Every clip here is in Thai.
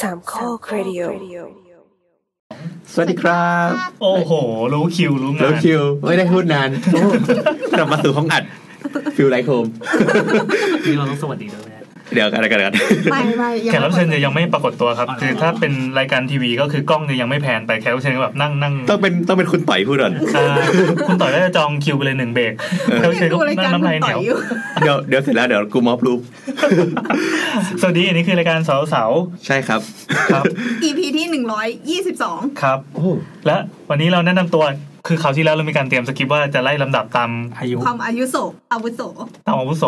สามข้อครดิโอ สวัสดีครับ โอ้โห รู้คิวรู้งาน แล้วคิว ไม่ได้พูดนานโอ้กลับมาสู่ห้องอัดฟิลไลท์โฮม นี่เราต้องสวัสดีด้วยไหมฮะ เดี๋ยวกันเดี๋ยวกันเดี๋ยวกัน ไม่ไม่ แขกรับเชิญจะยังไม่ปรากฏตัวครับคือถ้าเป็นรายการทีวีก็คือกล้องจะยังไม่แพนไปแขกรับเชิญก็แบบนั่งนั่ง ต้องเป็นต้องเป็นคุณต่อยพูดก่อน อ่าคุณต่อยก็จะจองคิวไปเลยหนึ่ง เบรกแขกรับเชิญ ดู ก็ ราย นั่ การ งน้ำลายเห ต่ นี อย ยว อยู่ เดี๋ยวเดี๋ยวเสร็จแล้วเดี๋ยวกูมอบรูป สวัสดีอันนี้คือรายการเสาเสา ใช่ครับ ครับ อ p ที่หนึ่งร้อยยี่สิบสอง ครับ โอ้ และวันนี้เราแนะนำตัวคือคราวที่แล้วเรามีการเตรียมสคริปต์ว่าจะไล่ลำดับตาม อายุ ความอายุโศกอาวุโส ตามอาวุโส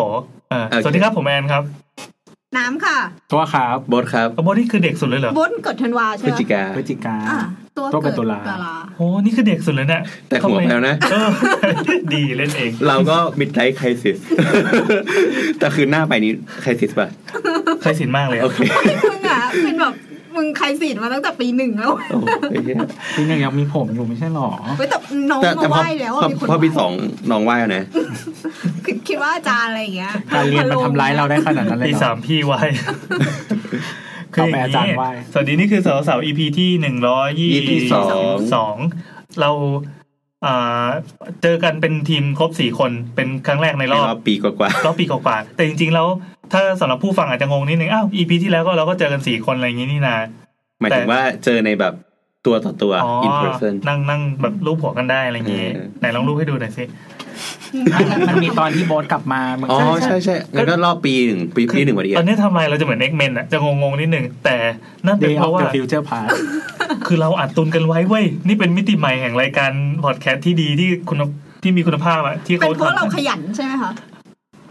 เออสวัสดีครับผมแอนครับ น้ำค่ะ ตัวครับ บอสครับ แล้วโบนี่คือเด็กสุดเลยเหรอ บุญกดธันวา พ ใช่ ฤ ไห ศ ม จิกา พฤศจิกา อ่ะตัว ตัวเป็ เกิ น ด ตุลา ตุลา โอ้นี่คือเด็กสุดเลยเนี่ย แต่หัวแพลวนะ เอ อ ดีเล่นเอง เราก็มิดไลท์ไครซิส แต่คือหน้าไปนี้ไครซิสป่ะ ใครสินมากเลยอะ โอเค มึงอ่ะ เป็นแบบมึงใครสิทธิ์มาตั้งแต่ปีหนึ่งแล้ว โอ้ไอ้เหี้ย ที่ยังยังมีผมอยู่ไม่ใช่หรอ เว้ยแต่น้อง แต่ มา แต่พไหอ ว้แล้ว พ อ่ะ อ มีคน พอปี ไหว้ สองน้องไหว้แล้วนะ คือคิดว่าอาจารย์อะไรอย่างเงี้ย การเรียนมันทำร้ายเราได้ขนาดนั้นเลย ปี เหรอ สามพี่ไหว เอาไปอาจารย์ไหว้ สวัสดีนี่คือสาวสาว EP ที่หนึ่งร้อยยี่สองเราอ่าเจอกันเป็นทีมครบสี่คนเป็นครั้งแรกในในรอบ รอบปีกว่า รอบปีกว่าๆแต่จริงๆแล้ว ถ้าสำหรับผู้ฟังอาจจะงงนิดนึงอ้าว EP ที่แล้วก็เราก็เจอกันสี่คนอะไรอย่างนี้นี่นา ๆหมายถึงว่าเจอในแบบตัวต่อตัว อ๋อ in person นั่งนั่งแบบรูปหัวกันได้อะไรอย่างนี้ เออ ไหนลองรูปให้ดูหน่อยสิ มันมีตอนที่โบสกลับมามึง อ๋อ ใช่ ใช่ใช่งั้นก็รอบปีหนึ่งปีปีหนึ่งวันดี ตอนนี้ทำไมเราจะเหมือน X-Men อะจะงงๆนิดนึงแต่นั่น เด เป็น ย์ เพ ออฟ ราะว่า เดอะฟิวเจอร์พาร์ คือเราอัดตุนกันไว้เว้ย นี่เป็นมิติใหม่แห่งรายการพอดแคสต์ที่ดีที่คุณที่มีคุณภาพอะที่ เป็ เขา นเพราะเรา ทำ ขยันใช่ไหมคะ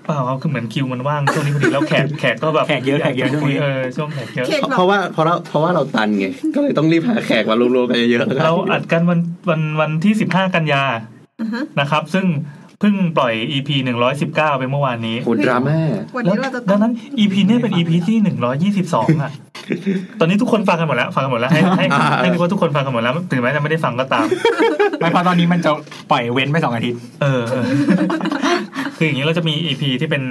เปล่าเขาคือเหมือนคิวมันว่างช่วงนี้พอดีแล้วแขกแขกก็แบบ แขกเยอะแขกเยอะช่วงนี้ เออช่วงแขกเยอะ เขียนแบบ เพราะว่าเพราะเราเพราะว่าเราตันไง ก็เลยต้องรีบหาแขกมารวมๆกันเยอะๆแล้วก็ เราอัดกันวันวันวันที่สิบห้ากันยา อือฮะ นะครับ ซึ่งเพิ่งปล่อย EP หนึ่งร้อยสิบเก้าไปเมื่อวานนี้ โหดราม่า วัน แล้ว นี้เราจะต้ ดั อง งนั้น EP เนี่ยเป็น EP ที่หนึ่งร้อยี่สิบสองอะตอนนี้ทุกคนฟังกันหมดแล้วฟังกันหมดแล้วให้ให้ให้รู้ว่าทุกคนฟังกันหมดแล้วถึงแม้จะไม่ได้ฟังก็ตาม ไม่เพราะตอนนี้มันจะปล่อยเว้นไปสองอาทิตย์ เอ อเออ คืออย่างนี้เราจะมี EP ที่เป็น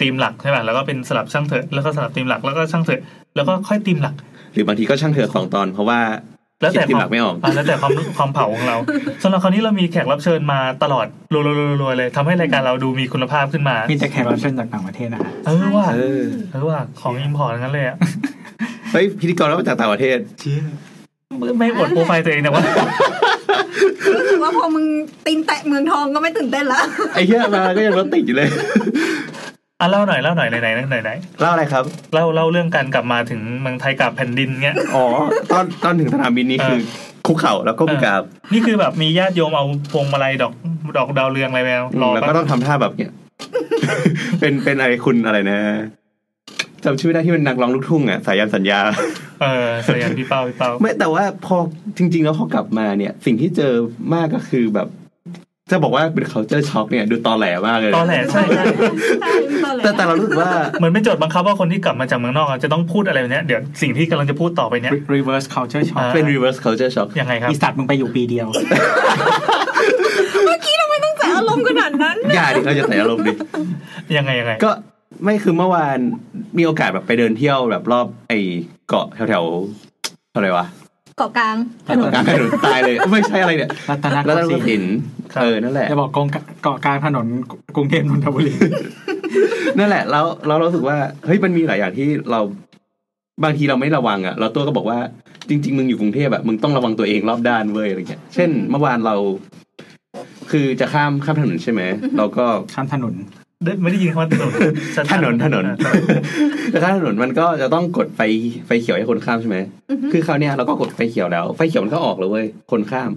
ธีมหลักใช่ไหมแล้วก็เป็นสลับช่างเถอะ แล้วก็สลับธีมหลัก แล้วก็ช่างเถอะ แล้วก็ค่อยธีมหลัก หรือบางทีก็ช่างเถอะสองตอน เพราะว่า แล้วแต่ คิดธีมหลักไม่ออก ะแล้วแต่ความความเผาของเราสำหรับคราวนี้เรามีแขกรับเชิญมาตลอดรัวๆๆๆเลยทำให้รายการเราดูมีคุณภาพขึ้นมา มีแต่แขกรับเชิญจากต่างประเทศนะ เออว่า เออ เออว่าของอิมพอร์ตทั้งนั้นเลยอะ เฮ้ยพิธีกรแล้วมาจากต่างประเทศ ไม่อวดโปรไฟล์ตัวเองแต่ว่า รู้สึกว่าพอมึงตีนแตะเมืองทองก็ไม่ตื่นเต้นละ ไอ้เหี้ยมาก็ยังรถติดอยู่เลย อ่ะเล่าหน่อยเล่าหน่อยไหนไหนไหนไหน เล่าอะไรครับ เล่าเล่าเรื่องการกลับมาถึงเมืองไทยกลับแผ่นดินเนี้ย อ๋อ ตอนตอนถึงสนามบินนี่คือคุกเข่าแล้วก็มกราบ นี่คือแบบมีญาติโยมเอาพวงมาลัยดอกดอกดาวเรืองอะไรไปรอ แล้ว ปะ ก็ต้องทำท่าแบบเนี้ย เป็นเป็นอะไรคุณอะไรนะจำชื่อไม่ได้ที่เป็นนักร้องลูกทุ่งอ่ะสายันสัญญา เออสยันพี่เป้าพี่เป้า ไม่แต่ว่าพอจริง ๆ แล้วพอกลับมาเนี่ย สิ่งที่เจอมากก็คือแบบ จะบอกว่าเป็น culture shock เนี่ย ดูตอแหลมากเลยนะ ตอนแหลใช่ใช่ ใช่ตอนหละ แต่แต่เรารู้สึกว่า เหมือนไม่จดบังคับว่าคนที่กลับมาจากเมืองนอกอะจะต้องพูดอะไรแบบเนี้ยเดี๋ยวสิ่งที่กำลังจะพูดต่อไปเนี้ย รีเวิร์สเคาน์เตอร์ช็อป อ่า เป็น reverse culture shock ยังไงครับ อีสัตว์มึงไปอยู่ปีเดียว เมื่อกี้ทำไมต้องใส่อารมณ์ขนาดนั้น อย่าดิเขาจะใส่อารมณ์ดิ ยังไงยังไง ก็ไม่คือเมื่อวานมีโอกาสแบบไปเดินเที่ยวแบบรอบไอ้เกาะแถวๆอะไรวะ เกาะกลาง ถนน กลางถนนตายเลย ไม่ใช่อะไรเนี่ย รัตน แล้ว โก เราก็ สินทร์ เห็นเออนั่นแหละ จะบอกกงเกาะกลางถนนกรุงเทพนนทบุรี นั่นแหละแล้วเรารู้สึกว่าเฮ้ยมันมีหลายอย่างที่เราบางทีเราไม่ระวังอ่ะแล้วตัวก็บอกว่าจริง ๆ มึงอยู่กรุงเทพอ่ะมึงต้องระวังตัวเองรอบด้านเว้ยอะไรเงี้ย เช่น เมื่อวานเรา คือจะข้ามข้ามถนนใช่ไหมเราก็ ข้ามถนน ได้ไม่ได้ยินคำว่าถนนชัดๆ ถนนถนน แต่ข้ามถน นมันก็จะต้องกดไฟไฟเขียวให้คนข้ามใช่ไหม อือฮึ คือคราวเนี้ยเราก็กดไฟเขียวแล้ว ไฟเขียวมันก็ออกแล้วเว้ย คนข้าม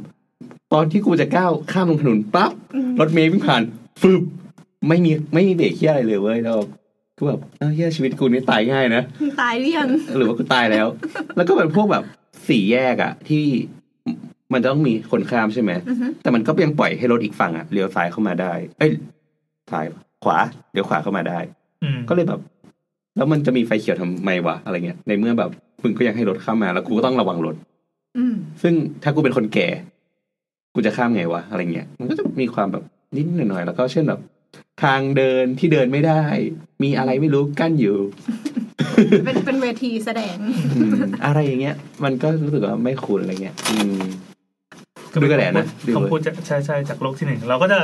ตอนที่กูจะก้าวข้ามลงถนนปั๊บ รถเมย์วิ่งผ่าน ฟึบ ไม่มีไม่มีเบรกเฮียอะไรเลยเว้ยแล้วกูแบบเอ้าเฮียชีวิตกูนี่ตายง่ายนะ ตายหรือยัง หรือว่ากูตายแล้ว แล้วก็เป็นพวกแบบสี่แยกอะที่มันต้องมีคนข้ามใช่ไหม อือฮึ แต่มันก็ยังปล่อยให้รถอีกฝั่งอะเลี้ยวซ้ายเข้ามาได้ เอ้ยซ้ายขวาเลี้ยวขวาเข้ามาได้ อืม ก็เลยแบบ แล้วมันจะมีไฟเขียวทำไมวะอะไรเงี้ย ในเมื่อแบบมึงก็ยังให้รถเข้ามา แล้วกูก็ต้องระวังรถ อืม ซึ่งถ้ากูเป็นคนแก่ กูจะข้ามไงวะอะไรเงี้ย มันก็จะมีความแบบนิดหน่อยๆแล้วก็เช่นแบบ ทางเดินที่เดินไม่ได้ มีอะไรไม่รู้กั้นอยู่ เป็นเป็นเวทีแสดง อืมอะไรอย่างเงี้ย มันก็รู้สึกว่าไม่คุ้นอะไรเงี้ยอืม ดูกระแดะนะดูเลย คำพูดจะใช่ใช่จากโลกที่หนึ่งเราก็จะ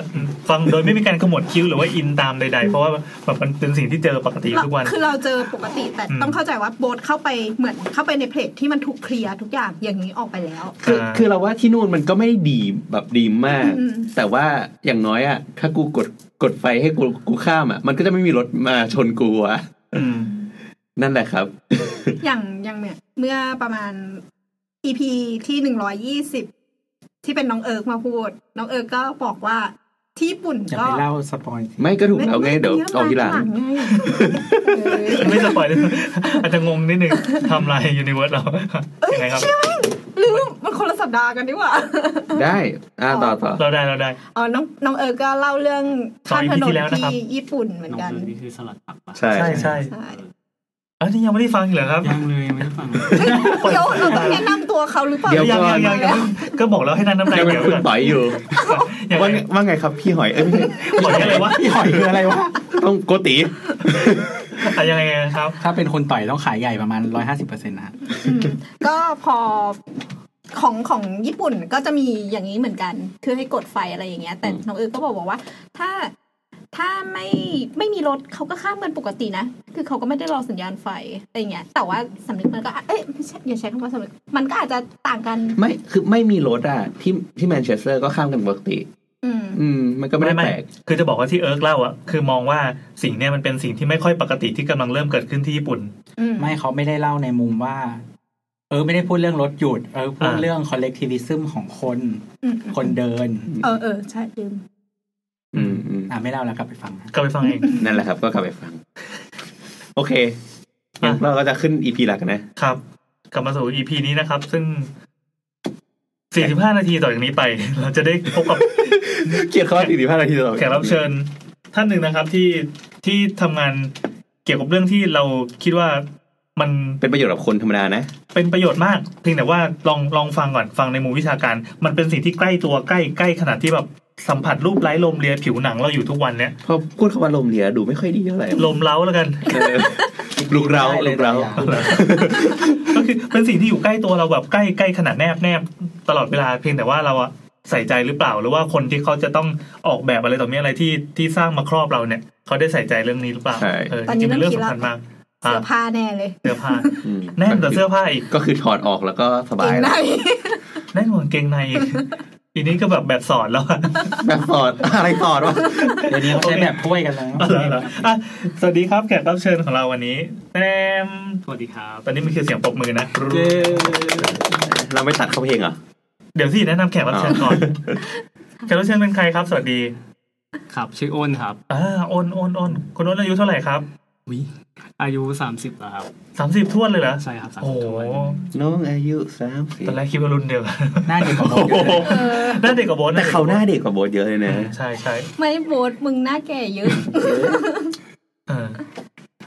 ฟังโดยไม่มีการขมวดคิ้วหรือว่าอินตามใดๆ เพราะว่าแบบมันเป็นสิ่งที่เจอปกติทุกวัน คือเราเจอปกติแต่ อืม ต้องเข้าใจว่าโบสเข้าไปเหมือนเข้าไปในเพลทที่มันถูกเคลียร์ทุกอย่างอย่างนี้ออกไปแล้ว คือคือเราว่าที่นู่นมันก็ไม่ได้ดีแบบดีมาก อืม แต่ว่าอย่างน้อยอ่ะถ้ากูกดกดไฟให้กูกูข้ามอ่ะมันก็จะไม่มีรถมาชนกูอ่ะ อืม นั่นแหละครับ อย่างอย่างเนี่ยเมื่อประมาณ EP ที่หนึ่งร้อยยี่สิบที่เป็นน้องเอิร์กมาพูด น้องเอิร์กก็บอกว่าที่ญี่ปุ่น อย่า ก็ ไปเล่าสปอย ไม่ก็ถูกแล้วไงเดี๋ยวเอาทีหลัง ไง ไม่สปอยเลย อาจจะงงนิดนึงทำลายยูนิเวิร์สเรา ยังไงครับ ลืมมันคนละสัปดาห์กันดีกว่า ได้ อ่าต่อต่อ เราได้เราได้ อ๋อน้องน้องเอิร์กก็เล่าเรื่องข้ามถน ตอน EP ที่ น แล้วนะครับ ที่ญี่ปุ่นเหมือน น้อง กัน เอิร์กนี่คือสลัดผักปะ ใช่ ใช่ใช่ ใช่ อันนี้ยังไม่ได้ฟังอีกเหรอครับ ยังเลยไม่ได้ฟังเลย เฮ้ยเดี๋ยวเราต้องแนะนำตัวเขาหรือเปล่า เดี๋ยวยังยังยังยังก็บอกแล้วให้นั่งน้ำลาย ยัง เดี๋ เป็นคุยวณ ก่อน ต่อยอยู่ ยังไง ว่าไงว่าไงครับพี่หอยเอ้ยไม่ใช่ บอกยังไงวะ พี่หอยคืออะไรวะ ต้องโกติ อ่ะยังไงครับ ถ้าเป็นคนต่อยต้องขายใหญ่ประมาณร้อยห้าสิบเปอร์เซ็นต์นะฮะ อืมก็พอของของญี่ปุ่นก็จะมีอย่างนี้เหมือนกัน คือให้กดไฟอะไรอย่างเงี้ย แต่ อืม น้องเอิร์กก็บอกว่า ถ้าถ้าไม่ไม่มีรถเขาก็ข้ามกันปกตินะ คือเขาก็ไม่ได้รอสัญญาณไฟอะไรอย่างเงี้ย แต่ว่าสำนึกมันก็อ่ะเอ้ยไม่ใช่อย่าใช้คำว่าสำนึกมันก็อาจจะต่างกัน ไม่คือไม่มีรถอ่ะที่ที่แมนเชสเตอร์ก็ข้ามกันปกติ อืม อืม มันก็ไม่ได้แปลก คือจะบอกว่าที่เอิร์กเล่าอ่ะ คือมองว่าสิ่งเนี้ยมันเป็นสิ่งที่ไม่ค่อยปกติที่กำลังเริ่มเกิดขึ้นที่ญี่ปุ่น อืม ไม่เขาไม่ได้เล่าในมุมว่า เออไม่ได้พูดเรื่องรถหยุด เออพูด อ่า เรื่อง collectivism ของคน อืม คนเดิน เออเออใช่ลืม อืมอืม อ่ะไม่เล่าแล้วกลับไปฟังนะ ก็ไปฟังเอง นั่นแหละครับก็กลับไปฟัง โอเคงั้น อ่ะ เราก็จะขึ้นอีพีหลักนะครับ กลับมาสู่ EP นี้นะครับ ซึ่ง 45 นาทีต่อจากนี้ไป เราจะได้พบกับ เกียรติข้อสี่สิบห้านาทีต่อ แขกรับเชิญท่านหนึ่งนะครับที่ที่ทำงานเกี่ยวกับเรื่องที่เราคิดว่ามัน เป็นประโยชน์กับคนธรรมดานะ เป็นประโยชน์มาก เพียงแต่ว่าลองลองฟังก่อนฟังในมุมวิชาการ มันเป็นสิ่งที่ใกล้ตัวใกล้ใกล้ขนาดที่แบบสัมผัสรูปไร้ลมเลียผิวหนังเราอยู่ทุกวันเนี้ย พอพูดคำว่าลมเหลียดูไม่ค่อยดีเท่าไหร่ ลมเล้าแล้วกัน เออลุกเรา ได้ ลุกเรา ได้ลย ก็คือเป็นสิ่งที่อยู่ใกล้ตัวเราแบบใกล้ใกล้ขนาดแนบแนบตลอดเวลาเพียงแต่ว่าเราอะใส่ใจหรือเปล่า หรือว่าคนที่เขาจะต้องออกแบบอะไรต่อมีอะไรที่ที่สร้างมาครอบเราเนี่ย เขาได้ใส่ใจเรื่องนี้หรือเปล่า ใช่ เออ ตอน จ นี้ ริงๆเป็นเรื่องสำคัญ เริ่ มาก ม เสื้ อ่ะ อผ้าแน่เลย เสื้อผ้า อืม แน่นแต่เสื้อผ้าอีก ก็คือถอดออกแล้วก็สบา เก่ ย ง แล้ ใน ว แน่นกว่ากางเกงในอีก อีนี้ก็แบบแบบสอนแล้วอะ แบบถอดอะไรถอดวะ เดี๋ยวนี้เขาใช้แบบถ้วยกันแล้ว อ๋อเหรอเหรออ่ะสวัสดีครับแขกรับเชิญของเราวันนี้แอม สวัสดีครับ ตอนนี้มันคือเสียงปรบมือนะ เย้ เราไม่ตัดเข้าเพลงเหรอ เดี๋ยวสิแนะนำแขกรับเชิญก่อนแขกรับเชิญเป็นใครครับ สวัสดี ครับชื่ออ้นครับ อ่าอ้นอ้นอ้นคุณอ้นอายุเท่าไหร่ครับ วิอายุสามสิบแล้วครับ สามสิบทวนเลยเหรอ ใช่ครับสาม โอ้ สิบ โห ทุกวัน น้องอายุสามสิบ ตอนแรกคิดว่ารุ่นเดียวกัน หน้าเด็กของผม โอ้โห เออ หน้าเด็กกับโบท แต่เขาหน้าเด็กกว่าโบทเยอะเลยนะ ใช่ใช่ ไม่โบสมึงหน้าแก่เยอะ เออ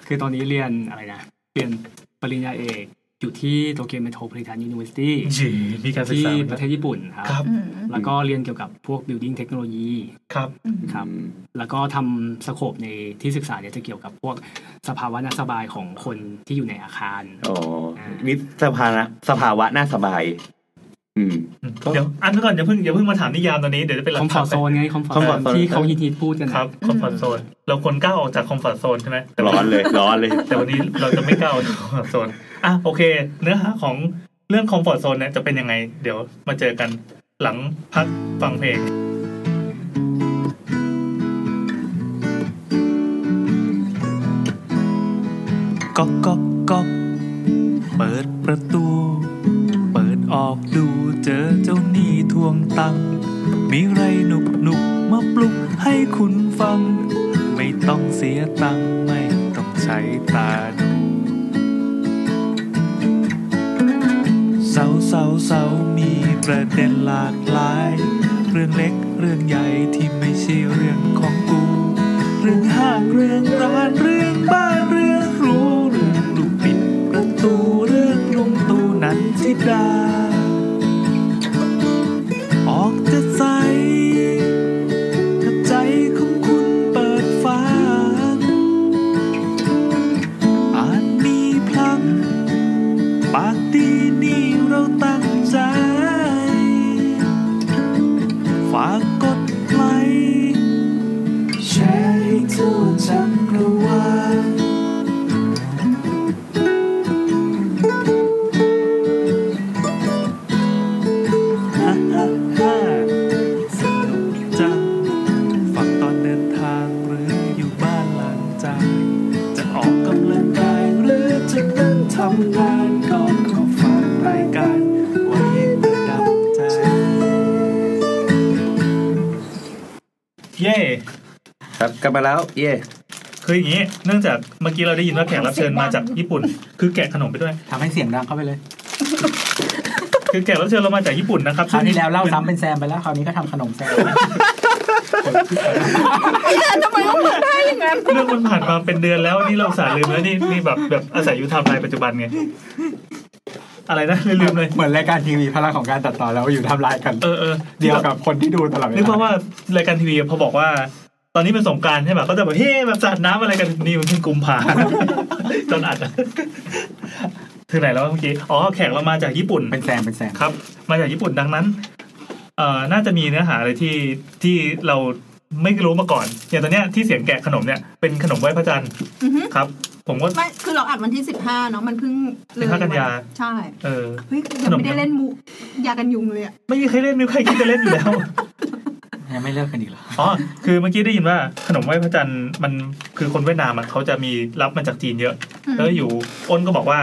คือตอนนี้เรียนอะไรนะเรียนปริญญาเอกอยู่ที่โตเกียวเมโทรพลิแทนยูนิเวอร์ซิตี้ จีมีการศึก ที่ ษา ประเทศญี่ปุ่นครับ ครับ อืม แล้วก็เรียนเกี่ยวกับพวก building เทคโนโลยี ครับ ครับ แล้วก็ทำสโคปในที่ศึกษาเนี่ยจะเกี่ยวกับพวกสภาวะน่าสบายของคนที่อยู่ในอาคาร อ๋อนี่สภาวะสภาวะน่าสบาย อืม ก็ เดี๋ยวอันนี้ก่อนอย่าเพิ่งอย่าเพิ่งมาถามนิยามตอนนี้ เดี๋ยวจะเป็นหลั คอมฟอร์ z โซนไงคอมฟอร์ z โซ comfort น zone ที่เขาฮิตๆพูดกัน ค นะ รับคอมฟอร์ทโซน เราควรก้าวออกจากคอมฟอร์ทโซนใช่ไหมแต่ ร้อนเลย ร้อนเลย แต่วันนี้เราจะไม่ก้าวออกจากคอมฟอร์ทโซน อ่ะโอเค เนื้อหาของเรื่องคอมฟอร์ทโซนเนี่ยจะเป็นยังไง เดี๋ยวมาเจอกันหลังพักฟังเพลง ก๊อกก๊อกก๊อกเปิดประตู เปิดออกดูเจอเจ้าหนี้ทวงตังค์มีไรหนุกหนุกมาปลุกให้คุณฟัง ไม่ต้องเสียตังค์ไม่ต้องใช้ตาดูเสาเสาเสามีประเด็นหลากหลาย เรื่องเล็กเรื่องใหญ่ที่ไม่ใช่เรื่องของกู เรื่องห้างเรื่องร้านเรื่องบ้านเรื่องครูเรื่องลูกปิดประตูเรื่องลุงตูนันทิดา ออกจะใสถ้าใจของคุณเปิดฟ้า อาจมี ทั่วจักรวาลฮ่าฮ่าฮ่าสนุกจังฟังตอนเดินทางหรืออยู่บ้านหลังจาก จะออกกำลังกายหรือจะเดินทำงานก่อนขอฝากรายการไว้ประดับใจ เย่ ครับกลับมาแล้ว เย่ คืออย่างนี้เนื่องจากเมื่อกี้เราได้ยินว่าแขกรับเชิญมาจากญี่ปุ่น คือแกะขนมไปด้วย ทำให้เสียงดังเข้าไปเลย คือแขกรับเชิญเรามาจากญี่ปุ่นนะครับ คราวที่แล้วเล่าซ้ำเป็นแซมไปแล้ว คราวนี้ก็ทำขนมแซม ทำไมต้องทำได้อย่างนั้น เรื่องมันผ่านมาเป็นเดือนแล้วนี่เราสารลืมแล้วนี่นี่แบบแบบอาศัยอยู่ไทำลายปัจจุบันไงอะไรนะลืมเลย เหมือนรายการทีวีพลังของการตัดต่อแล้วอยู่ทำลายกัน เออเออ เดียวกับคนที่ดูตลอดเว นึกเพ ลา ราะว่ารายการทีวีพอบอกว่า ตอนนี้เป็นสงกรารใช่ป่ะก็จะแบบเฮ้แบบสาดน้ำอะไรกันนี่มันขึ้นกุมภา ตอนอัดอะถึงไหนแล้ววะเมื่อกี้อ๋อแขกเรามาจากญี่ปุ่น เป็นแซมเป็นแซม ครับ มาจากญี่ปุ่นดังนั้นเอ่อน่าจะมีเนื้อหาอะไรที่ที่เราไม่รู้มาก่อน อย่างตอนเนี้ยที่เสียงแกะขนมเนี่ยเป็นขนมไหว้พระจันทร์ อือฮึ ครับ ผมก็ ไม่คือเราอัดวันที่สิบห้าเนาะมันเพิ่งเลย 15กันยา ใช่ เออ เฮ้ยยังไม่ได้เล่นมุกยากันยุงเลยอะ ไม่มีใครเล่นไม่มีใครคิดจะเล่นอยู่แล้ว ยังไม่เลิกกันอีกเหรอ อ๋อ คือเมื่อกี้ได้ยินว่าขนมไหว้พระจันทร์มันคือคนเวียดนามอะเขาจะมีรับมาจากจีนเยอะ อืม แล้วอยู่อ้นก็บอกว่า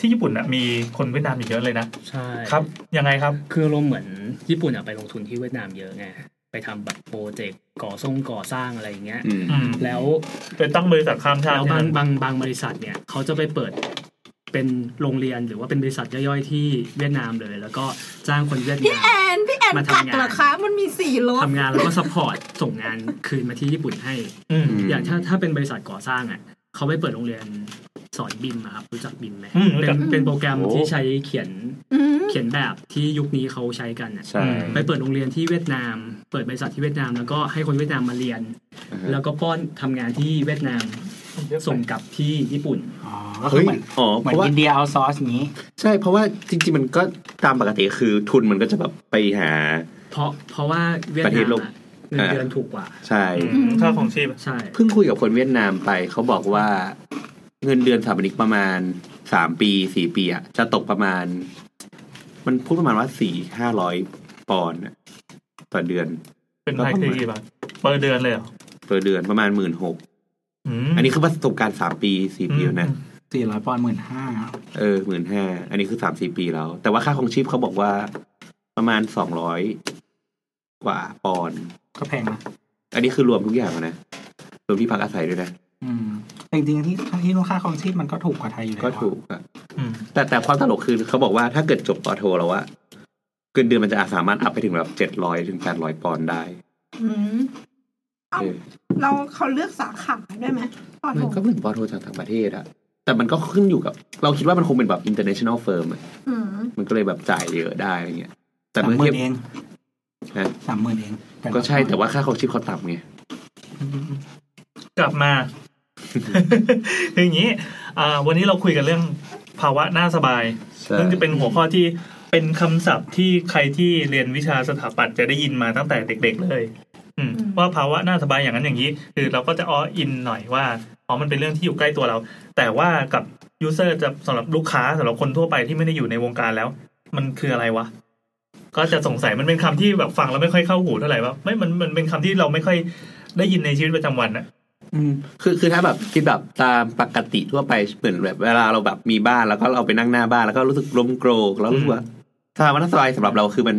ที่ญี่ปุ่นน่ะมีคนเวียดนามอีกเยอะเลยนะ ใช่ ครับยังไงครับ คือลมณ์เหมือนญี่ปุ่นอะไปลงทุนที่เวียดนามเยอะไงไปทำแบบโปรเจกต์ก่อสร้างก่อสร้างอะไรอย่างเงี้ย อืม อืม แล้ว ไปตั้งบริษัทข้ามชาติ แล้วบาง เนี่ยนะ บางบางบริษัทเนี่ยเขาจะไปเปิดเป็นโรงเรียนหรือว่าเป็นบริษัทย่อยๆที่เวียดนามเลย แล้วก็จ้างคนเวียด พี่ นาม แอนพี่แอน มาทำงาน กัดเหรอคะมันมีสี่รถ ทำงานแล้วก็สปอร์ตส่งงานคืนมาที่ญี่ปุ่นให้ อืม อย่างถ้าถ้าเป็นบริษัทก่อสร้างอ่ะเขาไปเปิดโรงเรียนสอนบิมอะครับรู้จักบิมไหม อืมรู้ เป็ จัก นเป็นโปรแกรมที่ใช้เขียน อืม เขียนแบบที่ยุคนี้เขาใช้กันอ่ะ ใช่ ไปเปิดโรงเรียนที่เวียดนาม เปิดบริษัทที่เวียดนาม แล้วก็ให้คนเวียดนามมาเรียน แล้วก็ป้อนทำงานที่เวียดนามส่งกลับที่ญี่ปุ่น อ๋อก็คื เฮ้ อย เหมือน อ๋อ เห เพ มือน ราะว่า อินเดียเอาซอสอย่างนี้ ใช่เพราะว่าจริง ๆ มันก็ตามปกติคือทุนมันก็จะแบบไปหา เพราะเพราะว่าเวียด ประเทศนาม โลก อะเงินเดือนถูกกว่า ใช่ อืมค่าของชีพ ใช่ เพิ่งคุยกับคนเวียดนามไปเขาบอกว่า เงินเดือนสถาปนิกประมาณสามปีสี่ปีอะจะตกประมาณ มันพูดประมาณว่าสี่ห้าร้อยปอนด์อะต่อเดือน เป็นไทยคือกี่บาทเปิดเดือนเลยเหรอ ต่อเดือนประมาณหมื่นหก อืม อันนี้คือประสบการณ์สามปีสี่ปีแล้วนะ 400ปอนด์หมื่นห้า เออหมื่นห้าอันนี้คือสามสี่ปีแล้ว แต่ว่าค่าของชีพเขาบอกว่าประมาณสองร้อยกว่าปอนด์ ก็แพงนะ อันนี้คือรวมทุกอย่างอะนะ รวมที่พักอาศัยด้วยนะ อืมแต่จริงๆที่ที่นู่นค่าครองชีพมันก็ถูกกว่าไทยอยู่แล้ว ก็ถูกอะ อืม แต่แต่ความตลกคือเขาบอกว่าถ้าเกิดจบปอโทแล้วอะเกินเดือนมันจะอาจสามารถอัพไปถึงแบบเจ็ดร้อยถึงแปดร้อยปอนด์ได้ อืม เออ เราเขาเลือกสาขาด้วยไหมตอน มันก็เหมือนปอโทจากต่างประเทศอะแต่มันก็ขึ้นอยู่กับ เราคิดว่ามันคงเป็นแบบ international firm อะ อืม มันก็เลยแบบจ่ายเยอะได้อะไรเงี้ย แต่ สาม เมื่อ ห เทียบมื่นเอง ฮะ สามหมื่นเอง800 ก็ใช่แต่ว่าค่าของชีพเขาต่ำไง อืมอืม กลับมา คืออย่างนี้อ่าวันนี้เราคุยกันเรื่องภาวะหน้าสบาย ซึ่งจะเป็นหัวข้อที่เป็นคำศัพท์ที่ใครที่เรียนวิชาสถาปัตย์จะได้ยินมาตั้งแต่เด็ก ๆ เลย อืมว่าภาวะน่าสบายอย่างนั้นอย่างนี้ คือเราก็จะอ้ออินหน่อยว่าอ๋อมันเป็นเรื่องที่อยู่ใกล้ตัวเรา แต่ว่ากับยูเซอร์จะสำหรับลูกค้าสำหรับคนทั่วไปที่ไม่ได้อยู่ในวงการแล้ว มันคืออะไรวะ ก็จะสงสัยมันเป็นคำที่แบบฟังแล้วไม่ค่อยเข้าหูเท่าไหร่ว่าไม่มันมันเป็นคำที่เราไม่ค่อยได้ยินในชีวิตประจำวันอะ อืม คือคือถ้าแบบคิดแบบตามปกติทั่วไปเหมือนแบบเวลาเราแบบมีบ้านแล้วก็เราไปนั่งหน้าบ้านแล้วก็รู้สึกลมโกรกแล้วรู้สึกว่าสภาวะน่าสบายสำหรับเราคือมัน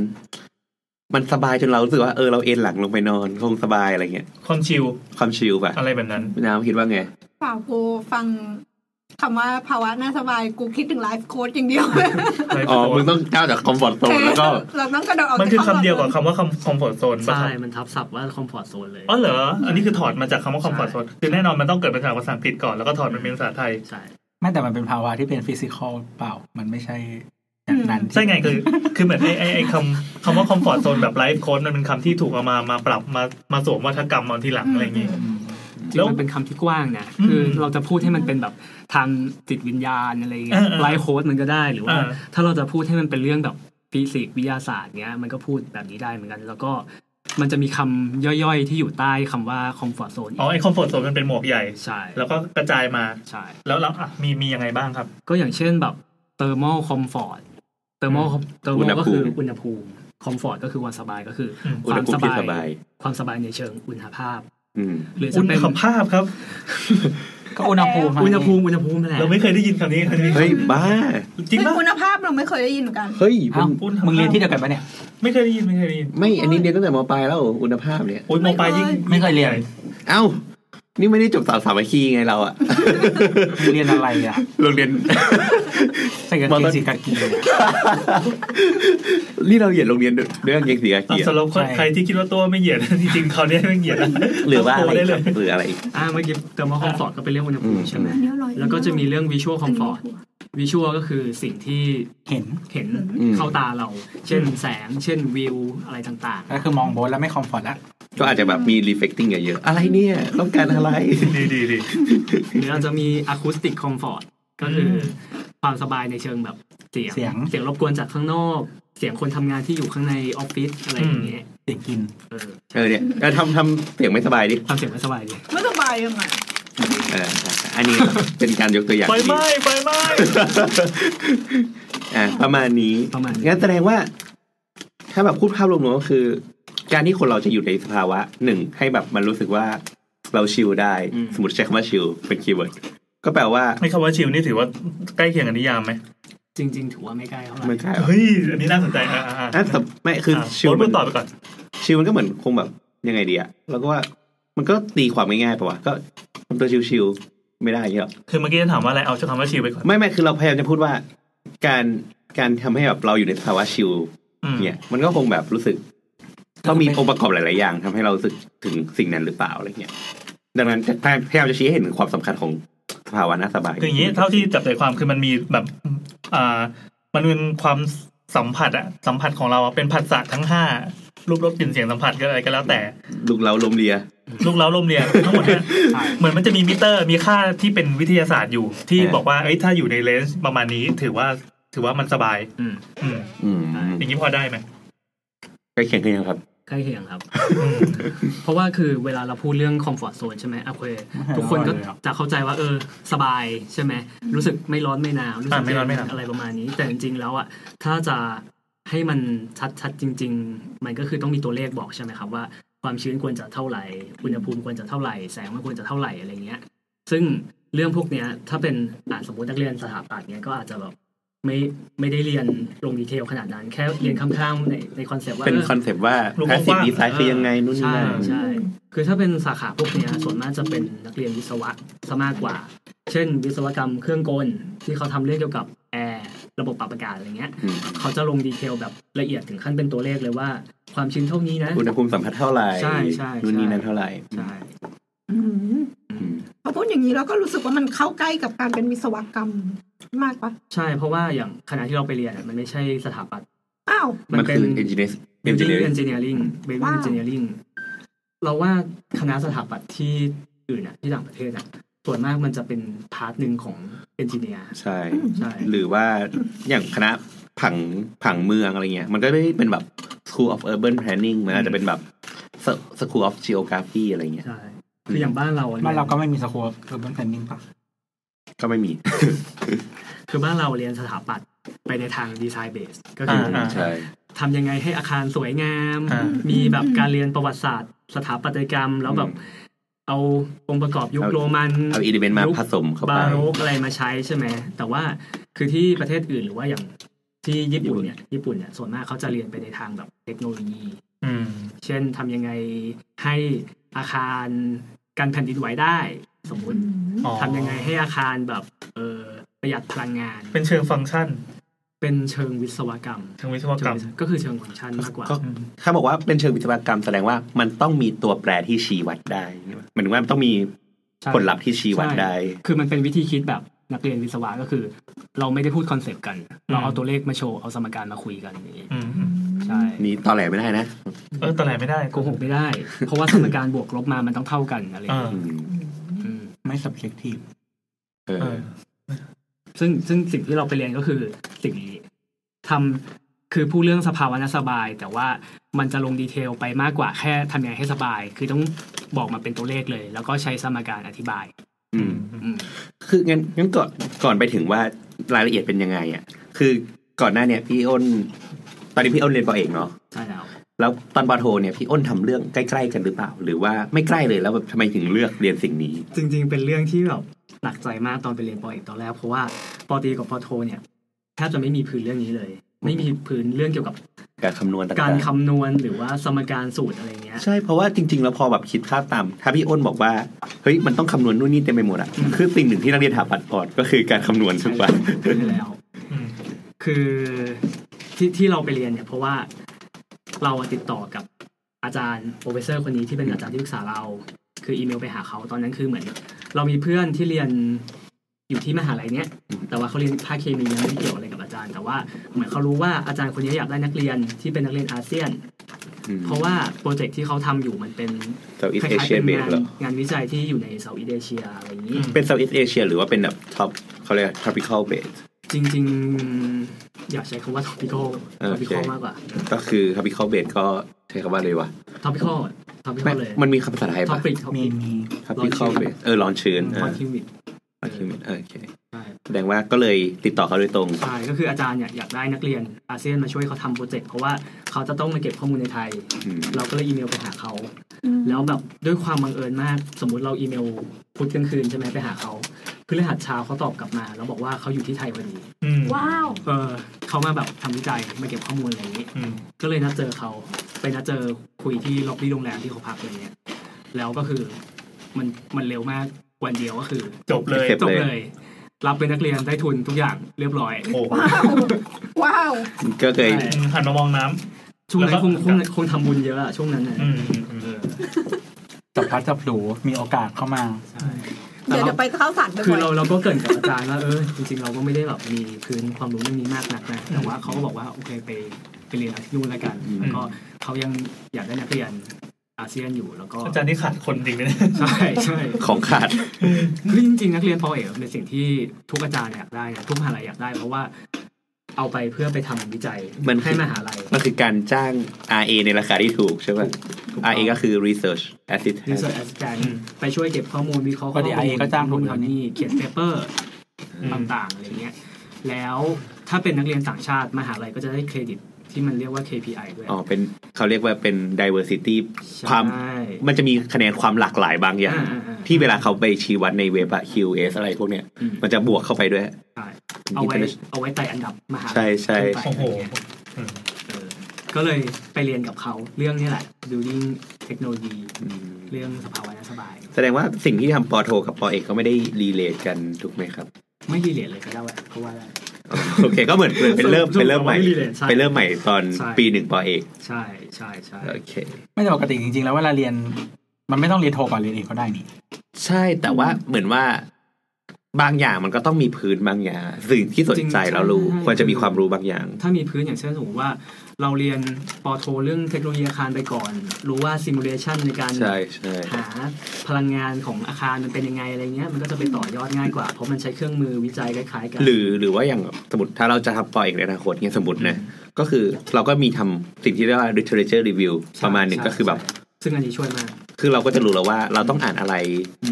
มันสบายจนเรารู้สึกว่าเออเราเอนหลังลงไปนอนคงสบายอะไรเงี้ย ความชิล ความชิลป่ะ อะไรแบบนั้น น้ำคิดว่าไง ฝ่าโพฟังคำว่าภาวะน่าสบายกูคิดถึงไลฟ์โค้ดอย่างเดียว อ๋อ มึงต้องก้าวจากคอมฟอร์ตโซนแล้วก็ เราต้องกระโดดออก มันคือคำ จาก เดียวกับคำว่าคำคอมฟอร์ตโซนป่ะ ใช่ ครับ มันทับศัพท์ว่าคอมฟอร์ z โซนเลย อ๋อเหรอ อันนี้คือถอดมาจากคำว่า ใช่ comfort zone คือแน่นอนมันต้องเกิดมาจากภาษาอังกฤษก่อน แล้วก็ถอดมันเป็นภาษาไทย ใช่ ไม่แต่มันเป็นภาวะที่เป็นฟิสิกอลเปล่า มันไม่ใช่อย่างนั้นที่ ใช่ไงคือ คือเหมือนไอ้ไอ้ไอ้คำคำว่า comfort zone แบบ life coach มันเป็นคำที่ถูกเอามา มาปรับ มา มาสวมวัฒกรรมเอาทีหลังอะไรอย่างงี้ อืม จริง แล้ว มันเป็นคำที่กว้างนะคืออ ม เราจะพูดให้มันเป็นแบบทางจิตวิญญาณอะไรเงี้ย เออเออ ไลฟ์โค้ดมันก็ได้หรือว่า เออ ถ้าเราจะพูดให้มันเป็นเรื่องแบบฟิสิกส์วิทยาศาสตร์เงี้ยมันก็พูดแบบนี้ได้เหมือนกัน แล้วก็ มันจะมีคำย่อยๆที่อยู่ใต้คำว่า comfort zone อ๋อไอคอมฟอร์ตโซนมันเป็นหมวกใหญ่ ใช่ แล้วก็กระจายมา ใช่ แล้วเราอ่ะมีมียังไงบ้างครับ ก็อย่างเช่นแบบ thermal comfort thermal thermal ก็คืออุณหภูมิ comfort ก็คือความสบายก็คืออ ม ค อุณหวาม ภู ส มิที่ บา สบาย ย ความสบายในเชิงอุณหภาพ อืม หรือ อุณจะเป็น หภาพครับ ก็อุณหภูมิ อุณหภูมิอุณหภูมินั่นแหละ เราไม่เคยได้ยินคำนี้คำนี้ เฮ้ยบ้า จริง เป็น ปะ คุณภาพเราไม่เคยได้ยินเหมือนกัน เฮ้ยมัน เอ้ามึงเรียนที่เดียวกันปะเนี่ย ไม่เคยได้ยินไม่เคยได้ยิน ไม่อันนี้เรียนตั้งแต่มปลายแล้วอุณหภาพเนี่ย โอ้ยมองไปยิ่ง ไม่เคยเรียน เอ้า นี่ไม่ได้จบสาวสามัคคีไงเราอะ มึงเรียนอะไรอ่ะ โรงเรียน ใส่กางเกงสีกากีอะ นี่เราเหยียดโรงเรียนด้วยกางเกงสีกา อ่ะ กีอะ สำหรับคน ใช่ ใครที่คิดว่าตัวไม่เหยียด จริงๆเขาเนี่ยไม่เหยียดนะ หรือว่าอะไร โได้ อีกครัเลย บหรืออะไรอีก อ่าเมื่อกี้ thermal comfort ก็เป็นเรื่องอุณหภูมิใช่ไหมแล้วก็จะมีเรื่อง visual comfort visual ก็คือสิ่งที่ เห็น เห็น อืม เข้าตาเรา เช่นแสง เช่นวิวอะไรต่าง ก็คือมองโบนแล้วไม่คอมฟอร์ตละ ก็อาจจะแบบมี reflecting เยอะๆอะไรเนี่ย ต้องการอะไร ดีดีดี ๆ หรืออาจจะมี acoustic comfort ก็คืออ ม ความสบายในเชิงแบบเสียง เสียง เสียงรบกวนจากข้างนอก เสียงคนทำงานที่อยู่ข้างในออฟฟิศอะไรอย่างเงี้ย เสียงกิน เออ เออเนี่ยเออทำทำเสียงไม่สบายดิ ทำเสียงไม่สบายดี ไม่สบายยังไง เอออันนี้ เป็นการยกตัวอย่าง ไฟ ที่ ไหม้ไฟไหม้ อ่ะประมาณนี้ ประมาณนี้ งั้นแสดงว่า ถ้าแบบพูดภาพรวมๆก็คือ การที่คนเราจะอยู่ในสภาวะหนึ่งให้แบบมันรู้สึกว่าเราชิลได้ สมมติใช้คำว่าชิลเป็นคีย์เวิร์ดก็แปลว่า ไม่คำว่าชิลนี่ถือว่าใกล้เคียงกับนิยามไหม จริง ๆ ถือว่าไม่ใกล้เท่าไหร่ ไม่ใช่หรอ เฮ้ยอันนี้น่าสนใจอ่ะอ่ะอ่ะ อ่ะแต่ไม่คือ อ่ะ ชิล โบ๊ท มั พู น ดต่อไปก่อน ชิลมันก็เหมือนคงแบบยังไงดีอะแล้วก็ว่ามันก็ตีความง่ายๆป่าวะก็ทำตัวชิลๆไม่ได้อย่างเงี้ยหรอ คือเมื่อกี้จะถามว่าอะไรเอาคำว่าชิลไปก่อน ไม่ไม่คือเราพยายามจะพูดว่า การการทำให้แบบเราอยู่ในสภาวะชิล อืม เนี่ยมันก็คงแบบรู้สึกต้องมีองค์ประกอบหลาย ๆ อย่างทำให้เรารู้สึกถึงสิ่งนั้นหรือเปล่าอะไรเงี้ยดังนั้นจะพยายามจะชี้ให้เห็นถึงความสำคัญของสภาวะน่าสบาย คืออย่างนี้เท่าที่จับใจความคือมันมีแบบอ่ามันเป็นความสัมผัสอะสัมผัสของเราอะเป็นผัสสะทั้งห้ารูปรสกลิ่นเสียงสัมผัสก็อะไรก็แล้วแต่ ลูกเราลมเลีย ลูกเล้าลมเรียนทั้งหมดเนี่ย ใช่ เหมือนมันจะมีมิเตอร์มีค่าที่เป็นวิทยาศาสตร์อยู่ ที่ เออ บอกว่าเอ้ยถ้าอยู่ในเลนส์ประมาณนี้ ถือว่าถือว่ามันสบาย อืม อืม อืม อย่างนี้พอได้ไหม ใกล้เคียงกันยังครับ ใกล้เคียงครับ เพราะว่าคือเวลาเราพูดเรื่อง comfort zone ใช่ไหมอ่ะโอเคทุกคนก็ ไม่ร้อนเลยครับ จะเข้าใจว่าเออสบายใช่ไหมรู้สึกไม่ร้อนไม่หนาวรู้สึ ะ ก ไม่ร้อนไม่หนาว อะไรประมาณนี้ แต่จริง ๆ แล้วอ่ะถ้าจะให้มันชัดๆจริง ๆ มันก็คือต้องมีตัวเลขบอกใช่ไหมครับว่าความชื้นควรจะเท่าไหร่อุณหภูมิควรจะเท่าไหร่แสงมันควรจะเท่าไหร่อะไรเงี้ย ซึ่งเรื่องพวกเนี้ยถ้าเป็นอ่ะสมมตินักเรียนสถาปัตย์เนี้ยก็อาจจะแบบไม่ไม่ได้เรียนลงดีเทลขนาดนั้น แค่เรียนข้างๆในในคอนเซปต์ว่า เป็น เออ คอนเซปต์ว่า ลูก แพสซีฟ กว้าง ดีไซน์คือยังไงนู่นนี่ ใช่ นั่น ใช่คือถ้าเป็นสาขาพวกเนี้ยส่วนมากจะเป็นนักเรียนวิศวะซะมากกว่า เช่น วิศวกรรมเครื่องกลที่เขาทำเรื่องเกี่ยวกับแอร์ระบบปรับอากาศอะไรเงี้ย อืม เขาจะลงดีเทลแบบละเอียดถึงขั้นเป็นตัวเลขเลยว่า ความชื้นเท่านี้นะ อุณหภูมิสัมผัสเท่าไหร่ ใช่ใช่ นู่นนี่นั่น ใช่ เท่าไหร่ ใช่ อืม พอพูดอย่างนี้เราก็รู้สึกว่ามันเข้าใกล้กับการเป็นวิศวกรรมมากปะ ใช่เพราะว่าอย่างคณะที่เราไปเรียนอะมันไม่ใช่สถาปัตย์ อ้าว มันคือเอนจิเนียร์เอนจิเนีย เอน ร์ จิเนียริงเบบี้ ว้าว เอนจิเนียริงเราว่าคณะสถาปัตย์ที่อื่นอะที่ต่างประเทศอะส่วนมากมันจะเป็นพาร์ทหนึ่งของเอนจิเนียร์ ใช่ ใช่ หรือว่าอย่างคณะผังผังเมืองอะไรเงี้ย มันก็ไม่ได้เป็นแบบ School of Urban Planning มันอาจจะเป็นแบบ School of Geography อะไรเงี้ย ใช่ คืออย่างบ้านเรา บ้านเราก็ ย ไม่มีสโคปคือเป็นแผ่นดินปะ ก็ไม่มี คือบ้านเราเรียนสถาปัตย์ไปในทางดีไซน์เบส ก็คืออา ใช่ ทำยังไงให้อาคารสวยงาม อ่า มีแบบการเรียนประวัติศาสตร์ สถาปัตยกรรม แล้วแบบเอาองค์ประกอบยุคโรมัน เอาอิเลเมนต์มาผสมเข้าไป บาโรกอะไรมาใช้ใช่ไหม แต่ว่าคือที่ประเทศอื่นหรือว่าอย่างที่ญี่ปุ่นเนี่ย ญี่ปุ่นเนี่ยส่วนมากเขาจะเรียนไปในทางแบบเทคโนโลยี อืม เช่นทำยังไงให้อาคารกันแผ่นดินไหวได้สมมุติ อ๋อ ทำยังไงให้อาคารแบบเออประหยัดพลังงาน เป็นเชิงฟังก์ชัน เป็นเชิงวิศวกรรม เชิงวิศวกรรม เชิงวิศวก็คือเชิงฟังก์ชันมากกว่า ก็ถ้าบอกว่าเป็นเชิงวิศวกรรมแสดงว่ามันต้องมีตัวแปรที่ชี้วัดได้หมายถึงว่ามันต้องมี ใช่ ผลลัพธ์ที่ชี้วัดได้ คือมันเป็นวิธีคิดแบบนักเรียนวิศวะก็คือ เราไม่ได้พูดคอนเซปต์กัน เราเอาตัวเลขมาโชว์ เอาสมการมาคุยกันอย่างนี้ อืมอืม ใช่ นี่ตอแหลไม่ได้นะ เออตอนไหนไม่ได้ โกหกไม่ได้ เพราะว่าสมการบวกลบมามันต้องเท่ากันอะไรอย่าง อ่าอืเงี้ยม อืม ไม่ subjective เออ เออ ซึ่งซึ่งสิ่งที่เราไปเรียนก็คือสิ่งนี้ทำ คือพูดเรื่องสภาวะสบาย แต่ว่ามันจะลงดีเทลไปมากกว่าแค่ทำยังไงให้สบาย คือต้องบอกมาเป็นตัวเลขเลย แล้วก็ใช้สมการอธิบาย อืม อืม คืองั้นงั้นก่อนก่อนไปถึงว่ารายละเอียดเป็นยังไงอ่ะคือก่อนหน้าเนี่ยพี่อ้น ตอนนี้พี่อ้นเรียนปอเอกเนาะ ใช่แล้ว แล้วตอนปอโทเนี่ยพี่อ้นทำเรื่องใกล้ๆกันหรือเปล่า หรือว่าไม่ใกล้เลยแล้วแบบทำไมถึงเลือกเรียนสิ่งนี้ จริง ๆ เป็นเรื่องที่แบบหนักใจมากตอนไปเรียนปอเอกตอนแรกเพราะว่าปอตรีกับปอโทเนี่ยแทบจะไม่มีพื้นเรื่องนี้เลย ไม่มีพื้นเรื่องเกี่ยวกับ การคำนวณต่างๆ การคำนวณหรือว่าสมการสูตรอะไรเงี้ย ใช่เพราะว่าจริง ๆ แล้วพอแบบคิดภาพตาม ถ้าพี่อ้นบอกว่าเฮ้ยมันต้องคำนวณนู่นนี่เต็มไปหมดอ่ะ อืม คือสิ่งหนึ่งที่นักเรียนถาปัดก่อนก็คือการคำนวณถูกปะ ใช่แล้ว อืม คือที่ที่เราไปเรียนเนี่ย เพราะว่าเราติดต่อกับอาจารย์โปรเฟสเซอร์คนนี้ที่เป็นอาจารย์ที่ปรึกษาเรา คืออีเมลไปหาเขาตอนนั้นคือเหมือน เรามีเพื่อนที่เรียนอยู่ที่มหาลัยเนี้ยแต่ว่าเขาเรียนภาคเคมียังไม่ได้เกี่ยวอะไรกับอาจารย์ แต่ว่าเหมือนเขารู้ว่าอาจารย์คนนี้อยากได้นักเรียนที่เป็นนักเรียนอาเซียน อืม เพ ราะว่าโปรเจกต์ที่เขาทำอยู่มันเป็น เซาท์อี ค สเอล้ายๆ เชีย เป็น เบส งาน เหรอง านวิจัยที่อยู่ในเซาท์อีเดเชียอะไรอย่างนี้ อืม เป็นเซาท์อีสเอเชียหรือว่าเป็นแบบท็อปเขาเรียกท็อปิคอลเบส จริงๆ อยากใช้คำว่า topical เออโอเค topical มากกว่า ก็คือท็อปิคอลเบสก็ใช้คำว่าเลยวะ topical topical เลย มันมีคำภาษาไทยปะ topic มี topic มี ครับพี่เข้าไปเออร้อนชื้นอ่า topic ร้อนชื้นเออโอเค ใช่ แสดงว่าก็เลยติดต่อเขาโดยตรง ใช่ก็คืออาจารย์เนี่ยอยากได้นักเรียนอาเซียนมาช่วยเขาทำโปรเจกต์เพราะว่าเขาจะต้องมาเก็บข้อมูลในไทย อืม เราก็เลยอีเมลไปหาเขา แล้วแบบด้วยความบังเอิญมาก สมมุติเราอีเมลพุธกลางคืนใช่ไหมไปหาเขาพฤหัสเช้าเขาตอบกลับมา แล้วบอกว่าเขาอยู่ที่ไทยพอดี อืม ว้าว เออเขามาแบบทำวิจัยมาเก็บข้อมูลอะไรอย่างนี้ อืม ก็เลยนัดเจอเขาไปนัดเจอคุยที่ล็อบบี้โรงแรมที่เขาพักอะไรเงี้ยแล้วก็คือมันมันเร็วมากวันเดียวก็คือ จบเลย เสร็จ จบเลย รับเป็นนักเรียนได้ทุนทุกอย่างเรียบร้อย โอ้ ว้าว ว้าว ก็เคย ใช่ อืมหันมามองน้ำ ช่วงนั้ แล้ น ว ค ก็ งคงคงทำบุญเยอะอะช่วงนั้นนะ อืมอืมอืม เออ จับพลัดจับผลูมีโอกาสเข้ามา ใช่แต่ เดี๋ยว เรา เดี๋ยวไปเข้าสาร คือ บ่อย เราเราก็เกรินกับอาจารย์ว่าเออจริงๆเราก็ไม่ได้แบบมีพื้นความรู้เรื่องนี้มากนักนะแต่ว่าเขาก็บอกว่าโอเคไปไปเรียนที่นู่นแล้วกัน แล้วก็เขายังอยากได้นักเรียนอาเซียนอยู่แล้วก็ อาจารย์นี่ขาดคนจริงไหมเนี่ย ใช่ใช่ ของขาด คือจริงๆ นักเรียนปอเอกเป็นสิ่งที่ทุกอาจารย์อยากได้นะทุกมหาลัยอยากได้ เพราะว่าเอาไปเพื่อไปทำวิจัย มัน ให้มหาลัย มันคือการจ้าง RA ในราคาที่ถูกใช่ป่ะ ถูกต้อง RA ก็คือ research assistant รีเสิร์ชอาจารย์ อืม ไปช่วยเก็บข้อมูลวิเคราะห์ ก็ ข้อ ดี มูล IA ก็จ้างผม น เดี๋ยวนี้ นี่เขียนเปเปอร์ต่างๆอะไรเงี้ยแล้วถ้าเป็นนักเรียนต่างชาติมหาลัยก็จะได้เครดิตที่มันเรียกว่า KPI ด้วย อ๋อเป็นเขาเรียกว่าเป็น diversity ใช่ ความมันจะมีคะแนนความหลากหลายบางอย่าง อ่าๆๆ ที่เวลาเขาไปชี้วัดในเว็บอะ QS อะไรพวกเนี้ย อืม มันจะบวกเข้าไปด้วย ใช่เอาไว้เอาไว้ไต่อันดับมหาลัย ใช่ใช่ ขึ้นไป โอ้โห ะไรเงี้ย เออก็เลยไปเรียนกับเขาเรื่องนี้แหละ building technology อืม เรื่องสภาวะน่าสบาย แสดงว่าสิ่งที่ทำปอโทกับปอเอกก็ไม่ได้รีเลทกันถูกไหมครับ ไม่รีเลทเลยก็ได้แหละเพราะว่า โอเคก็เหมือนเป็นเริ่มเป็นเริ่มใหม่ สรุปว่าไม่ relate ใช่ เป็นเริ่มใหม่ตอน ใช่ ปีหนึ่งปอเอก ใช่ใช่ใช่ โอเค ไม่แต่ปกติจริงๆ แล้วเวลาเรียน มันไม่ต้องเรียนโทก่อนเรียนเอกก็ได้นี่ ใช่แต่ว่าเหมือนว่าบางอย่างมันก็ต้องมีพื้นบางอย่างสิ่งที่สนใจแล้วรู้ควรจะมีความรู้บางอย่าง ถ้ามีพื้นอย่างเช่นสมมติว่า เราเรียนปอโทเรื่องเทคโนโลยีอาคารไปก่อน รู้ว่าซิมูเลชันในการ ใช่ใช่ หาพลังงานของอาคารมันเป็นยังไงอะไรเงี้ยมันก็จะไปต่อยอดง่ายกว่า เพราะมันใช้เครื่องมือวิจัยคล้ายๆกัน หรือหรือว่าอย่างสมมติถ้าเราจะทำปอเอกในอนาคตเนี่ยสมมตินะก็คือเราก็มีทำสิ่งที่เรียกว่า literature review ใช่ ประมาณหนึ่ง ใช่ ก็คือแบบ ซึ่งอันนี้ช่วยมาก คือเราก็จะรู้แล้วว่าเราต้องอ่านอะไร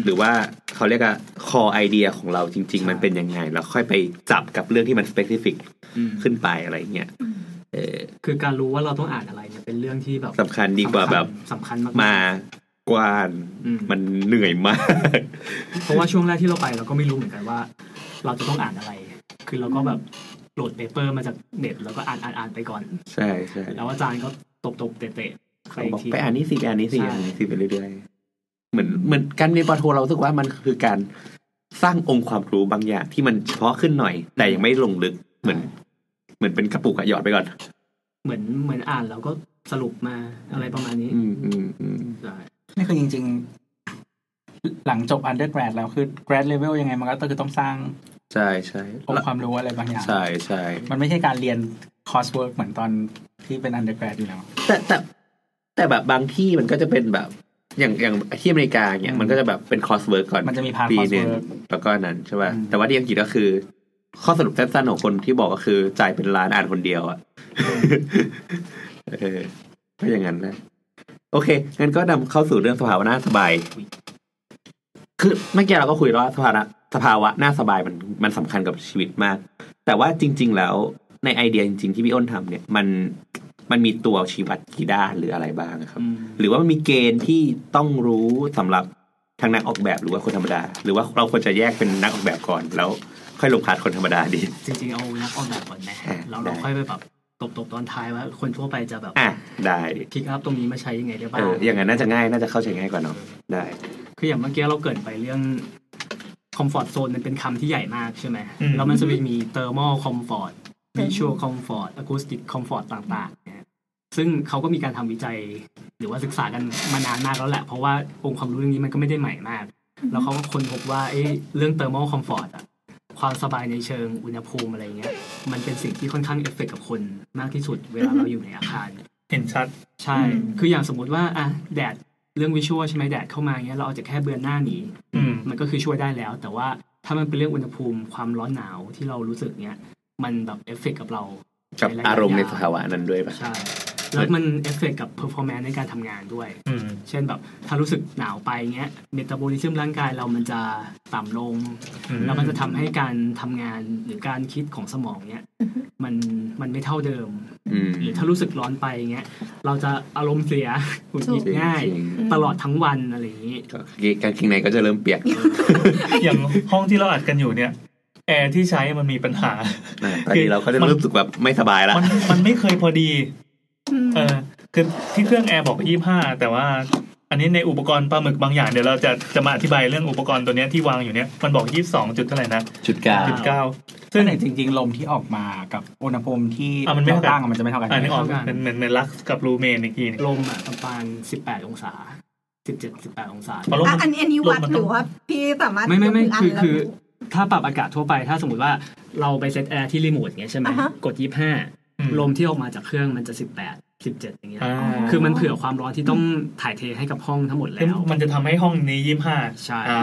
หรือว่าเขาเรียกว่า core idea ของเราจริง ใช่ ๆ มันเป็นยังไง แล้วค่อยไปจับกับเรื่องที่มัน specific ขึ้นไปอะไรเงี้ยเออ คือการรู้ว่าเราต้องอ่านอะไรเนี่ยเป็นเรื่องที่แบบ สำคัญดีกว่าแบบ สำคัญมาก มากว้าน อืม มันเหนื่อยมาก เพราะว่าช่วงแรกที่เราไปเราก็ไม่รู้เหมือนกันว่า เราจะต้องอ่านอะไร คือเราก็แบบโหลดเปเปอร์มาจากเน็ตแล้วก็อ่านอ่านอ่านไปก่อน ใช่ใช่ แล้วอาจารย์ก็ตบตบๆเตะเตะๆไป เขา อี บ ก อก ที ไปอ่านนี้สิไปอ่านนี้สิ ใช่ อ่านนี้สิไปเรื่อยๆเหมือนเหมือนการเรียนปอโทเรารู้สึกว่ามันคือการสร้างองค์ความรู้บางอย่างที่มันเฉพาะขึ้นหน่อย แต่ยังไม่ลงลึกเหมือน เหมือนเป็นกระปุกอะหยอดไปก่อน เหมือนเหมือนอ่านแล้วก็สรุปมาอะไรประมาณนี้ อืมอืมอืม ใช่ นี่คือจริง ๆ หลังจบ undergrad แล้วคือ grad level ยังไงมันก็คือต้องสร้าง ใช่ใช่ องค์ความรู้อะไรบางอย่าง ใช่ใช่ มันไม่ใช่การเรียน coursework เหมือนตอนที่เป็น undergrad อยู่แล้ว แต่แต่แต่แบบบางที่มันก็จะเป็นแบบ อย่างอย่างที่อเมริกาเนี่ย อืม มันก็จะแบบเป็นคอร์สเวิร์กก่อน มันจะมี part ปี coursework หนึ่งแล้วก็อันนั้นใช่ป่ะ อืม แต่ว่าที่อังกฤษก็คือ ข้อสรุปสั้นๆของคนที่บอกก็คือจ่ายเป็นล้านอ่านคนเดียวอะ เออก็อย่างนั้นนะโอเคงั้นก็นำเข้าสู่เรื่องสภาวะน่าสบาย คือเมื่อกี้เราก็คุยแล้วว่าสภาวะสภาวะน่าสบายมันมันสำคัญกับชีวิตมาก แต่ว่าจริง ๆ แล้วในไอเดียจริง ๆ ที่พี่อ้นทำเนี่ย มันมันมีตัวชี้วัดกี่ด้านหรืออะไรบ้างครับ อืม หรือว่ามันมีเกณฑ์ที่ต้องรู้สำหรับทางนักออกแบบหรือว่าคนธรรมดา หรือว่าเราควรจะแยกเป็นนักออกแบบก่อนแล้วค่อยลงพาร์ทคนธรรมดาดี จริงๆเอานักออกแบบก่อนไหม อ่ะ เราเรา ได้ ค่อยไปแบบตบตบๆตอนท้ายว่าคนทั่วไปจะแบบ อ่ะได้ พิกอัพตรงนี้มาใช้ยังไงได้บ้า เอง ออย่างนั้นน่าจะง่ายน่าจะเข้าใจง่ายกว่าเนาะได้ คืออย่างเมื่อกี้เราเกริดไปเรื่องคอมฟอร์ z โซนมันเป็นคำที่ใหญ่มากใช่ไหม อืม แล้วมันจะมีมีเตอร์มอลคอมฟอร์ตวิชวลคอมฟอร์ตอะคูสติกคอมฟอร์ตต่างๆเนี่ยซึ่งเขาก็มีการทำวิจัย หรือว่าศึกษากันมานานมากแล้วแหละ เพราะว่าองค์ความรู้เรื่องนี้มันก็ไม่ได้ใหม่มาก แล้วเขาก็ค้นพบว่าเอ้เรื่องเตอร์มอลคอมฟอร์ตอะความสบายในเชิงอุณหภูมิอะไรเงี้ย มันเป็นสิ่งที่ค่อนข้างเอฟเฟกต์กับคนมากที่สุดเวลาเราอยู่ในอาคาร เห็นชัด ใช่ คืออย่างสมมุติว่าอ่ะแดดเรื่องวิชวลใช่ไหมแดดเข้ามาเงี้ยเราเอาจากแค่เบือนหน้าหนี อืม มันก็คือช่วยได้แล้ว แต่ว่าถ้ามันเป็นเรื่องอุณหภูมิความร้อนหนาวที่เรารู้สึกเนี้ยมันแบบเอฟเฟกต์กับเรา กับ ใระยะ อารมณ์ใน ย สภาวะนั้นด้วยป่ะ ใช่ แล้วมันเอฟเฟกต์กับเพอร์ฟอร์แมนซ์ในการทำงานด้วย อืม เช่นแบบถ้ารู้สึกหนาวไปเงี้ยเมตาบอลิซึมร่างกายเรามันจะต่ำลง อืม แล้วมันจะทำให้การทำงานหรือการคิดของสมองเนี้ยมันมันไม่เท่าเดิม อืม หรือถ้ารู้สึกร้อนไปเงี้ยเราจะอารมณ์เสีย หงุดหงิด จริง ง่าย จริง ตลอดทั้งวันอะไรอย่างนี้ ก็กางเกงในก็จะเริ่มเปียก อย่างห้องที่เราอัดกันอยู่เนี่ย แอร์ที่ใช้มันมีปัญหา นะตอนนี้เราก็จะเริ่มรู้สึกแบบไม่สบายละ มันมันไม่เคยพอดี อืม เออคือที่เครื่องแอร์บอกยี่ห้าแต่ว่า อันนี้ในอุปกรณ์ปลาหมึกบางอย่างเดี๋ยวเราจะจะมาอธิบายเรื่องอุปกรณ์ตัวเนี้ยที่วางอยู่เนี้ยมันบอกยี่สองจุดเท่าไหร่นะ จุดเก้า จุดเก้า ซึ่ ซึ่ ง ง จริง ๆ ลมที่ออกมากับอุณหภูมิที่ อ่ะมันไม่เท่ากัน ตั้งอ่ะมันจะไม่เท่ากัน อันนี้ออก เท่ากัน เป็นเหมือนเหมือนลักซ์กับรูเมนอีกทีหนึง ลมอ่ะประมาณ18 องศา 17 18 องศา เพราะลม อ่ะ มั อั น นอันนี้วัด ลงมา หรือว่าพี่สามารถ ไม่ไม่ไม่ ยก คือ แล้ว คือถ้าปรับอากาศทั่วไป ถ้าสมมติว่าเราไปเซตแอร์ที่รีโมทเงี้ยใช่ไหม อ่าฮะ กด อื 25 ลมที่ออกมาจากเครื่องมันจะ 18 17 อย่างเงี้ย อ่า คือมันเผื่อความร้อนที่ต้องถ่ายเทให้กับห้องทั้งหมด ซึ่ง แล้ว มันจะทำให้ห้องนี้ยี่ห้า ใช่ อ่า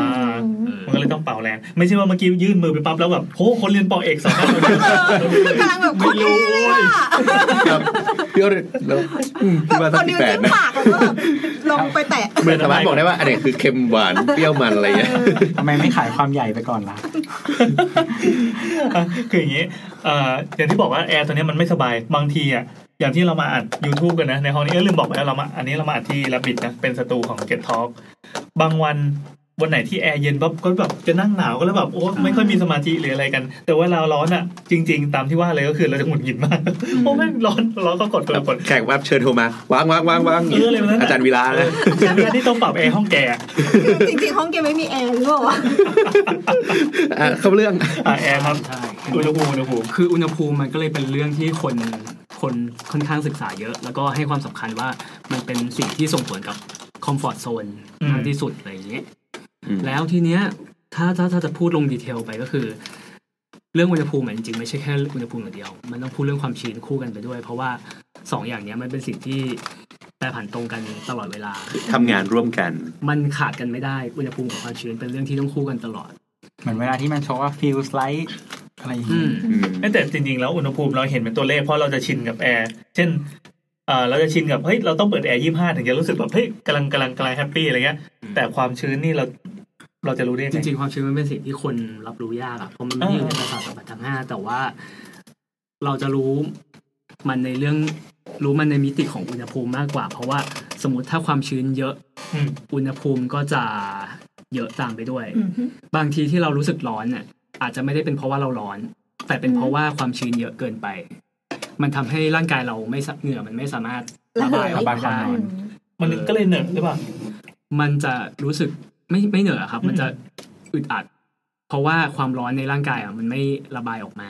เออ มันก็เลยต้องเป่าแรง ไม่ใช่ว่าเมื่อกี้ยื่นมือไปปั๊บแล้วแบบโหคนเรียนปอเอกสองห้าคน เออคือกำลังแบบคนนี้เลยอ่ะ ครับพี่อ้นแล้วอืมพี่ว่า ค สัก น สิ นี้ บแปด จิ้ม นะ ปากแล้วก็แบบลงไปแตะ เหมือนสามารถบอกได้ว่าอันไหนี้คือเค็มหวานเปรี้ยวมันอะไรอย่างเงี้ย ทำไมไม่ขายความใหญ่ไปก่อนล่ะ อ่ะ คืออย่างนี้เอ่ออย่างที่บอกว่าแอร์ตัวเนี้ยมันไม่สบาย บางทีอ่ะ อย่างที่เรามาอัด YouTube กันนะ ในห้องนี้เออลืมบอกไปแล้วเรามา อันนี้เรามาอัดที่ Rabbit นะ เป็นสตูของ Get Talk บางวันวันไหนที่แอร์เย็นปั๊บก็แบบจะนั่งหนาวก็แล้วแบบโอ้ไม่ค่อยมีสมาธิหรืออะไรกัน แต่ว่าเราร้อนอ่ะ จริง ๆ ตามที่ว่าเลยก็คือเราจะหงุดหงิดมากโอ้ไม่งร้อนร้อนก็กดกดกด แขกรับเชิญโทรมาวางวางวางวาง เออเลยวันนั้นน่ะ อาจารย์วีระนะ ใช่ไหม ที่ต้องปรับแอร์ห้องแกอ่ะ คือจริงๆห้องแกไม่มีแอร์หรือเปล่าวะ อ่ะเข้าเรื่อง อ่ะแอร์ครับ ใช่ อุณหภูมิอุณหภูมิ คืออุณหภูมิมันก็เลยเป็นเรื่องที่คนคนค่อนข้างศึกษาเยอะ แล้วก็ให้ความสำคัญว่ามันเป็นสิ่งที่ส่งผลกับคอมฟอร์ z โซน อืม มากที่สุดอะไรอย่างเงี้ย อืม แล้วทีเนี้ยถ้าถ้าถ้าจะพูดลงดีเทลไปก็คือ เรื่องอุณหภูมิอะจริงๆไม่ใช่แค่อุณหภูมิอย่างเดียว มันต้องพูดเรื่องความชื้นคู่กันไปด้วย เพราะว่าสองอย่างเนี้ยมันเป็นสิ่งที่แปรผันตรงกันตลอดเวลา ทำงานร่วมกัน มันขาดกันไม่ได้อุณหภูมิกับความชื้นเป็นเรื่องที่ต้องคู่กันตลอด เหมือนเวลาที่มันโชว์ว่า feels like อะไรอย่าง อื งี้ ม อืม ไม่แต่จริงๆ แล้วอุณหภูมิเราเห็นเป็นตัวเลขเพราะเราจะชินกับแอร์ เช่นเอ่อเราจะชินกับเฮ้ยเราต้องเปิดแอร์ยี่ห้าถึงจะรู้สึกแบบเฮ้ยกำลังกำลังกำลังแฮปปี้อะไรเงี้ย อืม แต่ความชื้นนี่เราเราจะรู้ได้ จ ไง ริงๆ ความชื้นมันเป็นสิ่งที่คนรับรู้ยากอะเพราะมันไม่ได้อยู่ในประสาทสัมผัสทั้งห้าแต่ว่าเราจะรู้มันในเรื่องรู้มันในมิติของอุณหภูมิมากกว่า เพราะว่าสมมติถ้าความชื้นเยอะ อืม อุณหภูมิก็จะเยอะตามไปด้วย อืม บางทีที่เรารู้สึกร้อนน่ะอาจจะไม่ได้เป็นเพราะว่าเราร้อน แต่เป็นเพราะว่าความชื้นเยอะเกินไป มันทำให้ร่างกายเราไม่สะเหงื่อมันไม่สามารถระบายออระบากามย ความ ได้ ร้อน มันก็เลยเหนอะหรือเปล่า มันจะรู้สึกไม่ไม่เหนื่อยอะครับ อืม มันจะอึดอัด เพราะว่าความร้อนในร่างกายอ่ะมันไม่ระบายออกมา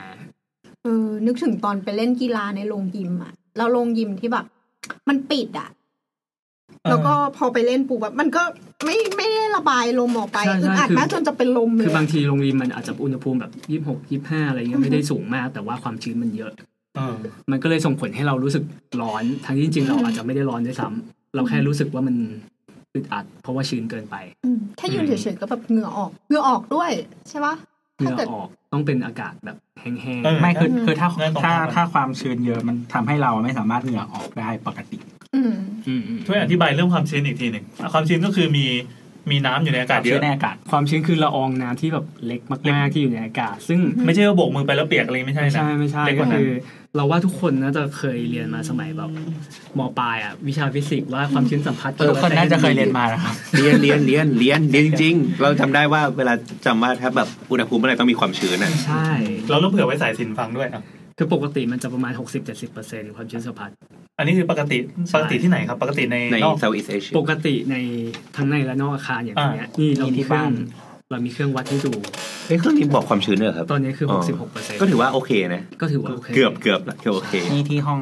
เออนึกถึงตอนไปเล่นกีฬาในโรงยิมอะเราโรงยิมที่แบบ มันปิดอะแล้วก็พอไปเล่นปุ๊บแบบมันก็ไม่ไม่ได้ระบายลมออกไป ใช่ใช่ อึดอัด คือ มากจนจะเป็นลมเล คือย บางทีโรงเรียนมันอาจจะอุณหภูมิแบบยี่หกยี่ห้าอะไรเงี้ยไม่ได้สูงมาก แต่ว่าความชื้นมันเยอะ เออ มันก็เลยส่งผลให้เรารู้สึกร้อนทั้งที่จริงๆเราอาจจะไม่ได้ร้อนด้วยซ้ำเราแค่รู้สึกว่ามันอึดอัด เพราะว่าชื้นเกินไป อืมแค่ยืนเฉยๆก็แบบเหงื่อออกเหงื่อออกด้วยใช่ปะ เหงื่อออกต้องเป็นอากาศแบบแห้ง เออ ไม่คือ อืม คือถ้า งั้นตรง ถ้า ข้ามกัน ถ้าความชื้นเยอะมันทำให้เราไม่สามารถเหงื่อออกได้ปกติ อืม ๆอืมๆ ช่วยอธิบายเรื่องความชื้นอีกทีหนึ่งอ่ะความชื้นก็คือมีมีน้ำอยู่ในอากาศเย ชื้ อะ นในอากาศ ความชื้นคือละอองน้ำที่แบบเล็กมากๆที่อยู่ในอากาศ ซึ่ง ไม่ใช่ว่าโบกมือไปแล้วเปียกอะไรไม่ใช่ ไม่ นะ ใช่ไม่ใช่ เล็กก ก็ ว่านั้น คือ เราว่าทุกคนน่าจะเคยเรียนมาสมัยแบบมปลายอ่ะวิชาฟิสิกส์ว่าความชื้นสัมพัทธ์ เออคนน่าจะเคยเรียนมานะครับ เรียนเรียนเรียนเรียนเรียนจริงๆ เราจำได้ว่าเวลาจำว่าถ้าแบบอุณหภูมิเมื่อไหร่ต้องมีความชื้นอ่ะ ใช่ เราต้องเผื่อไว้สายสินฟังด้วยอ่ะ คือปกติมันจะประมาณ 60-70%ความชื้นสัมพัทธ์ อันนี้คือปกติ ใช่ ปกติที่ไหนครับ ปกติใน ใน นอก Southeast Asia ปกติในทั้งในและนอกอาคารอย่างเนี้ยนี่เรามีเครื่อง มีที่บ้ เรามีเครื่องวัดให้ดู เฮ้ยเครื่องนี้บอกความชื้นด้วยเหรครับ ตอนนี้คือ ก็ 66% ถือว่าโอเคนะ ก็ถือว่าโอเค เกือบเกือบละเกือบโอเค นี่ที่ห้อง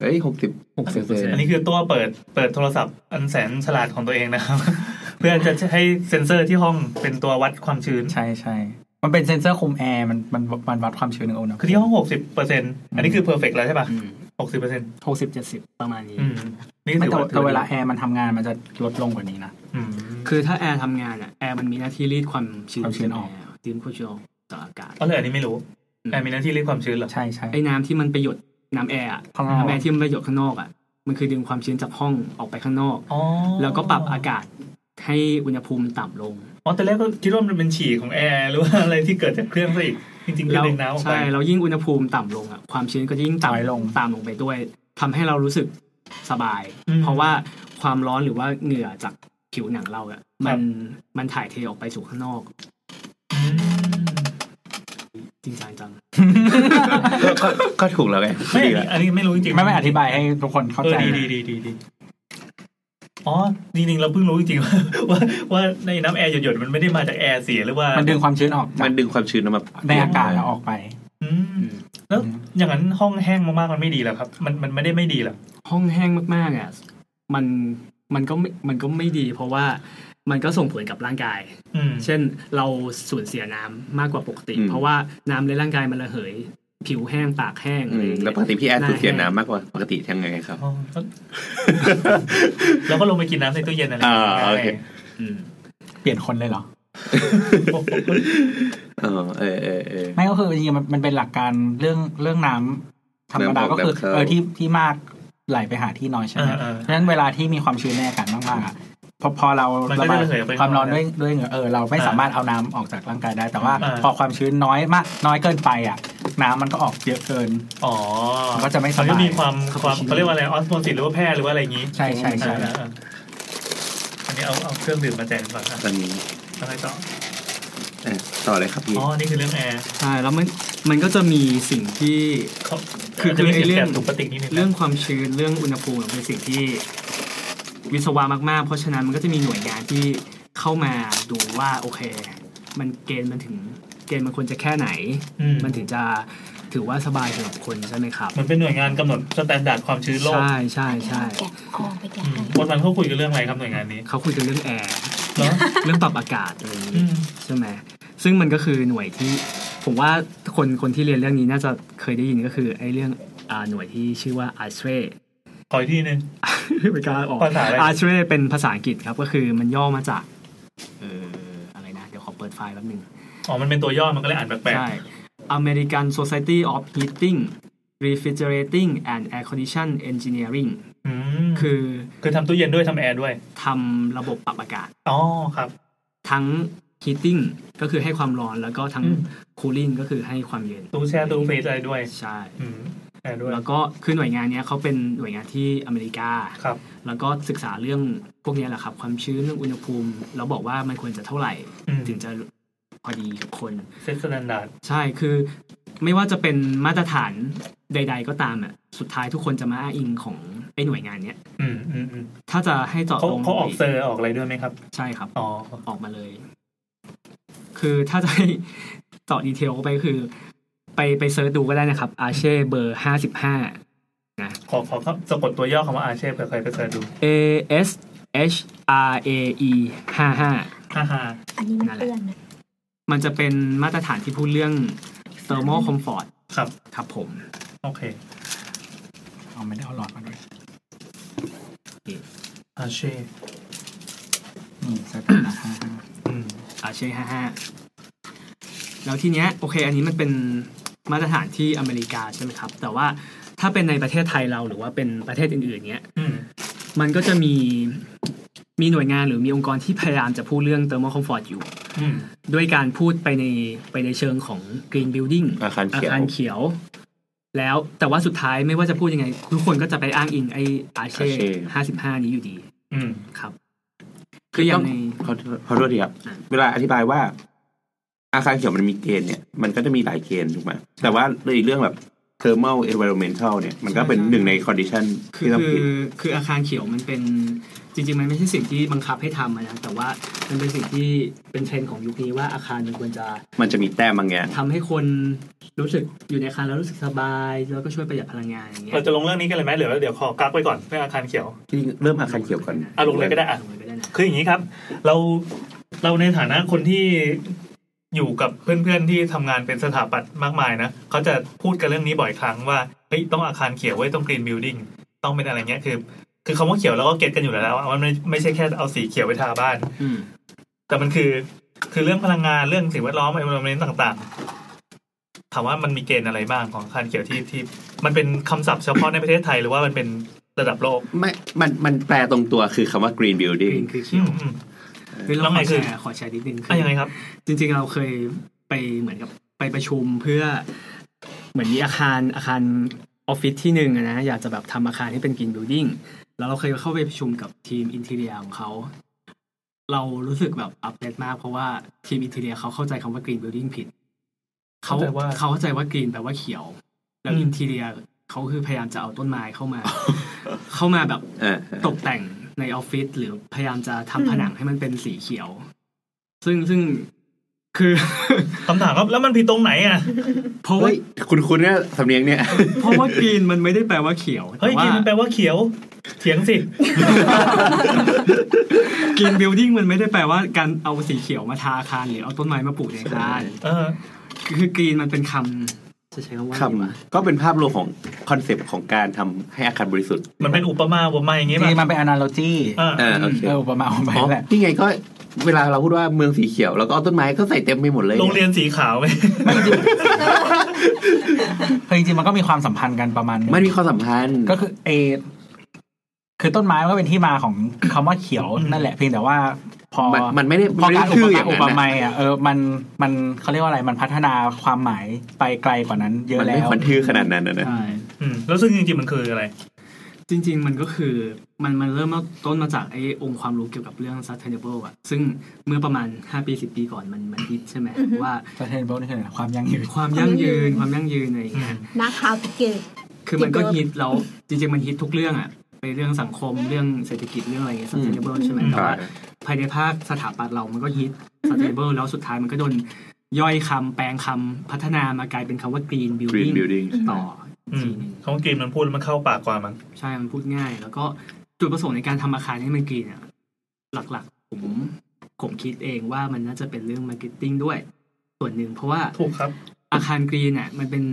เฮ้ยหกสิบ อันนี้คือตัวเปิดเปิดโทรศัพท์อันแสนฉลาดของตัวเองนะครับ เพื่อจะให้เซ็นเซอร์ที่ห้องเป็นตัววัดความชื้น ใช่ใช่ มันเป็นเซ็นเซอร์คุมแอร์มันมันมันวัดความชื้นในอุณหภูมิ คือที่ห้องหกสิบเปอร์เซ็นต์อันนี้คือเพอร์เฟกแล้วใช่ป่ะ อืม หกสิบเปอร์เซ็นต์ 60-70%ประมาณนี้ อืมนี่ ไม่ ถือว่าแต่แต่เวลาแอร์มันทำงานมันจะลดลงกว่านี้นะ อืม คือถ้าแอร์ทำงานอ่ะแอร์มันมีหน้าที่รีดความชื้น ความชื้นออก รีดความชื้นออกจากอากาศ อ๋อเลยอันนี้ไม่รู้แอร์มีหน้าที่เรียกความชื้นเหรอ ใช่ใช่ ไอ้น้ำที่มันไปหยดน้ำแอร์อะ ข้างนอก น้ำแอร์ที่มันไปหยดข้างนอกอ่ะ มันคือดึงความชื้นจากห้องออกไปข้างนอก อ๋อ แล้วก็ปรับอากาศให้อุณหภูมิต่ำลง อ๋อแต่แรกก็คิดว่ามันเป็นฉี่ของแอร์หรือว่าอะไรที่เกิดจากเครื่องซะอีกจริงๆคือ แล้ว ดึงน้ำออกไป ใช่แล้วยิ่งอุณหภูมิต่ำลงอ่ะความชื้นก็จะยิ่ง น้อย ต่ำ ลง ต่ำลงไปด้วยทำให้เรารู้สึกสบาย อืม เพราะว่าความร้อนหรือว่าเหงื่อจากผิวหนังเราอ่ะ ครั มั บ นมันถ่ายเทออกไปสู่ข้างนอก อืม จริงจังจัง ก็ก็ก็ถูกแล้วไง ไม่ ดีละอันนี้อันนี้ไม่รู้จริงๆ ไม่ไม่อธิบายให้ทุกคนเข้า เออ ใจ ดีดีดีดีดีอ๋อจริงๆเราเพิ่งรู้จริงๆว่า ว่าว่าในน้ำแอร์หยดๆมันไม่ได้มาจากแอร์เสียหรือว่า มันดึงความชื้นออกจาก มันดึงความชื้นออกมา ในอากาศแล้วออกไป อืมแล้วอย่างนั้นห้องแห้งมากๆมันไม่ดีแล้วครับ มันมันไม่ได้ไม่ดีหรอ ห้องแห้งมากๆอ่ะมันมันก็ไม่มันก็ไม่ดี เพราะว่ามันก็ส่งผลกับร่างกาย อืม เช่นเราสูญเสียน้ำมากกว่าปกติ เพราะว่าน้ำในร่างกายมันระเหย ผิวแห้งปากแห้ง อื อะไรอ ม ย่างเงี้ย แล้วปกติพี่แอดสูญเสียน้ำมากกว่าปกติยังไงครับ อ๋อ แล้วก็ลงไปกินน้ำในตู้เย็นอะไร อ่าโอเค อืม เปลี่ยนคนเลยเหรอ เออเออเออเออ ไม่ก็คือจริงๆมันมันเป็นหลักการเรื่องเรื่องน้ำธรรมน้ำอดาอก ก็คือ น้ำเข้า เออที่ที่มากไหลไปหาที่น้อยใช่ไหม อ่าอ่า เพราะฉะนั้นเวลาที่มีความชื้นในอากาศมากๆอะพอพอเรา มันก็ ระบาย จะระเหยออกไป ความร้อน ข้างนอก ด้วยด้วยเหงื่อเออเราไม่ อ่า สามารถเอาน้ำออกจากร่างกายได้แต่ว่า อ่า พอความชื้นน้อยมากน้อยเกินไปอ่ะ น้ำมันก็ออกเยอะเกิน อ๋อ มันก็จะไม่สบาย นก็มีความความเขาเรียกว่าอะไรออสโมซิสหรือว่าแพร่หรือว่าอะไรอย่างนี้ ใช่ใช่ใช่ อ่าอ่าอันนี้เอาเอาเครื่องดื่มมาแจกก่อนนะ ตอนนี้ แล้วไปต่อ เออต่อเลยครับพี่ อ๋อนี่คือเรื่องแอร์ ใช่แล้วมันมันก็จะมีสิ่งที่ เขา คือ จะมี คือไอ้ เสียง เรื่อง แสบถุงพลาสติกนิดนึงนะ เรื่องความชื้นเรื่องอุณหภูมิเป็นสิ่งที่วิศวะมากๆ เพราะฉะนั้นมันก็จะมีหน่วยงานที่เข้ามาดูว่าโอเค มันเกณฑ์มันถึงเกณฑ์มันควรจะแค่ไหน อืม มันถึงจะถือว่าสบายสำหรับคนใช่ไหมครับ มันเป็นหน่วยงานกำหนดสแตนดาร์ดความชื้นโลก ใช่ใช่ใช่ แกะกองไปแกะ อืมวันวันเขาคุยกันเรื่องอะไรครับหน่วยงานนี้ เขาคุยกันเรื่องแอร์ เนาะ เรื่องปรับอากาศอะไรอย่าง อื นี้ ม ใช่ไหมซึ่งมันก็คือหน่วยที่ผมว่าคนคนที่เรียนเรื่องนี้น่าจะเคยได้ยินก็คือไอ้เรื่องอ่าหน่วยที่ชื่อว่า a s r e ขออีกทีหนึง เป็นการออก ภาษาอะไร a s r e เป็นภาษาอังกฤษครับก็คือมันย่อมาจากเอออะไรนะ เดี๋ยวขอเปิดไฟล์แป๊บหนึง อ๋อมันเป็นตัวย่อมันก็เลยอ่านแปลก ใช่ American Society of Heating Refrigerating and Air Condition Engineering ๆอืมคือ คือ คือทำตู้เย็นด้วยทำแอร์ด้วย ทำระบบปรับอากาศ อ๋อครับ ทั้ง heating ก็คือให้ความร้อนแล้วก็ทั้ง อืม cooling ก็คือให้ความเย็น ตู้แช่ตู้ฟรีซอะไรด้วย ใช่ อืมแอร์ด้วย แล้วก็คือหน่วยงานเนี้ยเขาเป็นหน่วยงานที่อเมริกา ครับ แล้วก็ศึกษาเรื่องพวกเนี้ยแหละครับ ความชื้นเรื่องอุณหภูมิ แล้วบอกว่ามันควรจะเท่าไหร่ อืม ถึงจะพอดีกับคน เซตสแตนดาร์ด ใช่คือไม่ว่าจะเป็นมาตรฐานใด ๆ ก็ตามอ่ะสุดท้ายทุกคนจะมาอ้างอิงของไอ้หน่วยงานเนี้ย อืมอืมอืม ถ้าจะให้เจาะ เขา ลง เขาออกเซอร์ออกอะไรด้วยไหมครับ ใช่ครับ อ๋อ ออกมาเลย คือถ้าจะให้เจาะดีเทลเข้าไปก็คือ ไปไปเซิร์ชดูก็ได้นะครับ อาเช่เบอร์ห้าสิบห้า ขอขอครับสะกดตัวย่อคำว่าอาเช่เผื่อใครไปเสิร์ชดู A S H R A E ห้าห้า ฮ่าฮ่า อันนี้มันเปื้อนนะ มันจะเป็นมาตรฐานที่พูดเรื่อง thermal comfort ครับ ครับผม โอเค เอาไม่ได้เอาหลอดมาด้วย อาเช่ นี่ใส่ตาห้าห้า อืม อาเช่ห้าห้าแล้วทีเนี้ยโอเค อันนี้มันเป็นมาตรฐานที่อเมริกาใช่ไหมครับ แต่ว่าถ้าเป็นในประเทศไทยเราหรือว่าเป็นประเทศอื่นๆเนี้ย อืม มันก็จะมีมีหน่วยงานหรือมีองค์กรที่พยายามจะพูดเรื่อง thermal comfort อยู่ อืม ด้วยการพูดไปในไปในเชิงของ green building อาคาร อา เขียว คารเขียว แล้วแต่ว่าสุดท้ายไม่ว่าจะพูดยังไง ทุกคนก็จะไปอ้างอิงไอ้อาเช่ Arche ห้าสิบห้านี้อยู่ดี อืม ครับ คื คือ อ อย่า ต้ ง อง ใน ขอโทษขอโทษทีครับ เวลาอธิบายว่า อาคารเขียวมันมีเกณฑ์เนี่ย มันก็จะมีหลายเกณฑ์ถูกไหมแต่ว่าในเรื่องแบบ thermal environmental เนี่ย มันก็เป็นหนึ่งใน condition คือ ที่ต้อง คื คิด อคืออาคารเขียวมันเป็นจริง ๆ มันไม่ใช่สิ่งที่บังคับให้ทำอะนะแต่ว่ามันเป็นสิ่งที่เป็นเทรนด์ของยุคนี้ว่าอาคารมันควรจะ มันจะมีแต้มบางอย่าง ทำให้คนรู้สึกอยู่ในอาคารแล้วรู้สึกสบาย แล้วก็ช่วยประหยัดพลังงานอย่างเงี้ย เราจะลงเรื่องนี้กันเลยไหมหรือว่าเดี๋ยวขอกักไว้ก่อนเรื่องอาคารเขียว ที่เริ่มอาคารเขียวก่อน อ่ะลงเลยก็ได้อ่ะ ลงเลยก็ได้นะ คืออย่างนี้ครับ เราเราในฐานะคนที่อยู่กับเพื่อนๆที่ทำงานเป็นสถาปัตย์มากมายนะเขาจะพูดกันเรื่องนี้บ่อยครั้งว่าเฮ้ยต้องอาคารเขียวไว้ยต้องกรีนบิลดิ้งต้องเป็นอะไรเงี้ยคือ คือคำว่าเขียวเราก็เก็ตกันอยู่แล้วว่ามันไม่ไม่ใช่แค่เอาสีเขียวไปทาบ้าน อืม แต่มันคือ คือเรื่องพลังงานเรื่องสิ่งแวดล้อม environment ต่างๆ ถามว่ามันมีเกณฑ์อะไรบ้างของอาคารเขียวที่ที่ มันเป็นคำศัพท์เฉพาะในประเทศไทยหรือว่ามันเป็นระดับโลก ไม่มันมันแปลตรงตัวคือคำว่า green ก building รีนคือเขี อื ยว มอืม คือเรา แล้ว ข ไง อ คื แช อ ร์ขอแชร์นิดนึงคื อ่ะยัง อ ไงครับ จริงๆเราเคยไปเหมือนกับไปประชุมเพื่อเหมือนมีอาคารอาคารออฟฟิศที่หนึ่งอะนะอยากจะแบบทำอาคารให้เป็นกินบิ l ดิ้งแล้วเราเคยเข้าไปประชุมกับทีมอินเท i รียของเขา เรารู้สึกแบบอัปเดตมากเพราะว่าทีมอินเท i รียเขาเข้าใจคำว่ากรีนบิ l ดิ้งผิด เขา เข้าใจว่า เขาเข้าใจว่ากรีนแปลว่าเขียว แล้ว อืม อินเท i รียเขาคือพยายามจะเอาต้นไม้เข้ามา เข้ามาแบบ อ่า ตกแต่งในออฟฟิศหรือพยายามจะทำผนังให้มันเป็นสีเขียว ซึ่งซึ่งคือ คำถามครับแล้วมันผิดตรงไหนอ่ะ เพราะว่า เฮ้ยคุณคุณเนี่ยสำเนียงเนี่ย เพราะว่ากรีนมันไม่ได้แปลว่าเขียว เฮ้ย แต่ กิ ว่าน แปลว่าเขียว เถียงสิ กรีนบิลดิ้งมันไม่ได้แปลว่าการเอาสีเขียวมาทาอาคารหรือเอาต้นไม้มาปลูกในอาคาร ใช่ เออ คือกรีนมันเป็นคำจะใช้คำว่า ค อะไรวะ ำก็เป็นภาพรวมของคอนเซปต์ของการทำให้อาคารบริสุทธิ์ มันเป็นอุปมาอุปไมยอย่าง จ เงี้ย ริงๆ ป่ะ มันเป็น analogy เออ อ่าโอเค เออประมาณประมาณ อ๋อ แหละ นี่ไงก็เวลาเราพูดว่าเมืองสีเขียว แล้วก็เอาต้นไม้ก็ใส่เต็มไปหมดเลย โรงเรียนสีขาวไหม คือจริงๆมันก็มีความสัมพันธ์กันประมาณหนึง มันมีความสัมพันธ์ ก็คือเอคือต้นไม้มันก็เป็นที่มาของคำว่าเขียว อืม นั่นแหละเพียงแต่ว่า พอ มันมันไม่ได้ พอ ไม่ กา ได้ รอุ ชื่ออปมา ย่าง อุ นั้ ป น ไม นะ ยอ่ะเออมันมันเขาเรียกว่าอะไรมันพัฒนาความหมายไปไกลกว่านั้นเยอะ มัน แล้ ไม่ ว ควรชื่อขนาดนั้นนะนะ ใช่ อืมแล้วซึ่งจริงๆมันคืออะไร จริง ๆ มันก็คือมันมันเริ่มต้นมาจากไอ้องค์ความรู้เกี่ยวกับเรื่อง sustainable อะซึ่งเมื่อประมาณ 5 ปี 10 ปีก่อนมันมันฮิตใช่ไหม อือฮึ ว่า sustainable นี่คืออะไรความยั่งยืน ความยั่งยืนความยั่งยืนอะไรอย่างเงี้ย นักข่าวเกต คือมันก็ ติดเดิม ฮิตแล้วจริงๆมันฮิตทุกเรื่องอะไปเรื่องสังคมเรื่องเศรษฐกิจเรื่องอะไรอย่างเงี้ย sustainable ใช่ไหม อืม แต่ว่าภายในภาคสถาปัตย์เรามันก็ฮิต sustainable แล้วสุดท้ายมันก็โดนย่อยคำแปลงคำพัฒนามากลายเป็นคำว่า green กรีน building บิลดิ้ง ต่อ อื ที ม นึง คำว่ากรีนมันพูดแล้วมันเข้าปากกว่ามั้ง ใช่มันพูดง่าย แล้วก็จุดประสงค์ในการทำอาคารให้มันกรีนอะหลักๆ ผมผมคิดเองว่ามันน่าจะเป็นเรื่อง marketing ด้วย ส่วนหนึ่งเพราะว่า ถูกครับ อาคารกรีนอ่ะมันเป็น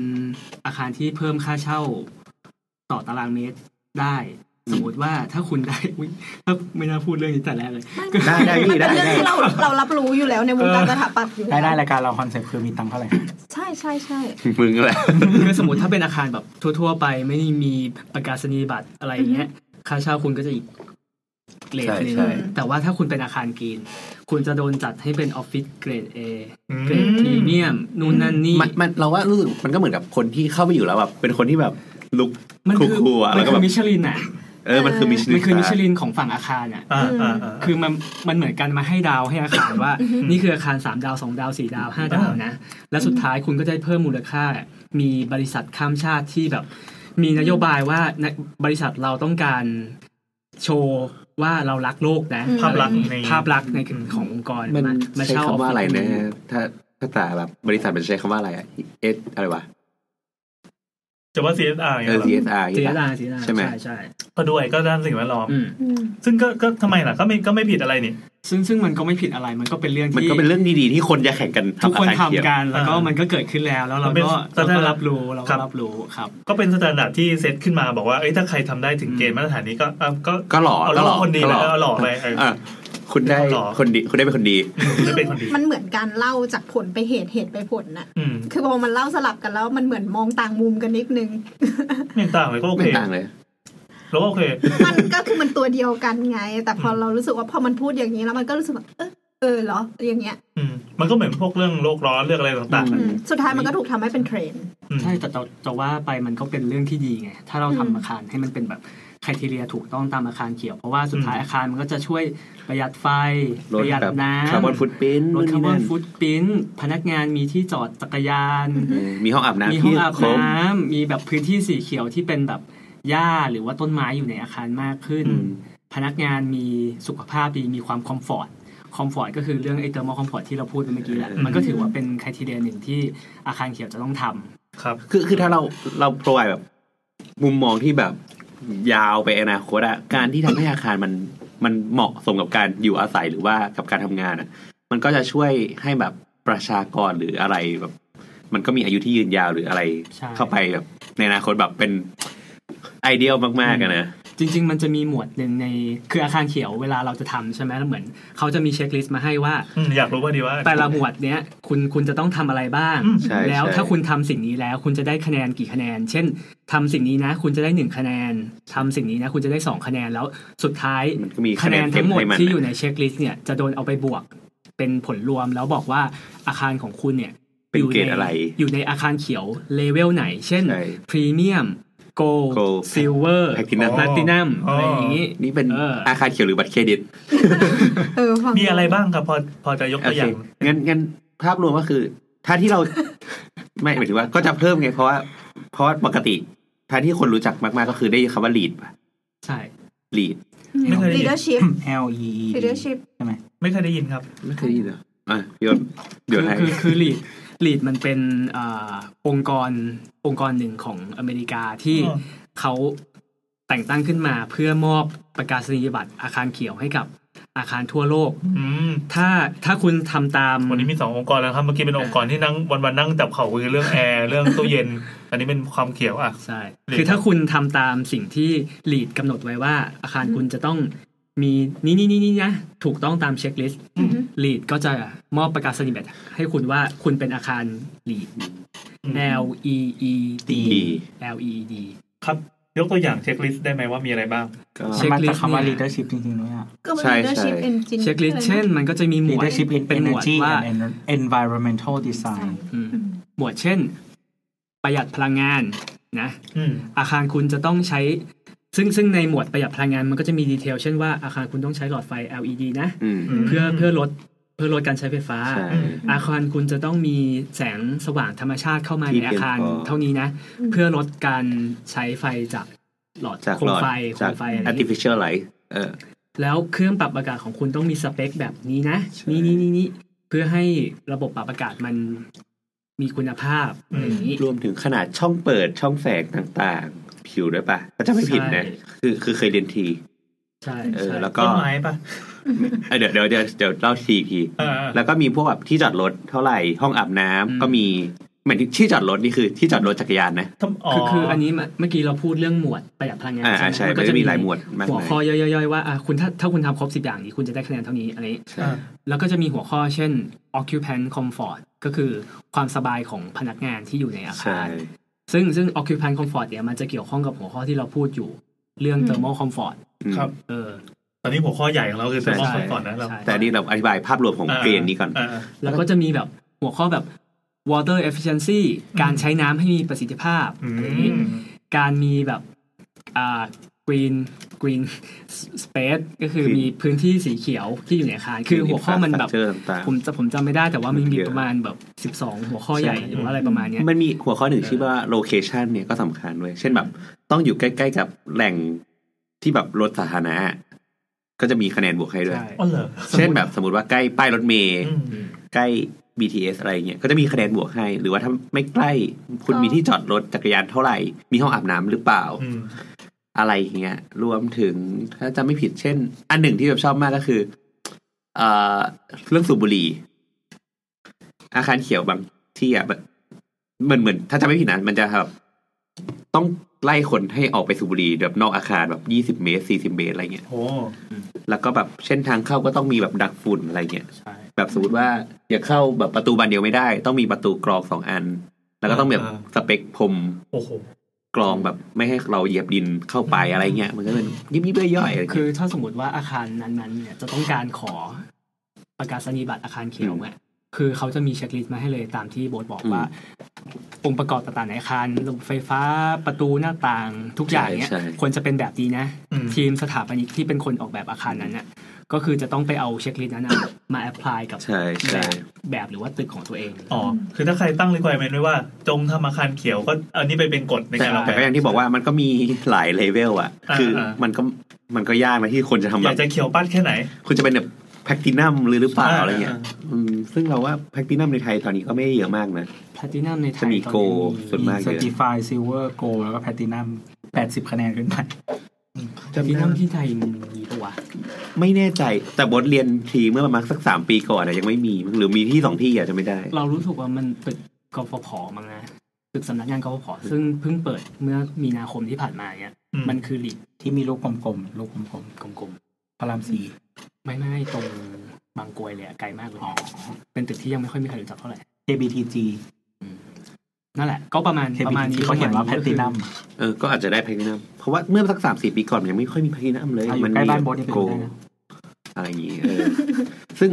อาคารที่เพิ่มค่าเช่าต่อตารางเมตรได้ สมมติว่าถ้าคุณได้อุ๊ยถ้าไม่น่าพูดเรื่องนี้แต่แรกเลย ได้ได้ มัน พี่ เป็ ได้ นเรื่อง ได้ ที่เราเรารับรู้อยู่แล้วในวงการสถาปัตย์อยู่ ได้ แล้ว ได้รายการเราคอนเซ็ปต์คือมีตังค์เท่าไหร่ ใช่ใช่ใช่ มึงก็แหละ คือสมมติถ้าเป็นอาคารแบบทั่ว ๆ ไปไม่ได้มีประกาศนียบัตรอะไรอย่างเงี้ย ค่าเช่าคุณก็จะอีกเลทหนึ่ง ใช่ใช่ แต่ว่าถ้าคุณเป็นอาคารกรีน คุณจะโดนจัดให้เป็นออฟฟิศเกรดเอ อืม เกรดพรีเมียมนู่นนั่นนี่ มันมันเราว่ารู้สึกมันก็เหมือนกับคนที่เข้าไปอยู่แล้วแบบเป็นคนที่แบบลุก มัน คู คือ ลๆอ่ะ มั แล้ว น ก็ คื แบ อบ มิชลินอ่ะ เออมันคือมิชลิน มันคือมิช น ลินของฝั่งอาคารอ่ะ อ่าอ่าอ่า คือมันมันเหมือนกันมาให้ดาวให้อาคารว่า นี่คืออาคารสามดาวสองดาวสี่ดาวห้าดาวนะ และสุดท้ายคุณก็ได้เพิ่มมูลค่า มีบริษัทข้ามชาติที่แบบ มีนโยบายว่าในบริษัทเราต้องการโชว์ว่าเรารักโลกนะ ภาพลักษณ์ใน ภาพลักษณ์ในขององค์กร มันา ใช้ เช่า คำว่าอะไรนะ ฟิศ ถ้าถ้าตาแบบบริษัทมันใช้คำว่าอะไรอะเอสอะไรวะ จะว่า CSR อย่าง เออเงี้ย เหรอ ซีเอสอาร์ เจดาเจดา ใช่ไหม ใช่ใช่ ก็ด้วยก็ด้านสิ่งแวดล้อม อืม ซึ่งก็ก็ทำไมล่ะก็ไม่ก็ไม่ผิดอะไรนี่ ซึ่งซึ่งมันก็ไม่ผิดอะไรมันก็เป็นเรื่อง มัน ที่ ก็เป็นเรื่องดีๆ ที่คนจะแข่งกัน ทุกคน อาาร ทำ เยว กันแล้วก็ อ่ามั มันก็เกิดขึ้นแล้วแล้วเรา มันเป็น ก็เราก็รับรู้เรา ครั ก็ บ รับรู้ครับ ก็เป็นสแตนดาร์ดที่เซตขึ้นมาบอกว่าเอ้ยถ้าใครทำได้ถึงเกณฑ์มาตรฐานนี้ก็อ่ะก็ ก็หล่อ เอาหล่อคนดี ก็ แล้วเอาหล่อไปเออ อ่ะ คุณได้ เป็นคนหล่อ คนดีคุณได้เป็นคนดี จะเป็นคนดี มันเหมือนการเล่าจากผลไปเหตุเหตุไปผลน่ะ อืม คือพอมันเล่าสลับกันแล้วมันเหมือนมองต่างมุมกันนิดนึง ไม่ต่างเลยก็โอ ไม่ เค ต่างเลย แล้วก็โอเค มันก็คือมันตัวเดียวกันไง แต่พออ ม เรารู้สึกว่าพอมันพูดอย่างนี้แล้วมันก็รู้สึกว่าเออเออเหรออย่างเงี้ย อืมมันก็เหมือนพวกเรื่องโลกร้อนเรื่องอะไรต่าง อืมสุดท้ายมันก็ถูกทำให้เป็นเทรนด์ ๆอืม ใช่แต่จะจะว่าไปมันก็เป็นเรื่องที่ดีไง ถ้าเราทำ อืม อาคารให้มันเป็นแบบคทีเรียถูกต้องตามอาคารเขียว เพราะว่าสุดท้ายอาคารมันก็จะช่วยประหยัดไฟ ลดประหยัด แบบ น้ คาร์บอน ำ ฟุตปรินท์ ลดคาร์บอน น ฟุตปริ้นท์พนักงานมีที่จอดจักรยาน มีห้องอาบน้ำ มีห้องอาบ ที่คร น้ำมีแบบพื้นที่สีเขียวที่เป็นแบบหญ้าหรือว่าต้นไม้อยู่ในอาคารมากขึ้น อืม พนักงานมีสุขภาพดีมีความคอมฟอร์ตคอมฟอร์ตก็คือเรื่องไอเตอร์มอคอมฟอร์ตที่เราพูดไปเมื่อกี้แหละมันก็ถือว่าเป็นคุณทีเดียหนึ่งที่อาคารเขียวจะต้องทำ ครับ คือคือถ้าเราเราโปรยแบบ มุมมองที่แบบยาวไปอนาคตอะการที่ทำให้อาคารมันมันเหมาะสมกับการอยู่อาศัยหรือว่ากับการทำงานอะมันก็จะช่วยให้แบบประชากรหรืออะไรแบบ มันก็มีอายุที่ยืนยาวหรืออะไร ใช่ เข้าไปแบบ ในอนาคตแบบเป็นไอเดียมากๆอะนะ จริง ๆ มันจะมีหมวดหนึ่งในคืออาคารเขียวเวลาเราจะทำใช่ไหมแล้วเหมือนเขาจะมีเช็คลิสต์มาให้ว่า อืมอยากรู้ว่าดีว่า แต่ละหมวดเนี้ยคุณคุณจะต้องทำอะไรบ้าง อืม ใช่ แล้ว ใช่ ถ้าคุณทำสิ่งนี้แล้ว คุณจะได้คะแนนกี่คะแนน เช่นทำสิ่งนี้นะ คุณจะได้หนึ่งคะแนนทำสิ่งนี้นะ คุณจะได้สองคะแนนแล้วสุดท้าย มันก็มี คะ คะ แน แน น น ทั้ ทั้ ง ง ห ห ม ม ด ด ที่ ที่ อ อยู่ยู่ ในเช็คลิสต์เนี่ยจะโดนเอาไปบวกเป็นผลรวมแล้วบอกว่าอาคารของคุณเนี่ย เป็น ยู่ เกรด ใน อะไร อยู่ในอาคารเขียวเลเวลไหน เช่น ใช่ พรีเมียมโกล Gold ซิลเวอร์ Platinum แพลตินัม อ๋ออ อะไรอย่างนี้ นี่เป็น เอออ อาคารเขียวหรือบัตรเครดิต เออฟัง มีอะไรบ้างครับพอพอจะยกตัวอย่าง โเคงั้นงั้นภาพรวมก็คือ ถ้าที่เรา ไม่หมายถึงว่าก็จะเพิ่มไง เพราะว่าเพราะว่าปกติถ้าที่คนรู้จักมากๆก็คือได้ยินคำว่า lead ป่ะ ใช่ lead ไม่เคยได้ยิน leadership L E E D leadership ไม่เคยได้ยินครับ ไม่เคยได้ยินเหรออ่ะพี่ยศเดี๋ยวให้ คือคือคือลีดลีดมันเป็นอ่าองค์กรองค์กรหนึ่งของอเมริกาที่ อ๋อ เขาแต่งตั้งขึ้นมาเพื่อมอบประกาศนียบัตรอาคารเขียวให้กับอาคารทั่วโลก อืม ถ้าถ้าคุณทำตาม วันนี้มีสององค์กรแล้วครับเมื่อกี้เป็นองค์กรที่นั่งวันวันๆนั่งจับเข่าคุยเรื่องแอร์เรื่องตู้เย็น อันนี้เป็นความเขียวอ่ะ ใช่ หรือ คือถ้าคุณทำตามสิ่งที่ลีดกำหนดไว้ว่า อาคารคุณจะต้องมีนี่นี่นี่นี่นะ ถูกต้องตามเช็คลิสต์ อือฮึ ลีดก็จะมอบประกาศนียบัตรให้คุณว่าคุณเป็นอาคารลีด L E E D ดี L E E D ครับ ยกตัวอย่างเช็คลิสต์ได้ไหมว่ามีอะไรบ้าง ก็ เช็ มัน ค มา ลิสต์ จากคำว่า เนี่ย leadership จริงๆด้วยอะ ก็เป็น ใช่ leadership ใช่ engine เช็คลิสต์ อะไรนะ เช่น มันก็จะมีหมวด leadership in เป็นหมวด energy ว่า and en- environmental design อืมหมวดเช่น ประหยัดพลังงานนะ อืม อาคารคุณจะต้องใช้ ซึ่งซึ่งในหมวดประหยัดพลังงานมันก็จะมีดีเทล เช่นว่าอาคารคุณต้องใช้หลอดไฟ LED นะ อืม เพื่อเพื่อลดเพื่อลดการใช้ไฟฟ้า ใช่ อาคารคุณจะต้องมีแสงสว่างธรรมชาติเข้ามา ที่ ในอาคาร เพียงพอ เท่านี้นะ เพื่อลดการใช้ไฟจากหลอด จาก โค หล ม อด ไฟโค จาก มไฟอะไรอย่างงี้ artificial light เออ แล้วเครื่องปรับอากาศของคุณต้องมีสเปคแบบนี้นะ ใช่ นี่นี่นี่นี่เพื่อให้ระบบปรับอากาศมันมีคุณภาพ อื อะไร ม อย่างนี้ รวมถึงขนาดช่องเปิดช่องแสงต่างๆ ผิวด้วยป่ะก็จะไม่ผิดนะ ใช่ คือคือเคยเรียนที ใช่ เออ ใช่ แล้วก็ ต้นไม้ปะ เอ้ยเดี๋ยวเดี๋ยวเดี๋ยวเดี๋ยวเล่าทีอีกที เออเออ แล้วก็มีพวกแบบที่จอดรถเท่าไหร่ห้องอาบน้ำก็มีเหมือนที่ที่จอดรถนี่คือที่จอดรถจักรยานนะ ทำอ๋อ คือคืออันนี้มันเมื่อกี้เราพูดเรื่องหมวดประหยัดพลังงาน อ่า ไห ใช่ ม มันจะมีหลายหมวดมาก หัว มาย ข้อย่อยๆว่าอ่ะคุณถ้าถ้าคุณทำครบสิบอย่างนี้คุณจะได้คะแนนเท่านี้อะไรอย่างนี้ ใช่ แล้วก็จะมีหัวข้อเช่น occupant comfort ก็คือความสบายของพนักงานที่อยู่ในอา ใช่ คาร ซึ่งซึ่ง occupant comfort เนี่ยมันจะเกี่ยวข้องกับหัวข้อที่เราพูดอยู่ เรื่อง thermal comfort อืม ครับ เออ ตอนนี้หัวข้อใหญ่ของเราคือเซอร์มอล ใช่ ก่อนนะเรา ใช่ แต่อันนี่เราอธิบายภาพรวมของเกรนนี้ก่อน าา แล้วก็จะมีแบบหัวข้อแบบ water efficiency การใช้น้ำให้มีประสิทธิภาพ อืม อะไรอย่างนี้การมีแบบอ่า green green space ก็คือ Green มีพื้นที่สีเขียวที่อยู่ในอาคาร คือหัวข้อมันแบบ Infrastructure ต่างๆ ผมจะผมจำไม่ได้แต่ว่ามันมี เยอะ ประมาณแบบ 12 หัวข้อใหญ่หรือว่าอะไรประมาณเนี้ย มันมีหัวข้อหนึ่งชื่อว่า location เนี่ยก็สำคัญเว้ยเช่นแบบ ต้องอยู่ใกล้ๆกับแหล่งที่แบบรถสาธารณะ ก็จะมีคะแนนบวกให้ด้วย ใช่ อ๋อเหรอ เช่นแบบสมมติว่าใกล้ป้ายรถเมล์ อืม ใกล้ BTS อะไรเงี้ย ก็จะมีคะแนนบวกให้ หรือว่าถ้าไม่ใกล้ คุณ อ๋อ มีที่จอดรถจักรยานเท่าไหร่ มีห้องอาบน้ำหรือเปล่า อืม อะไรเงี้ย รวมถึงถ้าจะไม่ผิดเช่น อันหนึ่งที่แบบชอบมากก็คือเอ่อเรื่องสูบบุหรี่ อาคารเขียวบางที่อ่ะแบบเหมือนเหมือนถ้าจะไม่ผิดนะมันจะแบบต้อง ไล่คนให้ออกไปสูบบุหรี่แบบนอกอาคารแบบยี่สิบ20 เมตรสี่สิบเมตรอะไรเงี้ย โอ้ แล้วก็แบบเช่นทางเข้าก็ต้องมีแบบดักฝุ่นอะไรเงี้ย ใช่ แบบสมมติว่าอย่าเข้าแบบประตูบานเดียวไม่ได้ ต้องมีประตูกรองสองอัน แล้วก็ต้องแบบสเปคพรม โอ้โห กรองแบบไม่ให้เราเหยียบดินเข้าไปอะไรเงี้ยมันก็เป็นยิบยิบย่อยๆอะไร คื คือ อถ้าสมมติว่าอาคารนั้นๆเนี่ยจะต้องการขอประกาศนียบัตรอาคารเขียวเนี่ยคือเขาจะมีเช็คลิสต์มาให้เลยตามที่โบสบอกว่า องค์ประกอบต่างๆในอาคารระบบไฟฟ้าประตูหน้าต่างทุกอย่างเนี่ยควรจะเป็นแบบนี้นะ อืม ทีมสถาปนิกที่เป็นคนออกแบบอาคารนั้นน่ะก็คือจะต้องไปเอาเช็คลิสต์นั้นน่ะ มาแอพพลายกับ ใช่ แบ ใช่ บแบบหรือว่าตึกของตัวเอง อ๋อคือถ้าใครตั้งรีควอรเมนไว้ว่า จงทำอาคารเขียวก็อันนี้ไปเป็นกฎในการออกแบ แต่ บ ก็อย่างที่บอกว่ามันก็มีหลายเลเวลอะ อ่า คืออา มันก็มันก็ยากนะที่คนจะทำ อ แบ ยา บ กจะเขียวปั้นแค่ไหน คุณจะเป็นแบบแพคตินัมหรือหรือเปล่า อ่า อะไรเงี้ย อ่า อืมซึ่งเราว่าแพคตินัมในไทยตอนนี้ก็ไม่ได้เยอะมากนะ แพลตินัมในไทย จะมี ตอน โก นี้ ส่วน มี มาก ส เยอะ ติฟายซิลเวอร์โกแล้วก็แพตินัมแปดสิบคะแนนขึ้นไป แพลตินัมที่ไทยมันมีตัว ไม่แน่ใจ แต่บทเรียนทีเมื่อประมาณสักสามปีก่อนอะยังไม่มีมั้งหรือมีที่สองที่อาจจะไม่ได้ เรารู้สึกว่ามันตึกกฟผมั้งนะตึกสำนักงานกฟผซึ่งเพิ่งเปิดเมื่อมีนาคมที่ผ่านมาเนี่ย อืม มันคือหลีก ที่มีลูกกลมๆลูกกลม กลม ๆพระรามสี่ ๆไม่ไม่ตรงบางกรวยเลยอะไกลมากเลยนะเป็นตึกที่ยังไม่ค่อยมีใครรู้จักเท่าไหร่ JBTG นั่นแหละ ก็ประมาณประมาณ JBTG นี้ เขาเขียนว่า ป แพ ระมณ ตินัม เออ ก็อาจจะได้แพคตินัมเพราะว่าเมื่อสักสามสี่ปีก่อนยังไม่ค่อยมีแพคตินัมเลย อ่ะอยู่ มั ใกล้ มี บ้านโบ๊ทนี่เป็น โก ไปได้นะ อะไรอย่างงี้เออ ซึ่ง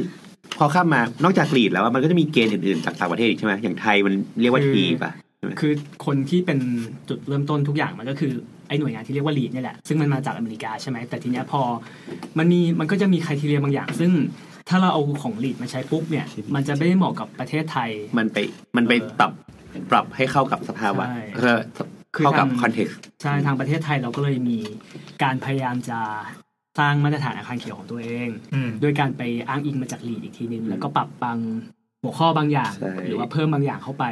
พอข้ามมานอกจากกรีดแล้วอะมันก็จะมีเกณฑ์อื่นๆจากต่างประเทศอีกใช่ไหมอย่างไทยมันเรียกว่าทีป่ะ คือคนที่เป็นจุดเริ่มต้นทุกอย่างมันก็คือไอ้หน่วยงานที่เรียกว่าลีดนี่ยแหละ ซึ่งมันมาจากอเมริกาใช่ไหมแต่ทีเนี้ยพอมันมีมันก็จะมีค r i ทีเรียบางอย่าง ซึ่งถ้าเราเอาของลีดมาใช้ปุ๊บเนี่ย มันจะไม่ได้เหมาะกับประเทศไทย มันไปมันไป เออ ปรับปรับให้เข้ากับสภาวะ ใช่ เออ คือ เข้ากับ ทำ คอนเท็กซ์ ใช่ทางประเทศไทยเราก็เลยมีการพยายามจะสร้างมาตรฐานอาคารเขียวของตัวเอง อืม โดยการไปอ้างอิงมาจากลีดอีกทีนึงแล้วก็ปรับบางหัวข้อบางอย่าง หรือว่าเพิ่มบางอย่างเข้าไป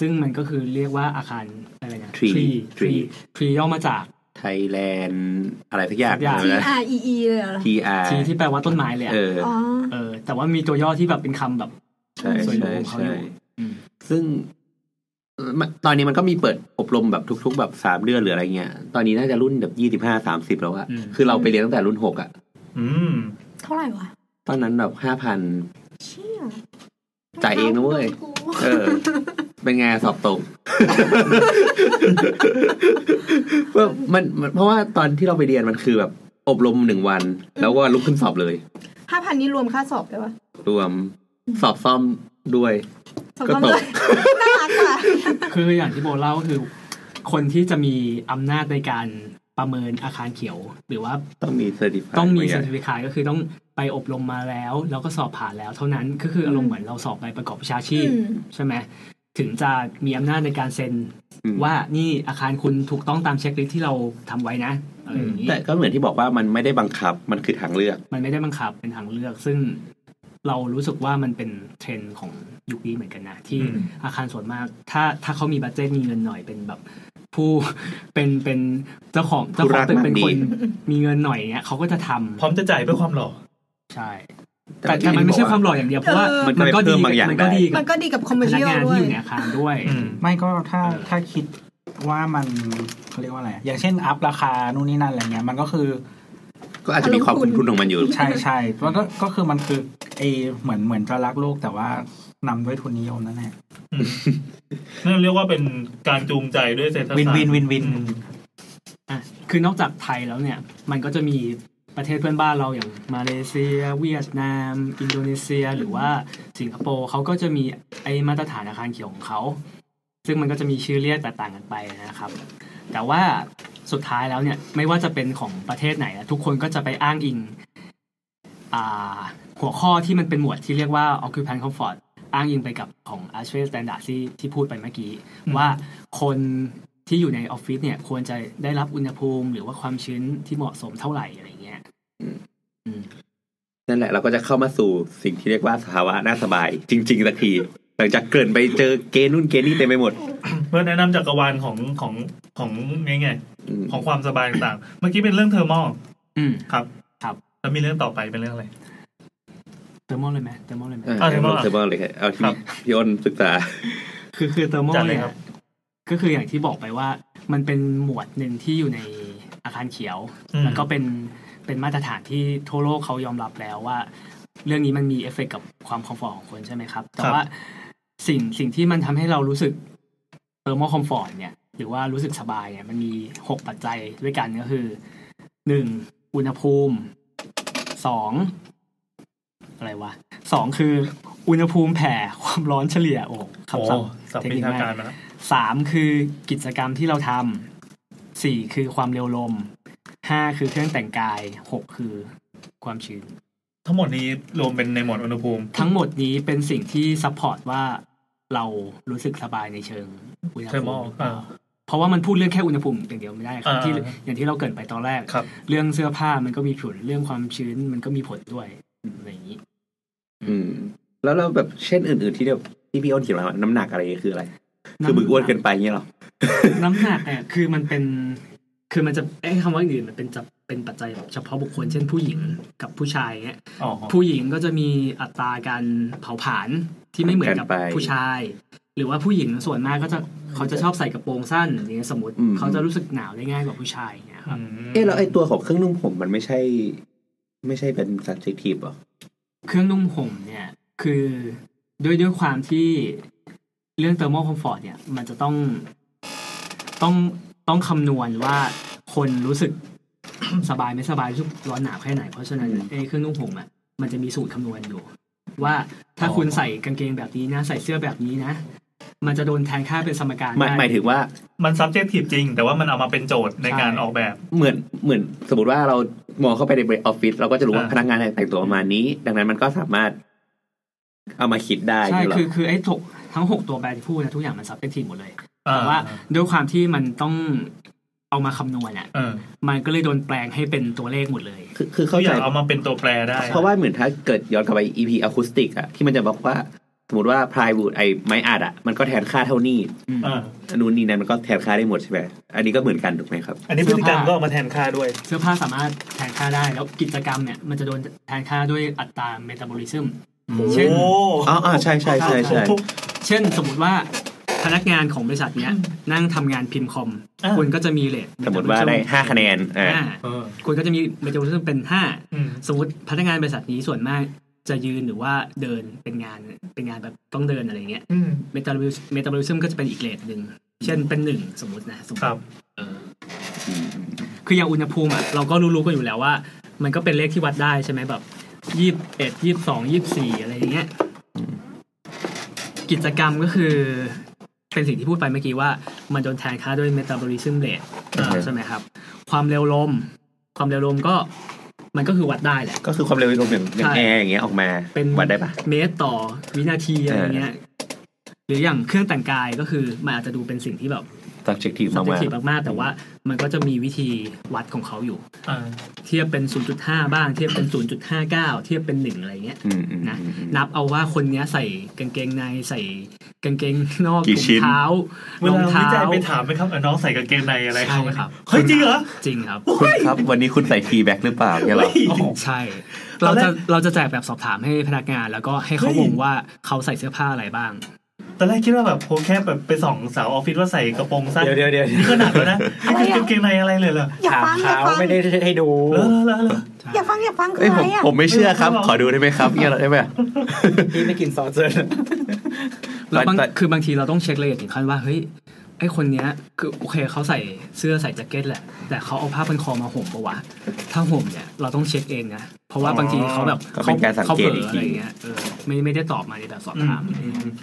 ซึ่งมันก็คือเรียกว่าอาคารอะไรนะทรีทรีย่อมาจาก ไทยแลนด์อะไรสักอย่าง สักอย่าง นะ R E E เลยเหรอ TR ทรีที่แปลว่าต้นไม้เลยอะ เออ อ๋อ เออแต่ว่ามีตัวย่อที่แบบเป็นคำแบบ ใช่ ส่วนรว ใช่ มของเขา ใช่ อยู่อืม ซึ่งเอ่อมันตอนนี้มันก็มีเปิดอบรมแบบทุก ๆ แบบสามเดือนหรืออะไรเงี้ย ตอนนี้น่าจะรุ่นแบบยี่สิบห้าสามสิบแล้วอะ อืม คือเราไปเรียนตั้งแต่รุ่นหกอะ อืม เท่าไหร่วะ ตอนนั้นแบบห้าพัน เชี่ย จ่ายเองนะเว้ย กู เออ เป็นไงสอบตก ว่ามันมันเพราะว่าตอนที่เราไปเรียนมันคือแบบ อบรมหนึ่งวัน แล้วก็ลุกขึ้นสอบเลย ห้าพันนี่รวมค่าสอบด้วยวะ รวมสอบซ่อมด้วย สอง ก็ พัน ต เลยก น่ารักว่ะ คืออย่างที่โบเล่าก็คือ คนที่จะมีอำนาจในการประเมินอาคารเขียว หรือว่า ต้องมีเซอร์ติฟาย ต้องมี บา เซ ย่า อร์ติฟิคายก็คือต้องไปอบรมมาแล้ว แล้วก็สอบผ่านแล้ว เท่านั้นก็คืออารมณ์เหมือนเราสอบใบประกอบวิชาชีพ อืม ใช่ไหมถึงจะมีอำนาจในการเซ็น ว่านี่อาคารคุณถูกต้องตามเช็คลิสต์ที่เราทำไว้นะอะไรอย่างนี้ แต่ก็เหมือนที่บอกว่ามันไม่ได้บังคับมันคือทางเลือก มันไม่ได้บังคับเป็นทางเลือก ซึ่งเรารู้สึกว่ามันเป็นเทรนด์ของยุคนี้เหมือนกันนะที่ อืม อาคารส่วนมาก ถ้าถ้าเขามีบัตเจตมีเงินหน่อยเป็นแบบผู้ เป็นเป็นเจ้าของเจ้าของตึก ผู้รักมาก เป็นคน ดี มีเงินหน่อยเนี้ยเขาก็จะทำ พร้อมจะจ่ายเพื่อความหล่อ ใแต่แต่มัน ที่ ไม่ใช่ บอก ความหล่ออย่างเดียวเพราะว่า มั มัน ก็ไปเพิ่ก็ดี มบางอย่าง มันก็ ได้ ดี มั กัน บ ก็ดีกับคอมเม พ อร์ นั เชียล งาน ด้ว ที่ ย อยู่ในอาคารด้วย อืม ไม่ก็ถ้า เออ ถ้าคิดว่ามันเขาเรียกว่าอะไรอะอย่างเช่นอัพราคานู่นนี่นั่นอะไรเงี้ยมันก็คือ ก็อาจจะมีความคุ้มทุนของมันอยู่ ใช่ใช่มันก็ก็คือมันคือไอเหมือนเหมือนจะรักโลกแต่ว่านำด้วยทุนนิยมนั่นแหละ อืมนั่นเรียกว่าเป็นการจูงใจด้วยเศรษฐศาสตร์ วินวินวินวิน อืม อ่ะคือนอกจากไทยแล้วเนี่ย มันก็จะมีประเทศเพื่อนบ้านเราอย่างมาเลเซีย เวียดนาม อินโดนีเซีย หรือว่าสิงคโปร์เขาก็จะมีไอมาตรฐานอาคารเขียวของเขา ซึ่งมันก็จะมีชื่อเรียกแตกต่างกันไปนะครับ แต่ว่าสุดท้ายแล้วเนี่ยไม่ว่าจะเป็นของประเทศไหนอะทุกคนก็จะไปอ้างอิงอ่าหัวข้อที่มันเป็นหมวดที่เรียกว่า occupant comfort อ้างอิงไปกับของ a s h r a y standard ที่ที่พูดไปเมื่อกี้ ว่าคนที่อยู่ในออฟฟิศเนี่ย ควรจะได้รับอุณหภูมิ หรือว่าความชื้นที่เหมาะสมเท่าไหร่อะไรเงี้ย นั่นแหละเราก็จะเข้ามาสู่สิ่งที่เรียกว่าสภาวะน่าสบาย จริงๆสักที หลังจากเกรินไปเจอเกณฑ์นู่นเกณฑ์นี่เต็มไปหมด เพื่อแนะนำจักรวาลของของของนี่ไง อืม ของความสบายต่างๆ เมื่อกี้เป็นเรื่องเทอร์มอล อืม ครับ ครับ แล้วมีเรื่องต่อไปเป็นเรื่องอะไร เทอร์โมเลยไหมเทอร์โมเลยไหม เอา เอา เท เท อ อร์ ร์ โม โม เหรอ เลยครับเอาที่ ครับ พี่อ้นศึกษา คือคือเทอร์โม จัดเลย เนี่ย ครับ ก็คืออย่างที่บอกไปว่า มันเป็นหมวดหนึ่งที่อยู่ในอาคารเขียว อืม แล้วก็เป็นเป็นมาตรฐานที่ทั่วโลกเขายอมรับแล้วว่า เรื่องนี้มันมีเอฟเฟกต์กับความคอมฟอร์ตของคนใช่ไหมครับ แต่ว่าสิ่งสิ่งที่มันทำให้เรารู้สึกเทอร์โมคอมฟอร์ตเนี่ย หรือว่ารู้สึกสบายเนี่ย มันมีหกปัจจัยด้วยกันก็คือหนึ่งอุณหภูมิสองอะไรวะสองคืออุณหภูมิแผ่ ความร้อนเฉลี่ยโอ้คำศัพท์ สับเป็นทางการนะครับ สามคือกิจกรรมที่เราทำสี่คือความเร็วลมห้าคือเครื่องแต่งกายหกคือความชื้น ทั้งหมดนี้รวมเป็นในหมวดอุณหภูมิ ทั้งหมดนี้เป็นสิ่งที่ซัพพอร์ตว่าเรารู้สึกสบายในเชิงอุณห เทอร์ ภู โม มิหรือเปล่าเพราะว่ามันพูดเรื่องแค่อุณหภูมิอย่างเดียวไม่ได้ครับ อ่า ที่อย่างที่เราเกรินไปตอนแรก ครับ เรื่องเสื้อผ้ามันก็มีผลเรื่องความชื้นมันก็มีผลด้วยอะไรอย่างนี้ อืม แล้วเราแบบเช่นอื่น ๆ ที่เดียวที่พี่อ้นเขียนมาน้ำหนักอะไรคืออะไร คือมึงอ้วนเกินไปเงี้ยเหรอ น้ำหนักเนี่ยคือมันเป็น คือมันจะไอ้คำว่าอื่นมันเป็นจะเป็นปัจจัยแบบเฉพาะบุคคลเช่นผู้หญิงกับผู้ชายเนี่ย อ๋อ ผู้หญิงก็จะมีอัตราการเผาผลาญที่ไม่เหมือนกับ แตกต่างไป ผู้ชาย หรือว่าผู้หญิงส่วนมากก็จะเขาจะชอบใส่กระโปรงสั้นอย่างเงี้ยสมมติ อืม เขาจะรู้สึกหนาวได้ง่ายกว่าผู้ชายอย่างเงี้ยครับ เอ๊ะแล้วไอ้ตัวของเครื่องนุ่งผมมันไม่ใช่ ไม่ใช่เป็น subjective เหรอ เครื่องนุ่งห่มเนี่ยคือด้วยด้วยความที่เรื่องเทอร์โมคอมฟอร์ตเนี่ย มันจะต้องต้องต้องคำนวณว่าคนรู้สึก สบายไม่สบายรู้สึกร้อนหนาวแค่ไหน เพราะฉะนั้น อืม ไอ้เครื่องนุ่งห่มอ่ะมันจะมีสูตรคำนวณอยู่ ว่าถ้า อ๋อ คุณใส่กางเกงแบบนี้นะ ใส่เสื้อแบบนี้นะ มันจะโดนแทนค่าเป็นสมการ หมาย ได้ หมายถึงว่า มัน subjective จริง แต่ว่ามันเอามาเป็นโจทย์ในการ ใช่ ออกแบบ เหมือนเหมือนสมมติว่าเรามองเข้าไปในออฟฟิศเราก็จะรู้ว่า อ่า พนักงานแต่งตัวประมาณนี้ ดังนั้นมันก็สามารถ เอามาคิดได้ ใช่ เงี้ยเหรอ คือคือไอ้ถกทั้งหกตัวแปรที่พูดนะทุกอย่างมันซับเป็นทีหมดเลย อ่ แต่ว่าด้วยความที่มันต้องเอามาคำนวณอ่ะ เออ มันก็เลยโดนแปลงให้เป็นตัวเลขหมดเลย คือคือ เขา เข้า อ ใจ ยากเอามาเป็นตัวแปรได้ เพราะว่าเหมือนถ้าเกิดย้อนกลับไป EP acoustic อะที่มันจะบอกว่า สมมติว่า plywood ไอ้ไม้อัดอะมันก็แทนค่าเท่านี้ อ่า อันนู้นนี่นั้นมันก็แทนค่าได้หมดใช่ไหมอันนี้ก็เหมือนกันถูกไหมครับ อันนี้พฤติกรรมก็เอามาแทนค่าด้วย เสื้อผ้าสามารถแทนค่าได้แล้วกิจกรรมเนี่ยมันจะโดนแทนค่าด้วยอัตราเมตาบอลิซึม เช่น โอ้ อ๋ออ๋อใช่ใช่ใช่ใช่ เช่นสมมติว่าพนักงานของบริษัทเนี้ยนั่งทำงานพิมพ์คอม อ่ะ คุณก็จะมีเลท สมมติว่าได้ห้าคะแนนอ่า อ่า เออ คุณก็จะมีเมตาบอลิซึมเป็นห้า อืม สมมติพนักงานบริษัทนี้ส่วนมากจะยืนหรือว่าเดินเป็นงานเป็นงานแบบต้องเดินอะไรเงี้ย อืม เมตาบอลิเมตาบอลิซึมก็จะเป็นอีกเลทหนึ่งเช่นเป็นหนึ่งสมมตินะสมม ครั ติ บ เออคืออย่างอุณหภูมิอ่ะเราก็รู้ๆกันอยู่แล้วว่า มันก็เป็นเลขที่วัดได้ใช่ไหมแบบยี่สิบเอ็ดยี่สิบสองยี่สิบสี่อะไรอย่างเงี้ยกิจกรรมก็คือ เป็นสิ่งที่พูดไปเมื่อกี้ว่า มันโดนแทนค่าด้วยเมตาบอลิซึมเลท อ่า ใช่ไหมครับ ความเร็วลม ความเร็วลมก็มันก็คือวัดได้แหละ ก็คือความเร็วลมอย่างอย่าง ใช่ แอร์อย่างเงี้ยออกมา เป็น วัดได้ปะ เมตรต่อวินาทีอะไรเงี้ยหรืออย่างเครื่องแต่งกายก็คือมันอาจจะดูเป็นสิ่งที่แบบ subjective สั มาก จ ๆ จิมากๆ แต่ว่ามันก็จะมีวิธีวัดของเขาอยู่ อ่า เทียบเป็น 0.5 บ้าง เทียบเป็น 0.59 เทียบเป็น1อะไรเงี้ย อืมอืม นะ อืมอืม นับเอาว่าคนเนี้ยใส่กางเกงในใส่กางเกงนอก กี่ ถุง ชิ้น เท้า เว รอง ลาวิ เท้า จัยไปถามไหมครับเออน้องใส่กางเกงในอะไร ใช่ เขา ครับ เฮ้ยจริงเหรอ จริงครับ คุณครับวันนี้คุณใส่ทีแบ็กหรือเปล่าเงี้ยเหรอ ใช่ ตอ เรา นแรก จะเราจะแจกแบบสอบถามให้พนักงาน แล้วก็ให้เขางงว่าเขาใส่เสื้อผ้าอะไรบ้าง ตอนแรกคิดว่าแบบโพแค่แบบไปส่องสาวออฟฟิศว่าใส่กระโปรงสั้น เดี๋ยวเดี๋ยวเดี๋ยว นี่ก็หนักแล้วนะนี่คือกางเกงในอะไรเลยเหรอ อยากฟังอยากฟัง ให้ดู แล้วแล้วแล้ว อยากฟังอยากฟังคือ เอ้ย อะ ผ ไร ม อ่ะ ผมไม่เชื่อครับ ขอดูได้ไหมครับเงี้ยเหรอได้ไหม พี่ไม่กินซอสเซอร์ แล้วบาง แต่ คือบางทีเราต้องเช็คละเอียดถึงขั้นว่าเฮ้ยไอคนเนี้ยคือโอเคเขาใส่เสื้อใส่แจ็คเก็ตแหละ แต่เขาเอาผ้าพันคอมาห่มปะวะถ้าห่มเนี่ยเราต้องเช็คเองนะเพราะว่า อ๋อ บางทีเขาแบบ ก็เป็นการสังเกตอีก ขาผลออะ ที ไรเงี้ยเออไม่ไม่ได้ตอบมาในแบบสอบถามอะไรเงี้ย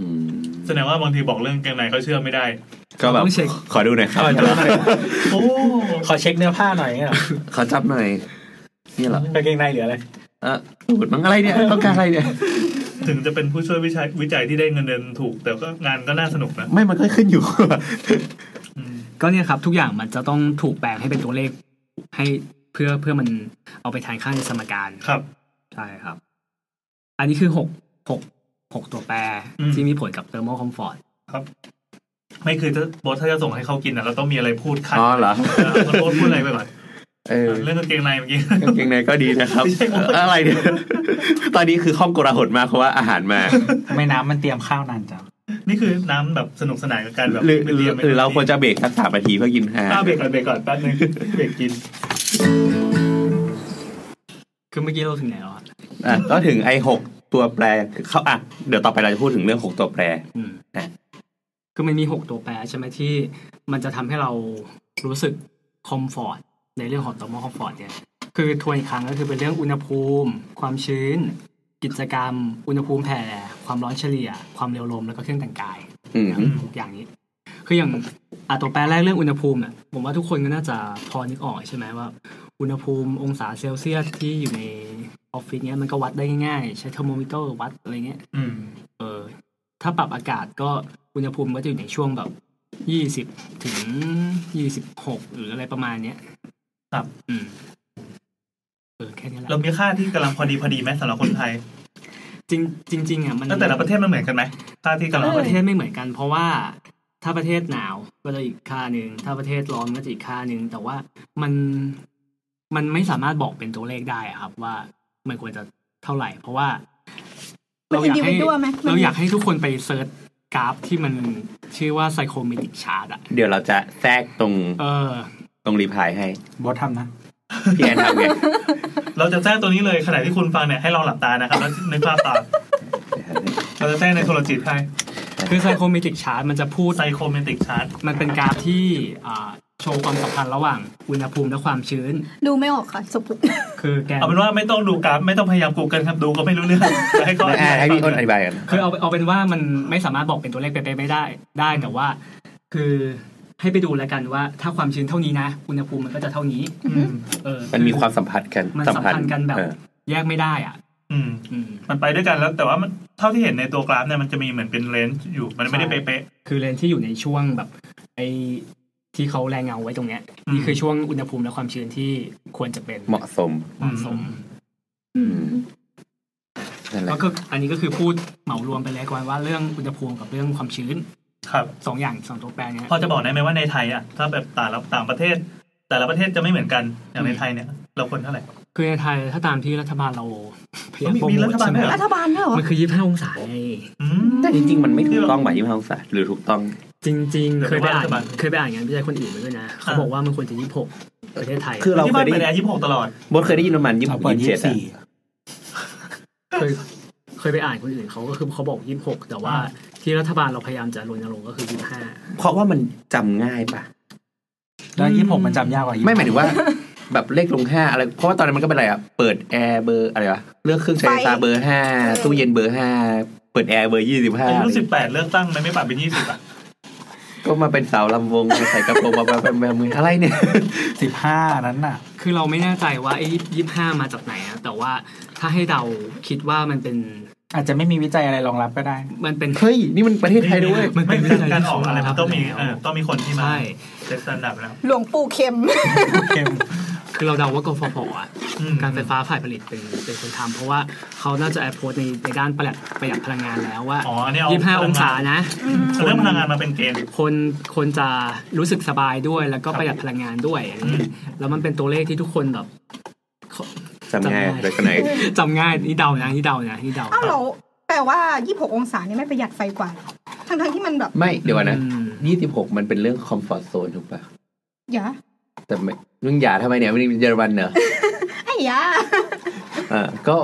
อืม แสดงว่าบางทีบอกเรื่องกางเกงในเขาเชื่อไม่ได้ ก็แบบ ต้องเช็ค ขอดูหน่อยครับ ขอดูหน่อย โอ้ ขอเช็คเนื้อผ้าหน่อยเงี้ยเหรอ ขอจับหน่อยนี่เหรอก างเกงในหรืออะไร เออตูดมั้งอะไรเนี่ยต้องการอะไรเนี่ย ถึงจะเป็นผู้ช่วยวิจัยวิจัยที่ได้เงินเดือนถูก แต่ก็งานก็น่าสนุกนะ ไม่มันก็ขึ้นอยู่ อืม ก็เนี่ยครับทุกอย่างมันจะต้องถูกแปลงให้เป็นตัวเลขให้เพื่อเพื่อมันเอาไปแทนค่าในสมการ ครับ ใช่ครับ อันนี้คือหกหกหกตัวแปร อืม ที่มีผลกับเทอร์โมคอมฟอร์ต ไม่คือถ้าบอสถ้าจะส่งให้เขากินอ่ะเราต้องมีอะไรพูดคัด อ๋อเหรอ เขาโบสพูดอะไรไปก่อน เออ เรื่องกางเกงในเมื่อกี้ กางเกงในก็ดีนะครับ ไม่ใช่ผม เอ่ออะไรเนี่ย ตอนนี้คือห้องโกลาหลมากเพราะว่าอาหารมา ไม่น้ำมันเตรียมข้าวนานจัง นี่คือน้ำแบบสนุกสนานกับการแบบ หรือ ไม่ยม หรือเราควรจะเบรกสักสามนาทีเพื่อกินอาหา อ้าร วเบรกก่อนเบรกก่อนแป๊บนึงเบรกกิน คือเมื่อกี้เราถึงไหนแล้วอะ อ่ะก็ถึงไอ้หกตัวแปรเขาอ่ะเดี๋ยวต่อไปเราจะพูดถึงเรื่องหกตัวแปร อืม อ่ะ คือมันมีหกตัวแปรใช่ไหมที่มันจะทำให้เรารู้สึกคอมฟอร์ตในเรื่องของตัวมอคอมฟอร์ตเนี่ย คือทวนอีกครั้งก็คือเป็นเรื่องอุณหภูมิ ความชื้น กิจกรรม อุณหภูมิแผ่ ความร้อนเฉลี่ย ความเร็วลมแล้วก็เครื่องแต่งกาย อืม หกอย่างนี้ คืออย่างอ่ะตัวแปรแรกเรื่องอุณหภูมิเนี่ยผมว่าทุกคนก็น่าจะพอนึกออกใช่ไหมว่า อุณหภูมิองศาเซลเซียสที่อยู่ในออฟฟิศเนี้ยมันก็วัดได้ง่ายๆ ใช้เทอร์โมมิเตอร์วัดอะไรเงี้ย อืม เออ ถ้าปรับอากาศก็อุณหภูมิก็จะอยู่ในช่วงแบบยี่สิบ20 ถึงยี่สิบหกหรืออะไรประมาณเนี้ย ครับ อืมเออแค่นี้แหละ เรามีค่าที่กำลังพอดีพอดีไหมสำหรับคนไทย จริงจริงๆอ่ะมัน แล้วแต่ละประเทศมันเหมือนกันไหมค่าที่กำลังพ ป อ ระ ดี เทศไม่เหมือนกัน เพราะว่าถ้าประเทศหนาวก็จะอีกค่าหนึ่งถ้าประเทศร้อนก็จะอีกค่าหนึ่งแต่ว่ามันมันไม่สามารถบอกเป็นตัวเลขได้อะครับ ว่ามันควรจะเท่าไหร่ เพราะว่า มัน เราอยากให้ individual ไหมมัน เราอยากให้ทุกคนไปเซิร์ชกราฟที่มันชื่อว่าไซโคเมติกชาร์ตอะ เดี๋ยวเราจะแทรกตรง เออ ตรงรีพายให้ บอสทำนะ พี่แอนท ำไง เราจะแจ้งตัวนี้เลยขณะที่คุณฟังเนี่ยให้ลองหลับตานะครับแล้วนึกภาพตามเราจะแจ้งในโทรจิตให้ คือไซโคเมติกชาร์ตมันจะพูด ไซโคเมติกชาร์ต มันเป็นกราฟที่อ่าโชว์ความสัมพันธ์ระหว่างอุณหภูมิและความชื้น ดูไม่ออกค่ะสมบูรณ์ คือแกน เอาเป็นว่าไม่ต้องดูกราฟไม่ต้องพยายามกูเกิลครับดูก็ไม่ รู้เรื่องให้เขาอธิ อ่ะ บาย ให้พี่อ้นอธิบายกัน คือเอาเอาเป็นว่ามันไม่สามารถบอกเป็นตัวเลขเป๊ะๆไม่ได้ได้แต่ว่า คือให้ไปดูแล้วกันว่า ถ้าความชื้นเท่านี้นะอุณหภูมิมันก็จะเท่านี้ อืม เออ มันมีความสัมพันธ์กัน มันสัมพันธ์กันแบบ เออ แยกไม่ได้อ่ะ อืม อืม มันไปด้วยกันแล้วแต่ว่ามันเท่าที่เห็นในตัวกราฟเนี่ยมันจะมีเหมือนเป็นเลนส์อยู่มันไม่ได้ ใช่ เป๊ะ คือเลนที่อยู่ในช่วงแบบไอที่เขาแรงเงาไว้ตรงเนี้ย อืม นี่คือช่วงอุณหภูมิและความชื้นที่ควรจะเป็น เหมาะสม เหมาะสม นั่นแหละ ก็คืออันนี้ก็คือพูดเหมารวมไปแล้วกันว่าเรื่องอุณหภูมิกับเรื่องความชื้น ๆครับ สองอย่างสองตัวแปรเนี้ย พอจะบอกได้ไหมว่าในไทยอ่ะถ้าแบบต่างต่างประเทศ แต่ละประเทศจะไม่เหมือนกันอย่างในไทยเนี่ย เราควรเท่าไหร่ คือในไทยถ้าตามที่รัฐบาลเราพยายาม มี โปร มี โม รั ท ฐบาล ใช่ด้ไหมวยเหรอ รัฐบาลด้วยเหรอ มันคือยี่สิบห้าองศาไง อืม จริงๆ มันไม่ถูกต้องหมายที่พระองศาหรือถูกต้อง จริงๆ เคยไปอ่า รัฐบาล นเคยไปอ่านงานวิจัยคนอื่นมาด้วยนะ เขา อ่า บอกว่ามันควรจะยี่สิบหกประเทศไทย คือเรา ที่ เค บ้าย น ได้ เป็นแอร์ยี่สิบหกตลอด บดเคยได้ยินประมาณยี่สิ เอา บ เปิด ยี่สิบเจ็ดอะ 24 เคยเคยไปอ่านคนอื่นเขาก็คือเขาบอกยี่สิบหกแต่ว่าที่รัฐบาลเราพยายามจะรณรงค์ก็คือยี่สิบห้า เพราะว่ามันจำง่ายปะ แล้วยี่สิบหกมันจำยากกว่ายี่ ไม่หมายถึงว่า แบบเลขลงห้าอะไรเพราะว่าตอนนั้นมันก็เป็นอะไรอะเปิดแอร์เบอร์อะไรวะเลือกเครื่องใช้ไฟฟ้าเบอร์ห้าตู้เย็นเบอร์ห้าเปิดแอร์เบอร์ยี่สิบห้า อายุสิบแปดเลือกตั้งมันไม่ปรับเป็นยี่สิบอ่ะ ก็มาเป็นสาวลำวงมาใส่กระโปรงมาแบบแบบมืออะไรเนี่ย สิบห้านั้นน่ะ คือเราไม่แน่ใจว่าไอ้ยี่สิบห้ามาจากไหนนะแต่ว่าถ้าให้เดาคิดว่ามันเป็น อาจจะไม่มีวิจัยอะไรรองรับก็ได้ มันเป็น เฮ้ย นี่มันประเทศไทยด้วย มันเป็ ไม่ น มี วิจัย การออกอะไร ที่ มันต้องมี แล้ว เออต้องมีคนที่มา ใช่ เซ็ตสแตนดับแล้ว หลวงปู่เข็ม คือเราเดาว่ากฟผอ่ะ อืม การไฟฟ้าฝ่ายผลิตเป็นเป็นคนทำเพราะว่าเขาน่าจะแอพโพสในในด้านประหยัดประหยัดพลังงานแล้วว่า อ๋ออันนี้เอา ยี่สิบห้าองศานะ เอาเรื่องพลังงานมาเป็นเกณฑ์ คนคนจะรู้สึกสบายด้วยแล้วก็ ครับ ประหยัดพลังงานด้วยอะไรเงี้ยแล้วมันเป็นตัวเลขที่ทุกคนแบบ จำง่าย จำง่าย เลยคนไหน จำง่ายนี่เดานะนี่เดานะนี่เดา อ้าวเหรอแปลว่า 26 องศานี่ไม่ประหยัดไฟกว่าเหรอทั้งทั้งๆที่มันแบบ ไม่ เดี๋ยวก่อนนะ อืม ยี่สิบหกมันเป็นเรื่องคอมฟอร์ z โซนถูกปะ อย่า แต่ไม่เรื่องหยาทำไมเนี่ยไม่ได้เป็นเยอรมันเนอะ ไอ้ยา อ่าก็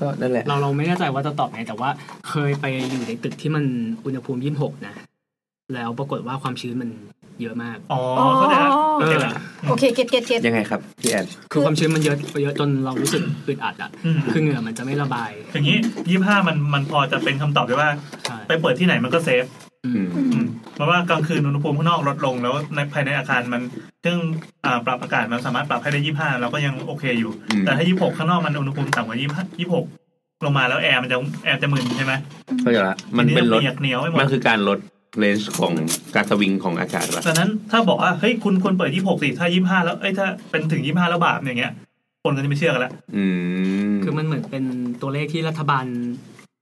ก็นั่นแหละ เราเราไม่แน่ใจว่าจะตอบไงแต่ว่าเคยไปอยู่ในตึกที่มันอุณหภูมิยี่สิบหกนะ แล้วปรากฏว่าความชื้นมันเยอะมาก อ๋อเข้าใจละเข้าใจละ โอเคเก็ตเก็ตเก็ต ยังไงครับ พี่แอน คือความชื้นมันเยอะเยอะจนเรารู้สึกอึดอัดอ่ะ ม คือเหงื่อมันจะไม่ระบาย อย่างนี้ยี่ห้ามันมันพอจะเป็นคำตอบได้ว่า ใช่ ไปเปิดที่ไหนมันก็เซฟ อืม อืมเพราะว่ากลางคืนอุณหภูมิข้างนอกลดลงแล้วในภายในอาคารมันเครื่องอ่าปรับอากาศมันสามารถปรับให้ได้ยี่ห้าเราก็ยังโอเคอยู่ อืม แต่ถ้ายี่หกข้างนอกมันอุณหภูมิต่ำกว่ายี่ห้ายี่หกลงมาแล้วแอร์มันจะแอร์จะมึนใช่ไหม เข้าใจละ มันเป็นรถ ทีต้องเหนียวให้หมด มันคือการลดเลนส์ของการสวิงของอากาศปะ ดังนั้นถ้าบอกว่าเฮ้ยคุณควรเปิด 26สิถ้า 25 แล้วเอ้ยถ้าเป็นถึง 25 แล้วบาปอย่างเงี้ย คนก็จะไม่เชื่อกันละ อืม คือมันเหมือนเป็นตัวเลขที่รัฐบาล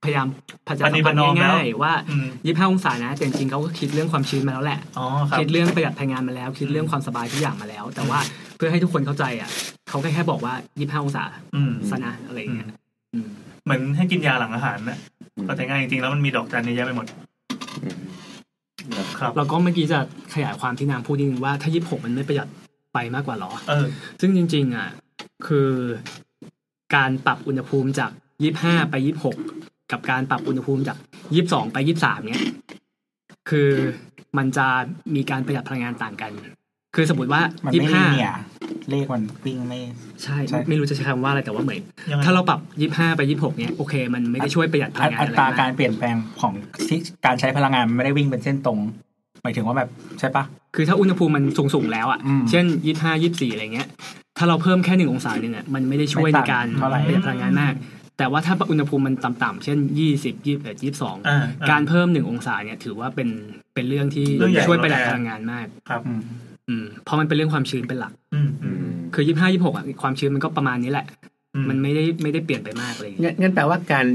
พยายามพยายา ป ม ฏิบัติน้อมแล้ว ง่ายๆว่า อืม ยี่สิบห้าองศานะแต่จริงๆเขาก็คิดเรื่องความชื้นมาแล้วแหละ อ๋อครับ คิดเรื่องประหยัดพลังงานมาแล้ว คิดเรื่องความสบายทุกอย่างมาแล้ว แต่ว่าเพื่อให้ทุกคนเข้าใจอ่ะเขาก็แค่บอกว่า 25 องศา อืม สนะอะไรอย่างเงี้ยอืม เหมือนให้กินยาหลังอาหารนะ อืม ก็แต่ง่ายจริงๆแล้วมันมีดอกจันเยอะแยะไปหมด ครับ แล้วก็เมื่อกี้จะขยายความที่นางพูดนิดนึงว่าถ้า 26 มันไม่ประหยัดไปมากกว่าเหรอ เออ ซึ่งจริงๆอ่ะคือการปรับอุณหภูมิจาก 25 ไป 26 กับการปรับอุณหภูมิจาก 22 ไป 23 เนี่ยคือมันจะมีการประหยัดพลังงานต่างกัน คือสมมติว่า มันไม่ลิเนียร์เลขมันวิ่งไม่ 25 ใช่ ใช่ ไม่รู้จะใช้คำว่าอะไรแต่ว่าเหมือน ยังไง ถ้าเราปรับ 25 ไป 26 เนี่ยโอเค มันไม่ได้ช่วยประหยัดพลังงาน อั อะตรามไราก การเปลี่ยนแปลงของที่การใช้พลังงานมันไม่ได้วิ่งเป็นเส้นตรง หมายถึงว่าแบบใช่ปะ คือถ้าอุณหภูมิมันสูงสูงๆแล้วอ่ะ อืม เช่นยี่ห้ายี่สี่อะไรเงี้ย ถ้าเราเพิ่มแค่หนึ่งองศาหนึ่งอ่ะ มันไม่ได้ช่วย ไม่ ใน ต่าง การ เท่าไหร่ ประหยัดพลังงานมาก แต่ว่าถ้าอุณหภูมิมันต่ำๆ เช่นยี่สิบยี่สิบเอ็ดยี่สิบสอง อ่าอ่ การเพิ่มหนึ่งองศาเนี่ยถือว่าเป็นเป็นเรื่องที่ เรื่องใหญ่ ช่วยประหยัด เราแคร์ พลังงานมาก อืม อืม เพราะมันเป็นเรื่องความชื้นเป็นหลัก อืมอืม คือยี่ห้ายี่หกอ่ะความชื้นมันก็ประมาณนี้แหละ อืม มันไม่ได้ไม่ได้เปลี่ยนไปมากอะไรเงี้ย งั้นงั้นแปลว่าการ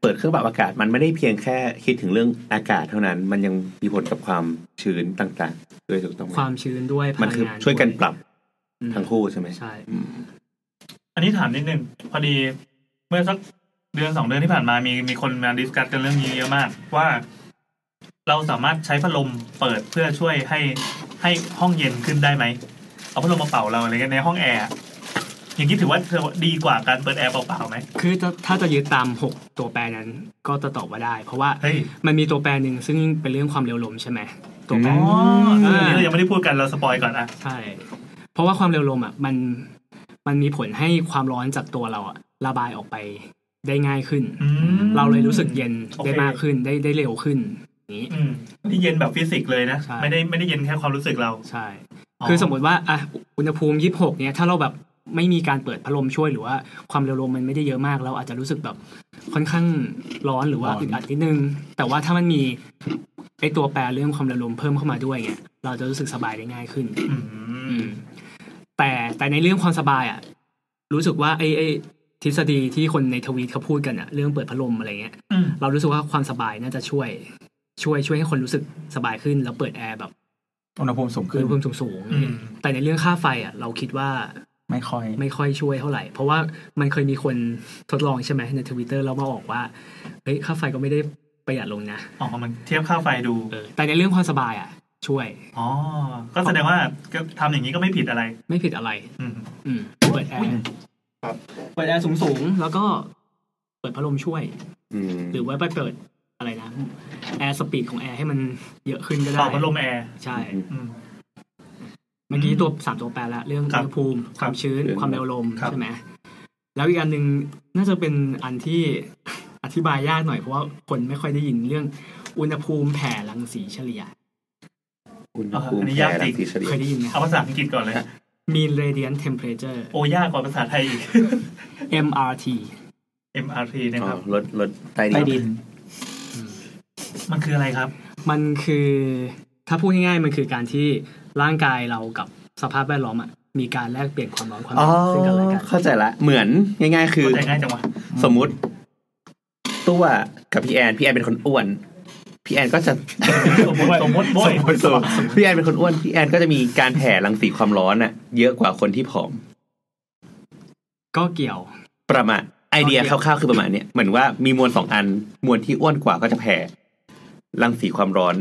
เปิดเครื่องปรับอากาศมันไม่ได้เพียงแค่คิดถึงเรื่องอากาศเท่านั้น มันยังมีผลกับความชื้นต่างๆด้วยถูกต้องไหม ความชื้นด้วยพ มัน ลัคืองงาน ช่วยกันปรับ อืม ทั้งคู่ใช่ไหม ใช่ อืม อันนี้ถามนิดนึง พอดีเมื่อสักเดือนสองเดือนที่ผ่านมามีมีคนมาดิสคัสกันเรื่องนี้เยอะมาก ว่า เราสามารถใช้พัดลมเปิดเพื่อช่วยให้ให้ห้องเย็นขึ้นได้ไหมเอาพัดลมมาเป่าเราอะไรเงี้ยในห้องแอร์อะอย่างนี้ถือว่าดีกว่าการเปิดแอร์เปล่าๆไหม คือถ้าถ้าจะยึดตามหกตัวแปรนั้นก็จะตอบว่าได้ เพราะว่า เฮ้ย มันมีตัวแปรหนึ่งซึ่งเป็นเรื่องความเร็วลมใช่ไหมตัวแปร อ๋อ อื เอ ม ออันนี้เรายังไม่ได้พูดกันเราสปอยก่อนอะ ใช่ เพราะว่าความเร็วลมอ่ะมันมันมีผลให้ความร้อนจากตัวเราอ่ะระบายออกไปได้ง่ายขึ้น อืม เราเลยรู้สึกเย็น โอเค ได้มากขึ้นได้ได้เร็วขึ้นอย่างนี้ อืมนี่เย็นแบบฟิสิกส์เลยนะ ใช่ ไม่ได้ไม่ได้เย็นแค่ความรู้สึกเรา ใช่ คือสมม ติ ติว่าอ่ะอุณหภูมิยี่สิบหกเนี้ยถ้าเราแบบไม่มีการเปิดพัดลมช่วยหรือว่าความเร็วลมมันไม่ได้เยอะมาก เราอาจจะรู้สึกแบบค่อนข้างร้อนหรือว่า ร้อน อึดอัดนิดนึง แต่ว่าถ้ามันมีไอตัวแปรเรื่องความเร็วลมเพิ่มเข้ามาด้วยเนี่ยเราจะรู้สึกสบายได้ง่ายขึ้น อืมแต่แต่ในเรื่องความสบายอ่ะ รู้สึกว่าไอ้ไอ้ทฤษฎีที่คนในทวีตเขาพูดกันอ่ะ เรื่องเปิดพัดลมอะไรเงี้ย อืม เรารู้สึกว่าความสบายน่าจะช่วย ช่วยช่วยให้คนรู้สึกสบายขึ้น แล้วเปิดแอร์แบบ อุณหภูมิสูง อุ ขึ้ ณ น หภูมิสูงๆอะไรเงี้ย อืม แต่ในเรื่องค่าไฟอ่ะเราคิดว่า ไม่ค่อย ไม่ค่อยช่วยเท่าไหร่ เพราะว่ามันเคยมีคนทดลองใช่ไหมในทวิตเตอร์แล้วมาบอกว่าเฮ้ยค่าไฟก็ไม่ได้ประหยัดลงนะ อ๋อมันเทียบค่าไฟดู เออแต่ในเรื่องความสบายอ่ะ ช่วย อ๋อ ก็แสดงว่าก็ทำอย่างนี้ก็ไม่ผิดอะไร ไม่ผิดอะไร อืม อืมเปิดแอร์เปิดแอร์สูงสูงๆแล้วก็เปิดพัดลมช่วย อืม หรือว่าไปเปิดอะไรนะแอร์สปีดของแอร์ให้มันเยอะขึ้นก็ได้ ต่อพัดลมแอร์ ใช่ อืม เมื่อกี้ตัวสามตัวแปรละเรื่อง ครับอุณหภูมิ ค ครับ วามชื้นความเร็วลม ครับ ใช่ไหมแล้วอีกอันหนึ่งน่าจะเป็นอันที่ อธิบายยากหน่อยเพราะว่าคนไม่ค่อยได้ยินเรื่องอุณหภูมิแผ่รังสีเฉลี่ย อุณหภูมิ อันนี้ แย่ ยากจริ รังงสีเฉลี่ย เคยได้ยินไหมค เอา รับ ภาษาอังกฤษก่อนเลย mean radiant temperature โอยากกว่าภาษาไทยอีก MRT MRT นะ อ๋ ค อ รับ รถรถใต้ ใต้ ดิ ดิ น น มันคืออะไรครับ มันคือถ้าพูดง่ายๆมันคือการที่ร่างกายเรากับสภาพแวดล้อมอะมีการแลกเปลี่ยนความร้อนความ อ๋อ เย็นซึ่งกันและกัน เข้าใจละ เหมือนง่าย ๆ คือ เข้าใจง่ายจังวะ สมมุติตัวกับพี่แอนพี่แอนเป็นคนอ้วน พี่แอนก็จะ สมมติสมมติโบย พี่แอนเป็นคนอ้วนพี่แอนก็จะมีการแผ่รังสีความร้อนน่ะ เยอะกว่าคนที่ผอม ก็เกี่ยว ประมาณไอเดีย โอ ค เค ร่าวๆคือประมาณเนี้ยเหมือนว่ามีมวลสองอัน มวลที่อ้วนกว่าก็จะแผ่รังสีความร้อน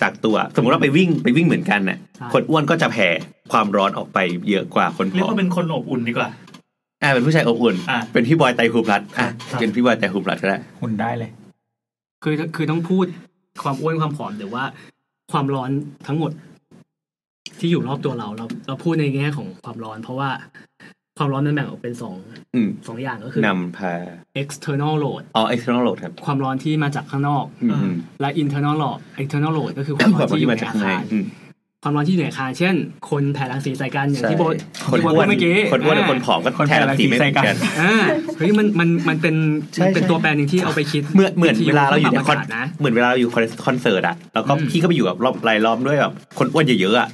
จากตัว สมมติว่าไปวิ่งไปวิ่งเหมือนกันน่ะ ใช่ คนอ้วนก็จะแผ่ความร้อนออกไปเยอะกว่าคนผ เรียก อม ว่าเป็นคนอบอุ่นดีกว่า อ่าเป็นผู้ชายอบอุ่น อ่ะ เป็นพี่บอยไตรภูมิรัตน์อ่ะเป็นพี่บอยไตรภูมิรัตน์ก็ได้ หุ่นได้เลย คือคือต้องพูดความอ้วนความผอมหรือว่า ความร้อนทั้งหมด ที่อยู่รอบตัวเราเรา เราพูดในแง่ของความร้อน เพราะว่าความร้อนมันแบ่งออกเป็นสอง อืม สองอย่างก็คือ นำพา external load อ๋อ external load ครับ ความร้อนที่มาจากข้างนอก อืม และ internal load internal load ก็คือคคาววามม ร้ร้อนอน ที่อ ที่ ยู่ มา ใน จาก อา ข้างใน คาร อืม ความร้อนที่อยู่ในอาคารเช่น คนแผ่รังสีใส่กันอย่างที่โบท คน ที่โบท อ้ว พู น ดเมื่อกี้ คนอ้วนกับคนผอมก็ คนแพ้ แทนสีไม่เหมือน รั กั ง น สีใส่กัน อ่าเฮ้ยมันมันมันเป็น ใช่ มันเป็น ใช่ ตัวแปรหนึ่งที่เอาไปคิด เหมือนเหมือนเวลาเราอยู่ในค ค อ อน นนะ เหมือนเวลาเราอยู่คอนเสิร์ตอะแล้วก็ อืม พี่ก็ไปอยู่กับรอบรายล้อมด้วยแบบคนอ้วนเยอะๆอะ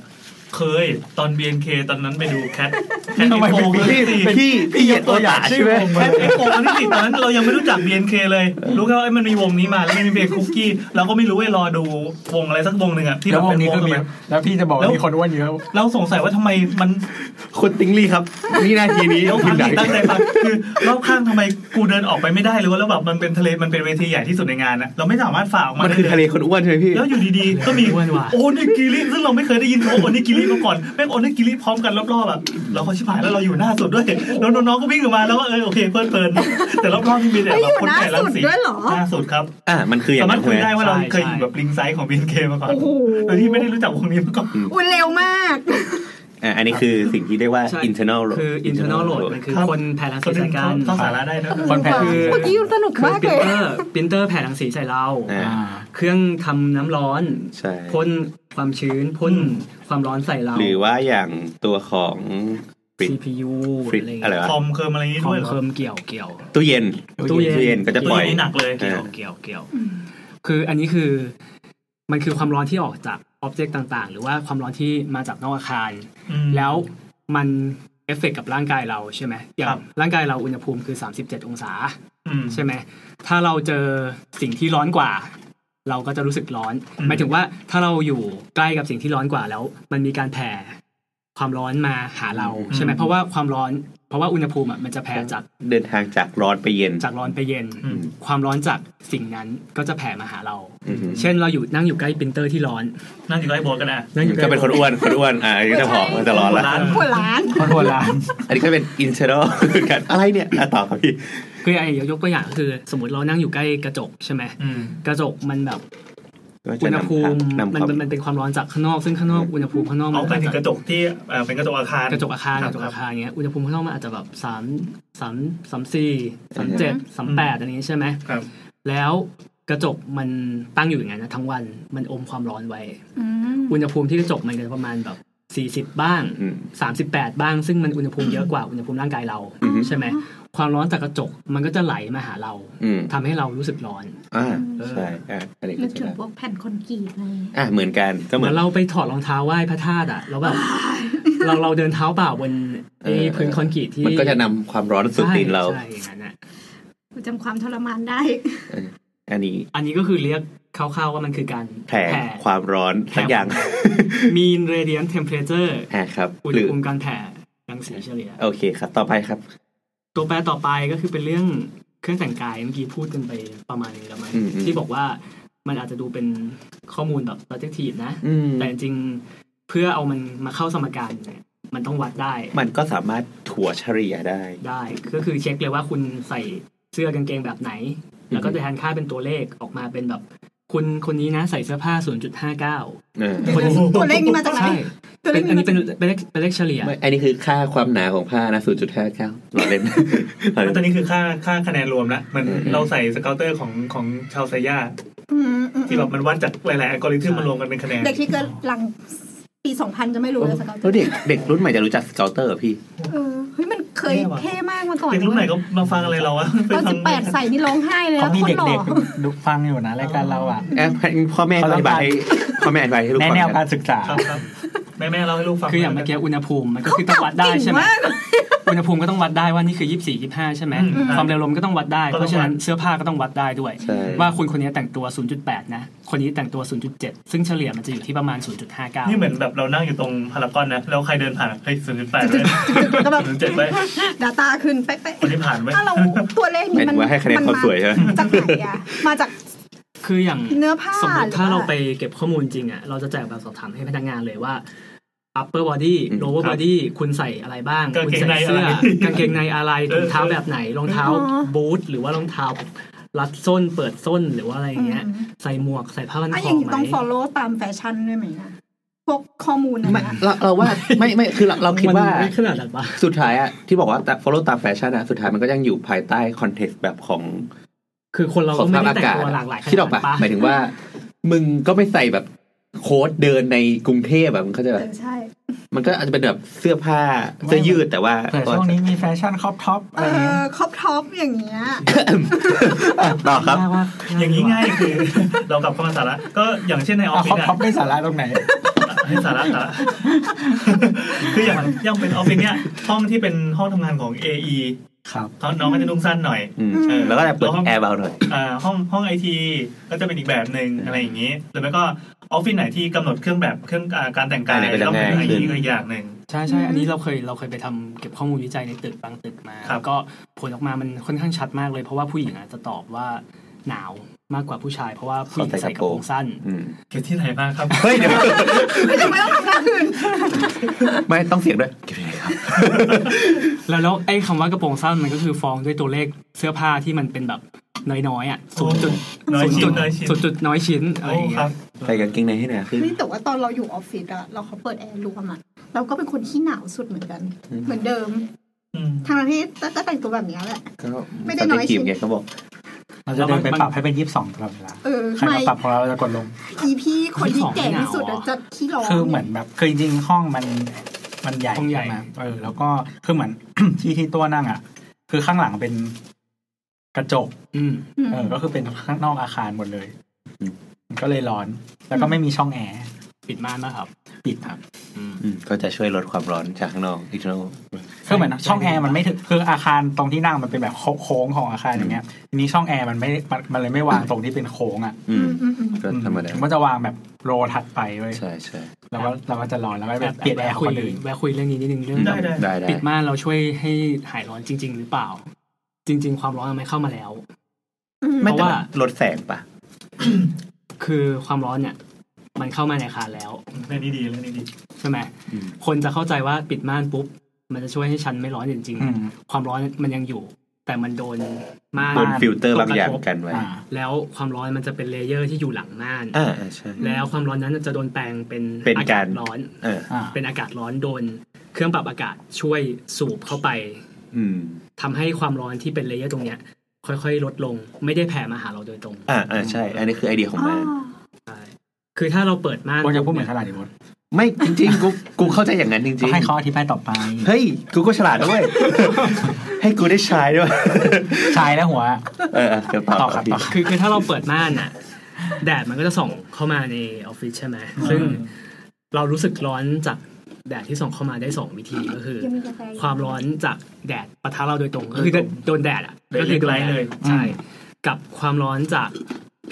เคย ตอน BNK ตอนนั้นไปดูแคทแคท ทำไม ไอโฟ เป็น ง พี่ เป็นพี่พี่เหยียดโอตาใช่ไหม แคทไอโฟงอันที่ติดตอนนั้นเรายังไม่รู้จัก BNK เลย รู้แค่ว่าเอ้ยมันมีวงนี้มาแล้วมันมีเพลงคุกกี้เราก็ไม่รู้ไอ้รอดูวงอะไรสักวงหนึ่งอะที่ แล้ มั วเป็น วงน นี้ วง ก็ แบบ มีแล้วพี่จะบอก แล้ว ว่ามีคนอ้วนเยอะ เราสงสัยว่าทำไมมัน คนติงลี่ครับ นี่นาทีนี้ เดี๋ยว คุ พั ณไหนกดีตั้งใจฟังคือรอบข้างทำไมกูเดินออกไปไม่ได้หรือว่าแล้วแบบมันเป็นทะเลมันเป็นเวทีใหญ่ที่สุดในงานนะเราไม่สามารถฝ่าออกมา มัน ได้ คือทะเลย คนอ้วนใช่ไหมพี่ แล้วอยู่ดีๆ ก็มี อ้วนว่ะ โอนิกิริซึ่งเราไม่เคยได้ยินคำว่าโอนิกิริมาก่อนแม่งโอนิกิริพร้อมกันรอบๆอ่ะเราก็ชิบหายแล้วเราอยู่หน้าสุดด้วยแล้วน้องๆก็วิ่งออกมาแล้วก็เออโอเคเพลินเพลินแต่รอบๆที่มีแต่ เฮ้ย แบ อบ ยู่ คน หน้า แก่รั สุ ง ด สี ด้วยเหรอ หน้าสุดครับ อ่า มันคืออย่า สาง มาร นั้ ถ น คุย ใช่ไหม ได้ว่าเรา ใช่ เคยอยู่แบบลิงไซส์ของบีนเคมาก่อน โอ้โห โดยที่ไม่ได้รู้จักวงนี้มาก่อน อุ่นเร็วมาก อ่าอันนี้คือสิ่งที่เรียกว่า ใช่ internal load คือ internal load มันคือ ครับ คนแผ่รัง ค สี นหนึ ใส่ ง กัน ต้องสาระได้นะ คนแผ่น คือ เมื่อกี้สนุก คือ มาก ปเลริน ย เตอร์ปรินเตอร์แผ่รังสีใส่เรา อ่า เครื่องทำน้ำร้อน ใช่ พ่นความชื้นพ่น อืม ความร้อนใส่เรา หรือว่าอย่างตัวของ Frit CPU ฟริต อะไร อะเงี้ไระยวคอมเคิร์มอะไรอย่างงี้ คอ ด้วย ม เหรอ เคิมเกี่ยวเกี่ยว ตู้เย็น ตู้เย็น ก็จะปล่อย ตู้เย็นนี่หนักเลย เกี่ยวเกี่ยวเกี่ยว คืออันนี้คือมันคือความร้อนที่ออกจากอ็อบเจกต์ต่าง ๆ หรือว่าความร้อนที่มาจากนอกอาคาร อืม แล้วมันเอฟเฟกกับร่างกายเราใช่ไหมอย่า ครั ง บ ร่างกายเราอุณหภูมิคือ 37 องศา อืม ใช่ไหม ถ้าเราเจอสิ่งที่ร้อนกว่า เราก็จะรู้สึกร้อน อืม หมายถึงว่าถ้าเราอยู่ใกล้กับสิ่งที่ร้อนกว่าแล้ว มันมีการแผ่ความร้อนมาหาเราใช่ไหมเพราะว่าความร้อน เพราะว่าอุณหภูมิอะมันจะแผ่จาก เดินทางจากร้อนไปเย็น จากร้อนไปเย็น อืม ความร้อนจากสิ่งนั้นก็จะแผ่มาหาเรา อือหือ เช่นเราอยู่นั่งอยู่ใกล้ปรินเตอร์ที่ร้อน นั่นอยู่ใกล้โบสถ์กันนะ นั่งอยู่ใก ก็ ล้ เป็นคนอ้วน คนอ้วน อ่าก็จะผอมก็จะร้อนละ ร้าน หัวล้าน คนอ้วนล้าน อันนี้ก็เป็น internal กันอะไรเนี่ยอ่ะต่อครับพี่ คือไอ้ยกตัวอย่างก็คือ สมมติเรานั่งอยู่ใกล้กระจกใช่ไหม อืม กระจกมันแบบ ก็ อุ จะ ณหภูมิ นำ มั ทางนำคนวาม เป็นมันเป็นความร้อนจากข้างนอก ซึ่งข้างนอกอุณหภูมิข้างนอกมั เอา น ไป อาจ ถึ จะ งกระจกที่เอ่อเป็นกระจกอาคาร กระจกอาคาร ครับ กระจกอาคารเงี้ยอุณหภูมิข้างนอกมันอาจจะแบบสามสามสามสี่สาม อือ เจ็ด ฮะ สามแปดอะไรอย่างงี้ใช่ไหม ครับ แล้วกระจกมันตั้งอยู่อย่างนั้นนะทั้งวันมันอมความร้อนไว้ อืม อุณหภูมิที่กระจกมันก็ประมาณแบบสี่สิบ40 บ้าง อืม สามสิบแปดบ้าง ซึ่งมันอุณหภูมิเยอะกว่าอุณหภูมิร่างกายเรา อือฮึ ใช่ไหมความร้อนจากกระจกมันก็จะไหลมาหาเรา อืม ทำให้เรารู้สึกร้อน อ่า เออ ใช่อ่ะอันนี้ นึ ก็ ก จะ ถึง ได้ พวกแผ่นคอนกรีตเลย อ่ะเหมือนกันก็เห เห มื มื อ อน นเราไปถอดรองเท้าไหว้พระธาตุอ่ะแล้วแบบเราเราเดินเท้าเปล่าบนไอ้ เออ พื้นคอนกรีตที่ มันก็จะนำความร้อนสู่ตีนเรา ใช่ใช่อย่างนั้นน่ะ กูจำความทรมานได้ อันนี้ อันนี้ก็คือเรียกคร่าวๆว่ามันคือการ แผ่ความร้อนสักอย่าง มีนเรเดียนเทมเพลเจอร์ อ่ะครับ อุหณห รือ ภูมิการแผ่รังสีเฉลี่ย โอเคครับ ต่อไปครับ ตัวแปรต่อไปก็คือเป็นเรื่องเครื่องแต่งกายเมื่อกี้พูดกันไปประมาณนึงแล้วมั้ง อืมอืม ที่บอกว่ามันอาจจะดูเป็นข้อมูลแบบ subjective นะ อืม แต่จริงๆเพื่อเอามันมาเข้าสมการเนี่ยมันต้องวัดได้ มันก็สามารถถั่วเฉลี่ยได้ ได้ ก็คือเช็คเลยว่าคุณใส่เสื้อกางเกงแบบไหน แล้วก็จะแทนค่าเป็นตัวเลขออกมาเป็นแบบ คุณคนนี้นะใส่เสื้อผ้า 0.59 เออ คนนี้ ตัวเลขนี้มาจากไหน ใช่ ตัวเลขเป็นอัน นี้ นี้ มา เป็ จาก นเป็นเลขเป็นเลขเฉลี่ย ไม่อันนี้คือค่าความหนาของผ้านะ 0.59หลอเล่ นหลอ แล้วตอน เล่น นี้คือค่าค่าคะแนนรวมละมัน อืม เราใส่สเกลเตอร์ของของชาวไซย่า อืมอืม ที่แบบมันวัดจากหลายๆอัลกอริทึมมารวมกันเป็นคะแนน เด็กที่เกิดหลังปีสองพันจะไม่รู้เลยสัก แล้วเด็กเด็กรุ่นใหม่จะรู้จักสเกลเตอร์เหรอพี่ เออเฮ้ยมันเคยเท่มากมาก่อน เด็กรุ่นไหนก็มาฟังอะไรเราอะ ตอน ฟั สิบแปดใส่นี่ร้องไห้เลย เขา นะ มี คน เด หล่อ็ กๆดูฟังอยู่นะรายการเราอ่ะ แอบให้พ่อแม่อธิบายให้พ่อแม่อธิบายให้ลูก แนะ ฟัง แนว กั กาน รศึกษา ครับครับแม่แม่ๆเราให้ลูกฟัง คืออย่างเมื่อกี้อุณหภูมิมันก็คือต้องวัดได้ใช่ไหม เก่งาก อุณหภูมิก็ต้องวัดได้ว่านี่คือ 24 25 ใช่ไหมความเร็วลมก็ต้องวัดได้ เพราะฉะนั้นเสื้อผ้าก็ต้องวัดได้ด้วย ใช่ ว่าคุณคนนี้แต่งตัว 0.8 นะ คนนี้แต่งตัว 0.7 ซึ่งเฉลี่ยมันจะอยู่ที่ประมาณ นี่ 0.59 เหมือนแบบเรานั่งอยู่ตรงพารากอนนะแล้วใครเดินผ่านเฮ้ยศูนย์จุดแปดเลย ก็แบบ ศูนย์เจ็ด เลย ดาตาขึ้นเป๊ะ คนที่ผ่านไว้ ๆถ้าเราตัวเลข หมา นี้ ย มั ถึ น งว่าให้คะแนนความสวยใช่ไหม จากไหนอะมาจาก คืออย่าง เนื้อผ้า สมมติถ้า หอว่ เราไปเก็บข้อมูลจริงอ่ะเราจะแจกแบบสอบถามให้พนักงานเลยว่า upper body อืม lower body คุณใส่อะไรบ้างคุณใส่เสื้อกางเกงในอะไรถุงเท้าแบบไหนรองเท้าบูทหรือว่ารองเท้ารัดส้นเปิดส้นหรือว่าอะไรอย่างเงี้ย ใส่หมวกใส่ผ้าพันค อ่ะอ อย่าง นี้ ไห ต้อง ม follow ตามแฟชั่นด้วยไหมอะพวกข้อมูลอะไร ไม่ นะ เราเราว่าไม่ไม่คือเราเราคิดว่า นไม่ขนาดนั้นปะ สุดท้ายอะที่บอกว่า follow ตามแฟชั่นอะสุดท้ายมันก็ยังอยู่ภายใต้คอนเท็กซ์แบบของ คือคนเรา ขอ ก็ งส ไม่ ภาพอาได้แต่ง กาศ ตัวหลา อะ กหลายข คิดอ นา อ ด กปะ ปะ หมายถึงว่า มึงก็ไม่ใส่แบบโค้ดเดินในกรุงเทพแบบมันก็จะแบบ เออใช่ มันก็อาจจะเป็นแบบเสื้อผ้าเสื้อยืดแต่ว่า แต่ช่วงนี้มีแฟชั่นครอบท็อปอะ เอ ไรเงี้ย อครอบท็อปอย่างเงี้ย อ่ะต่อครับ ง่ายว่ อย่างนี้ง่ายคือ เรากลับเข้ามาสาระก็อย่างเช่นในออฟ เอา ฟิ ครศอบ อะ ท็อปได้สาระตรงไหน นี่สาระสาระ คืออย่างอย่างเป็นออฟฟิศเนี่ยห้องที่เป็นห้องทำงานของ AE ครับ เขาน้องก็จะนุ่งสั้นหน่อย อืม เออ แล้วก็จะเปิด แล้วห้อง แอร์เบาหน่อย อ่าห้องห้องไอทีก็จะเป็นอีกแบบหนึ่งอะไรอย่างนี้หรือไม่ก็ออฟฟิศไหนที่กำหนดเครื่องแบบเครื่องอ่าการแต่งกาย อะไรก็จะ ต้องเป็น ง่าย ไอ ขึ้น ทีก็อีกอย่างหนึ่ง ใช่ใช่อันนี้เราเคยเราเคยไปทำเก็บข้อมูลวิจัยในตึกบางตึกมา ครับ แล้วก็ผลออกมามันค่อนข้างชัดมากเลย เพราะว่าผู้หญิงอาจจะตอบว่าหนาวมากกว่าผู้ชาย เพราะว่าผู้หญิงใส่กระโปรงสั้น อืม เก็บที่ไหนมากครับ เฮ้ยเดี๋ยว ไม่จำเป็นต้องทำหน้าอื่น ไม่ต้องเสียงด้วยเก็บยังไงครับ แล้วแล้วไอ้คำว่ากระโปรงสั้นมันก็คือฟองด้วยตัวเลขเสื้อผ้าที่มันเป็นแบบน้อยๆอ่ะศูนย์จุด น้อย ศูนย์ ชิ้ จุ น ด น้อยชิ้น ศูนย์จุดน้อยชิ้นอะไร โอ้ อย่าง ค เงี้ รั ย บ ใส่กางเกงในให้หนาขึ้น นี่แต่ว่าตอนเราอยู่ออฟฟิศอะเราเขาเปิดแอร์รวมอะเราก็เป็นคนที่หนาวสุดเหมือนกัน อืม เหมือนเดิม อืม ทางๆที่ก็ก็แต่งตัวแบบเนี้ยแหละ ก็ ไม่ได้น้อยชิ้สเต็กนทีมไงเขาบอก เราจะเดินไปปรับให้เป็นยี่สิบสองตลอดเวลา เออ ใคร ไม่ มาปรับของเราเราจะกดลง อีพี่คนที่แก่ที่สุดอะจะขี้ร้อน คือเหมือนแบบคือจริงๆห้องมันมันใหญ่ ห้องใหญ่ ช่ไมเออแล้วก็คือเหมือน ที่ที่ตัวนั่งอ่ะ คือข้างหลังเป็นกระจก อืม เออ ก็คือเป็นข้างนอกอาคารหมดเลย อืม มันก็เลยร้อน แล้วก็ไม่มีช่องแอร์ ปิดม่านนะครับ ปิดครับ อืม อืมก็จะช่วยลดความร้อนจากข้างนอกอีกนอก คือเหมือนช่องแอร์มันไม่ถึงคืออาคารตรงที่นั่งมันเป็นแบบโค้งของอาคารอย่างเงี้ยทีนี้ช่องแอร์มันไม่มันมันเลยไม่วางตรงที่เป็นโค้งอ่ะ อืมก็ธรรมดา อืนก็จะวางแบบโรถัดไปเว้ย ใช่ใช่ แล้วก็เราก็จะร้อนแล้วก็ แบ แบบบเปลี่ยนแอร์ของ คุย คนอื่น แวะคุยเรื่องนี้นิดนึงเรื่อง ได้ได้ ได้ได้ ปิดม่านเราช่วยให้หายร้อนจริง ๆ หรือเปล่า จริง ๆ ความร้อนมันไม่เข้ามาแล้ว ไม่ เพ แต่ ราะว่า ลดแสงปะ คือความร้อนเนี่ย มันเข้ามาในอาคารแล้ว เรื่องนี้ดีเรื่องนี้ดี ใช่ไหมคนจะเข้าใจว่าปิดม่านปุ๊บ มันจะช่วยให้ชั้นไม่ร้อนจริง อืม ๆความร้อนมันยังอยู่ แต่มันโดนม่าน โดนฟิลเตอร์บางอย่าง กระทบ กันไว้ อ่า แล้วความร้อนมันจะเป็นเลเยอร์ที่อยู่หลังม่าน อ่าอ่าใช่ แล้วความร้อนนั้นจะโดนแปลงเป็น เป็น อา การ กาศร้อน เออ อ่า เป็นอากาศร้อนโดน เครื่องปรับอากาศช่วยสูบเข้าไป อืม ทำให้ความร้อนที่เป็นเลเยอร์ตรงเนี้ย ค่อยๆ ลดลง ไม่ได้แผ่มาหาเราโดยตรง อ่าอ่าใช่ อันนี้คือไอเดียของมัน ใช่คือถ้าเราเปิดม่าน พวกจะพูดเหมือนฉลาดดิบด ไม่จริงๆกูกูเข้าใจอย่างนั้นจริง ให้เขาอธิบายต่อไป ๆ เฮ้ย กูก็ฉลาดด้วย ให้กูได้ใช้ด้วย ชายและหัว เออเออเดี๋ยวต่อ ต่อครับ พี่ ต่อครับ คือคือถ้าเราเปิดม่านอ่ะ แดดมันก็จะส่องเข้ามาในออฟฟิศใช่ไหมซึ่งเรารู้สึกร้อนจากแดดที่ส่องเข้ามาได้สองวิธีก็คือ ยังมีกาแฟอยู่ ความร้อนจากแดดปะทะเราโดยตรงก็คือโดนแดดอ่ะก็คือโดนแดด เลย ใช่ กับความร้อนจาก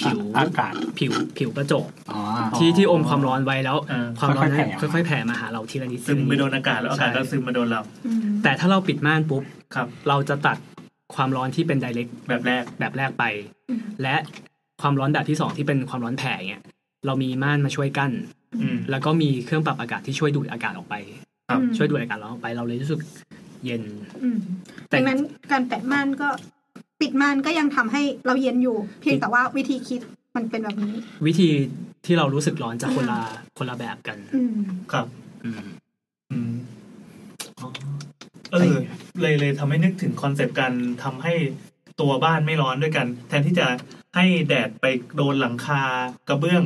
ผิว อากาศ ผิวผิวกระจก อ๋อ ที่ที่อมความร้อนไว้แล้ว เออ ความร้อนนั้น ค่อยๆแผ่ ค่อยๆแผ่มาหาเราทีละนิด ซึม ทีละ ไปโดนอากาศแล้วอากาศก็ซึมมาโดนเรา แต่ถ้าเราปิดม่านปุ๊บ ครับ เราจะตัดความร้อนที่เป็น i r เ c ก แบบแรก แบบแรกไป และความร้อนแบบที่สองที่เป็นความร้อนแผ่เนี่ยเรามีม่านมาช่วยกั้น อืม แล้วก็มีเครื่องปรับอากาศที่ช่วยดูดอากาศออกไป ครับ ช่วยดูดอากาศร้อนออกไปเราเลยรู้สึกเย็น แต่ ดังนั้นการแปะม่านก็ปิดม่านก็ยังทำให้เราเย็นอยู่ เพียงแต่ว่าวิธีคิดมันเป็นแบบนี้ วิธีที่เรารู้สึกร้อนจะคนละคนละแบบกัน อืม ครับ อืม อืมอ๋อเออเลยเลยทำให้นึกถึงคอนเซปต์การทำให้ตัวบ้านไม่ร้อนด้วยกัน แทนที่จะให้แดดไปโดนหลังคากระเบื้อง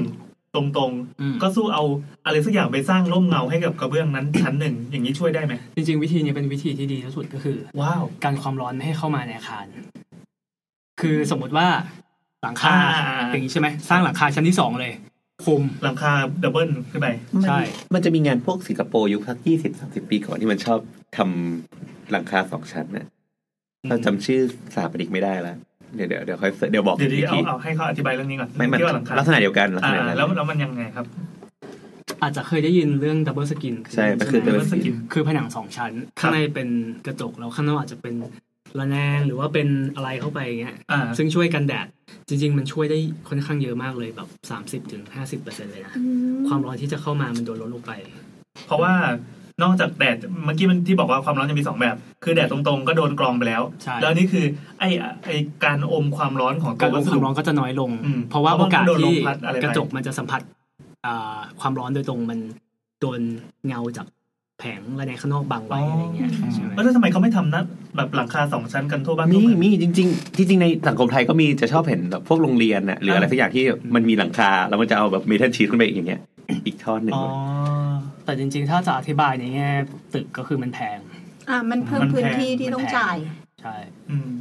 ตรง อืม ๆ ก็สู้เอาอะไรสักอย่างไปสร้างร่มเงาให้กับกระเบื้องนั้นชั้นหนึ่ง อย่างนี้ช่วยได้ไหม จริง ๆ วิธีเนี้เป็นวิธีที่ดีที่สุดก็คือ ว้าว กันความร้อนไม่ให้เข้ามาในอาคาร คือสมมติว่าหลังคา อ่า อย่างนี้ใช่ไหมสร้างหลังคาชั้นที่สองเลยคุม หลังคาดับเบิลขึ้นไป ใช่ มันจะมีงานพวกสิงคโปร์ยุคสักยี่สิบสามสิบปีก่อนที่มันชอบทำหลังคาสองชั้นนะเราจำชื่อสถาปนิกไม่ได้ละเดี๋ยวเดี๋ยวเดี๋ยวค่อยเสิร์ชเดี๋ยวบอก เดี๋ยวดี อีก เอา ที เอาให้เขาอธิบายเรื่องนี้ก่อน ไม่มัน ที่ว่าหลังคา ลักษณะเดียวกันลักษ อ่า ณะนั้น แล้วแล้วมันยังไงครับ อาจจะเคยได้ยินเรื่องดับเบิลสกิน ใช่มันคือ ไห double เรื่องสกิน คือผนังสองชั้น ข้างในเป็นกระจกแล้วข้างนอกอาจจะเป็นระแนงหรือว่าเป็นอะไรเข้าไปอย่างเงี้ย อ่า ซึ่งช่วยกันแดด จริง ๆ มันช่วยได้ค่อนข้างเยอะมากเลยแบบ 30-50%ถึง50%เลยนะ ความร้อนที่จะเข้ามามันโดนลดลงไป เพราะว่านอกจากแดดเมื่อกี้มันที่บอกว่าความร้อนจะมีสองแบบ คือแดดตรงๆก็โดนกรองไปแล้ว ใช่ แล้วนี่คือไอ้ไอ้การอมความร้อนของตั การ ว อ วั ม ส ควา ดุ มร้อนก็จะน้อยลง อืม เพราะว่า เพ โอ ราะว่าก าส โดนล ที่ มพัดอะไรไป กระจกมันจะสัมผัสอ่าความร้อนโดยตรงมันโดนเงาจากแผงและในข้างนอกบังไว้อะไรเงี้ยใช่ไหม เออแล้วทำไมเขาไม่ทำนะแบบหลังคาสองชั้นกันทั่วบ้าน มี ทั่วเอง มีจริงๆที่จริงในสังคมไทยก็มีจะชอบเห็นแบบพวกโรงเรียนน่ะหรืออะไรสักอย่างที่มันมีหลังคา แล้วมันจะเอาแบบเมทัลชีทขึ้นไปอย่างเงี้ย อีกทอดหนึ่ง อ๋อ แต่จริง ๆ ถ้าจะอธิบายในแง่ตึกก็คือมันแพง อ่า มันเพิ่ม มันแพง พื้นที่ที่ต้องจ่าย ใช่ อืม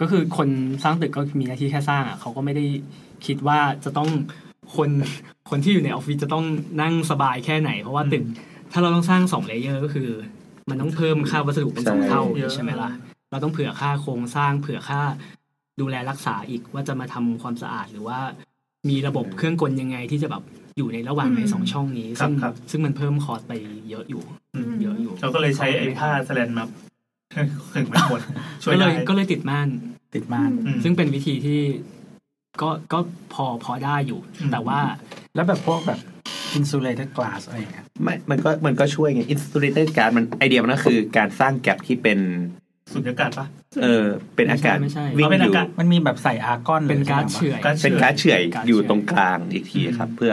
ก็คือคนสร้างตึกก็มีหน้าที่แค่สร้างอ่ะเขาก็ไม่ได้คิดว่าจะต้อง คนคนที่อยู่ในออฟฟิศจะต้องนั่งสบายแค่ไหน เพราะว่าตึกถ้าเราต้องสร้างสองเลเยอร์ก็คือ มันต้องเพิ่มค่าวัสดุเป็นสอง ใช่ เท่า เยอะ ใช่ไหมล่ะ เราต้องเผื่อค่าโครงสร้างเผื่อค่าดูแลรักษาอีกว่าจะมาทำความสะอาดหรือว่ามีระบบเครื่องกลยังไงที่จะแบบอยู่ในระหว่าง อืม ในสองช่องนี้ ครับ ซึ่ง ครับ ซึ่งมันเพิ่มคอร์สไปเยอะอยู่ เยอะอยู่ เราก็เลยใช้ไอ้ผ้าสแลนมาขึงไม่หมดช่วย ก็เล ได้ ยก็เลยติดม่าน ติดม่าน อืม ซึ่งเป็นวิธีที่ก็ก็พอพอได้อยู่ อืม แต่ว่า แล้วแบบพวกแบบ insulated glass อะไรอย่างเงี้ย ไม่มันก็มันก็ช่วยไงอินสตูดิเตอร์การมันไอเดียมันก็คือการสร้างแกลบที่เป็น สุญญากาศปะ เออเป็นอากาศ ไม่ใช่ วิ่ง เอาเป็น อ อา ยู่ กาศ มันมีแบบใส่อาร์กอน เป็นการ์ด หอ เฉื่อย การ เป็น เชื่อ การดเฉื่อย การ์ด อยู่ เฉื่อย ตรงกลางอีกทีครับ เพื่อ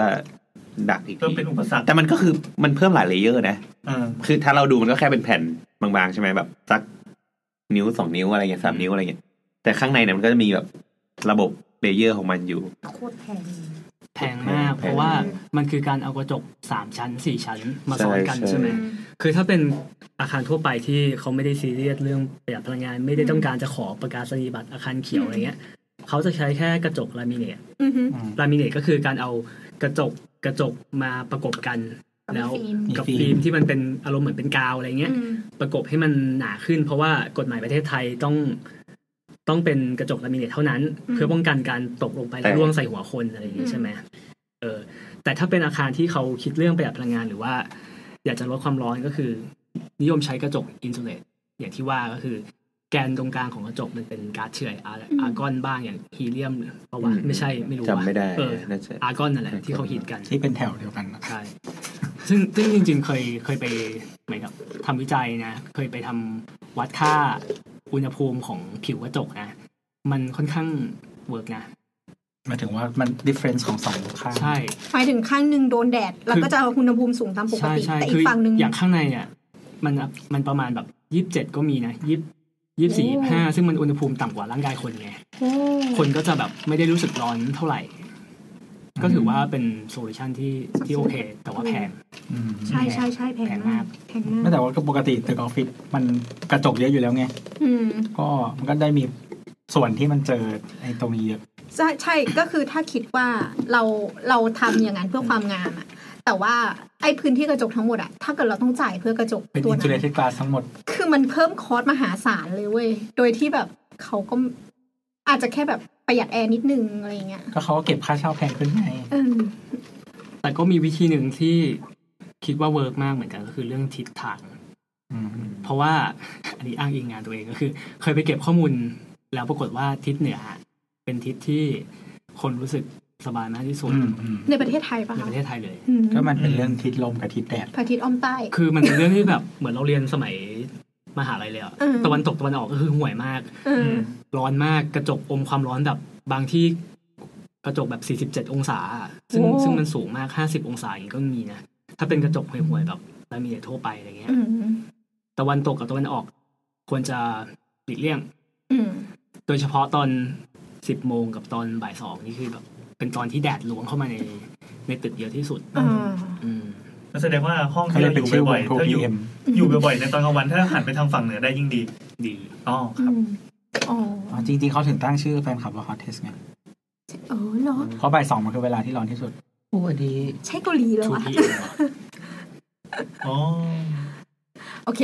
ดักอีก เพิ่ม ที เป็นอุปสรรค แต่มันก็คือมันเพิ่มหลายเลเยอร์นะ เออ คือถ้าเราดูมันก็แค่เป็นแผ่นบางๆ ใช่ไหมแบบสักนิ้วสองนิ้วอะไรเงี้ยสามนิ้วอะไรเงี้ยแต่ข้างในเนี่ยมันก็จะมีแบบระบบเลเยอร์ของมันอยู่ โคตรแพง แพงมาก แพง เพราะว่ามันคือการเอากระจกสามชั้นสี่ชั้นมาซ้อนกัน ใช่ ใช่ไหม อืม คือถ้าเป็นอาคารทั่วไปที่เขาไม่ได้ซีเรียสเรื่องประหยัดพลังงาน ไม่ได้ต้องการจะขอประกาศนียบัตรอาคารเขียวอะไรเงี้ยเขาจะใช้แค่กระจกลามิเนต อือฮึ อืม ลามิเนตก็คือการเอากระจกกระจกมาประกบกัน แล้วกับ มีฟิฟิล์ล์มมที่มันเป็นอารมณ์เหมือนเป็นกาวอะไรเงี้ย อืม ประกบให้มันหนาขึ้น เพราะว่ากฎหมายประเทศไทยต้องต้องเป็นกระจกลามิเนตเท่านั้น อืม เพื่อป้องกันการตกลงไปแล้ว แต่ ร่วงใส่หัวคนอะไรอย่างนี้ใช่ไหมเออ แต่ถ้าเป็นอาคารที่เขาคิดเรื่องประหยัดพลังงานหรือว่า อยากจะลดความร้อนก็คือ นิยมใช้กระจกอินซูเลตอย่างที่ว่าก็คือ แกนตรงกลางของกระจกมันเป็นก๊าซเฉื่อยอาร์อาร์กอนบ้างอย่างฮีเลียมปะวะไม่ใช่ไม่รู้ จำ ว่า ไม่ได้ เออ น่าจะ อาร์กอนนั่นแหละที่เขาฮิตกัน ที่เป็นแถวเดียวกันนะ ใช่ ซึ่งซึ่งจริง ๆ เคยเคยไปเหมือนกับทำวิจัยนะ เคยไปทำวัดค่าอุณหภูมิของผิวกระจกนะ มันค่อนข้างเวิร์กนะ หมายถึงว่ามัน difference ของสองข้าง ใช่ หมายถึงข้างหนึ่งโดนแดด แล้วก็จะอุณหภูมิสูงตามปก ใช่ ติ ใช่ แต่อี คื กฝั่งหนึ่ง อย่างข้างในอ่ะมันมันประมาณแบบยี่สิบเจ็ดก็มีนะยี่ยี่สี่ โอ้ ห้าซึ่งมันอุณหภูมิต่ำกว่าร่างกายคนไง โอ้ คนก็จะแบบไม่ได้รู้สึกร้อนเท่าไหร่ ก็ถือว่าเป็นโซลูชันที่ที่โอเค แต่ว่าแพง อืม ใช่ใช่ใช่แพงมากแพง ไม่ มาก แต่ว่าก็ปกติตึกออฟฟิศมันกระจกเยอะอยู่แล้วไง อืม ก็มันก็ได้มีส่วนที่มันเจอไอ้ตรงนี้เยอะ ใช่ใช่ก็คือถ้าคิดว่าเราเราทำอย่างนั้นเพื่อความงามอะแต่ว่าไอ้พื้นที่กระจกทั้งหมดอะถ้าเกิดเราต้องจ่ายเพื่อกระจก เป็น ตัวนั้น insulated glass ทั้งหมด คือมันเพิ่มคอสมหาศาลเลยเว้ย โดยที่แบบเขาก็อาจจะแค่แบบประหยัดแอร์นิดนึงอะไรเงี้ย ก็เขาก็เก็บค่าเช่าแพงขึ้นไง เออ แต่ก็มีวิธีหนึ่งที่คิดว่าเวิร์กมากเหมือนกันก็คือเรื่องทิศทาง อืม เพราะว่า อันนี้อ้างอิงงานตัวเองก็คือ เคยไปเก็บข้อมูล แล้วปรากฏว่าทิศเหนืออะเป็นทิศที่คนรู้สึกสบายมากที่สุด อืมอืม ในประเทศไทยปะ ใน คะ ประเทศไทยเลย อืม ก็มันเป็นเรื่องทิศลมกับทิศแดด พระอาทิตย์อ้อมใต้ คือมันเป็นเรื่องที่แบบเหมือนเราเรียนสมัยมหาลัยเลยอะ อืม ตะวันตกตะวันออกก็คือห่วยมาก เออ ร้อนมากกระจกอมความร้อนแบบบางที่กระจกแบบ 47 องศาอะซึ่งซึ่งมันสูงมาก 50 องศาอย่างนี้ก็มีนะถ้าเป็นกระจกห่วยๆแบบลามิเนตทั่วไปอะไรเงี้ย อืม ตะวันตกกับตะวันออก ควรจะหลีกเลี่ยง อืม โดยเฉพาะตอนสิบโมงกับตอนบ่ายสองนี่คือแบบเป็นตอนที่แดดล้วงเข้ามาในในตึกเยอะที่สุด อ่า อืม นั่นแสดงว่าห้อง เขา ที่ เรีย เราอกเป็นชื่อยู่ว บ่อง ย ทู ๆถ้าอ พี ยู่ เอ็ม อยู่บ่อยๆในตอนกลางวันถ้าหันไปทางฝั่งเหนือได้ยิ่งดี ดี อ๋อ อืมอ๋อ จริง ๆเขาถึงตั้งชื่อแฟนคลับว่าฮอตเทสไง เออเหรอ เพราะบ่ายสองมันคือเวลาที่ร้อนที่สุด โอ้ดี ใช่เกาหลีเหรอ 2PM วะ เหรอ อ๋อ โอเค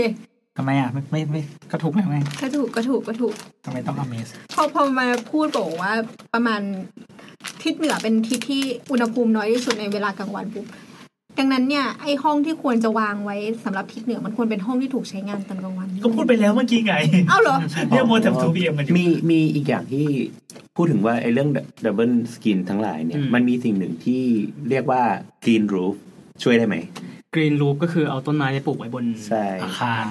ทำไมอ่ะ ไม่ไม่ไม่ก็ถูกแล้วไง ก็ถูกก็ถูกก็ถูก ทำไมต้องอเมส พอพอมาพูดบอกว่าประมาณทิศเหนือเป็นทิศที่อุณหภูมิน้อยที่สุดในเวลากลางวันปุ๊บดังนั้นเนี่ยไอห้องที่ควรจะวางไว้สำหรับทิศเหนือมันควรเป็นห้องที่ถูกใช้งานตอนกลางวัน ก็พูดไปแล้วเมื่อกี้ไง เอ้าเหรอ เนี่ยมัวแต่ทูบีเอ็มกันอยู่ มีมีอีกอย่างที่พูดถึงว่าไอ้เรื่องดับเบิลสกินทั้งหลายเนี่ย มันมีสิ่งหนึ่งที่เรียกว่ากรีนรูฟช่วยได้ไหม กรีนรูปก็คือเอาต้นไม้ไปปลูกไว้บน ใช่ อาคาร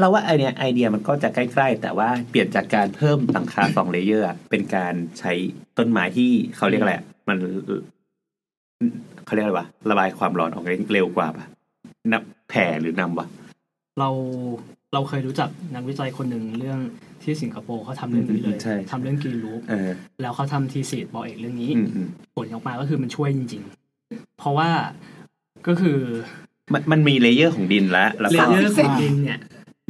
เราว่าไอเนี้ยไอเดียมันก็จะใกล้ๆ แต่ว่าเปลี่ยนจากการเพิ่มหลังคาสองเลเยอร์อะเป็นการใช้ต้นไม้ที่เขาเรียกอะไรอะมันเขาเรียกอะไรวะระบายความร้อนออกได้เร็วกว่าปะนับแผ่หรือนำวะ เราเราเคยรู้จักนักวิจัยคนหนึ่งเรื่องที่สิงคโปร์เขาทำเรื่องนี้เลย ใช่ ทำเรื่องกรีนรูป เออ แล้วเขาทำทีสิทธ์บอกเอกเรื่องนี้ อืมอืม ผลออกมาก็คือมันช่วยจริง ๆ เพราะว่าก็คือ มันมันมีเลเยอร์ของดินแล้วแล้ว เล ก็ เยอร์ของดินเนี่ย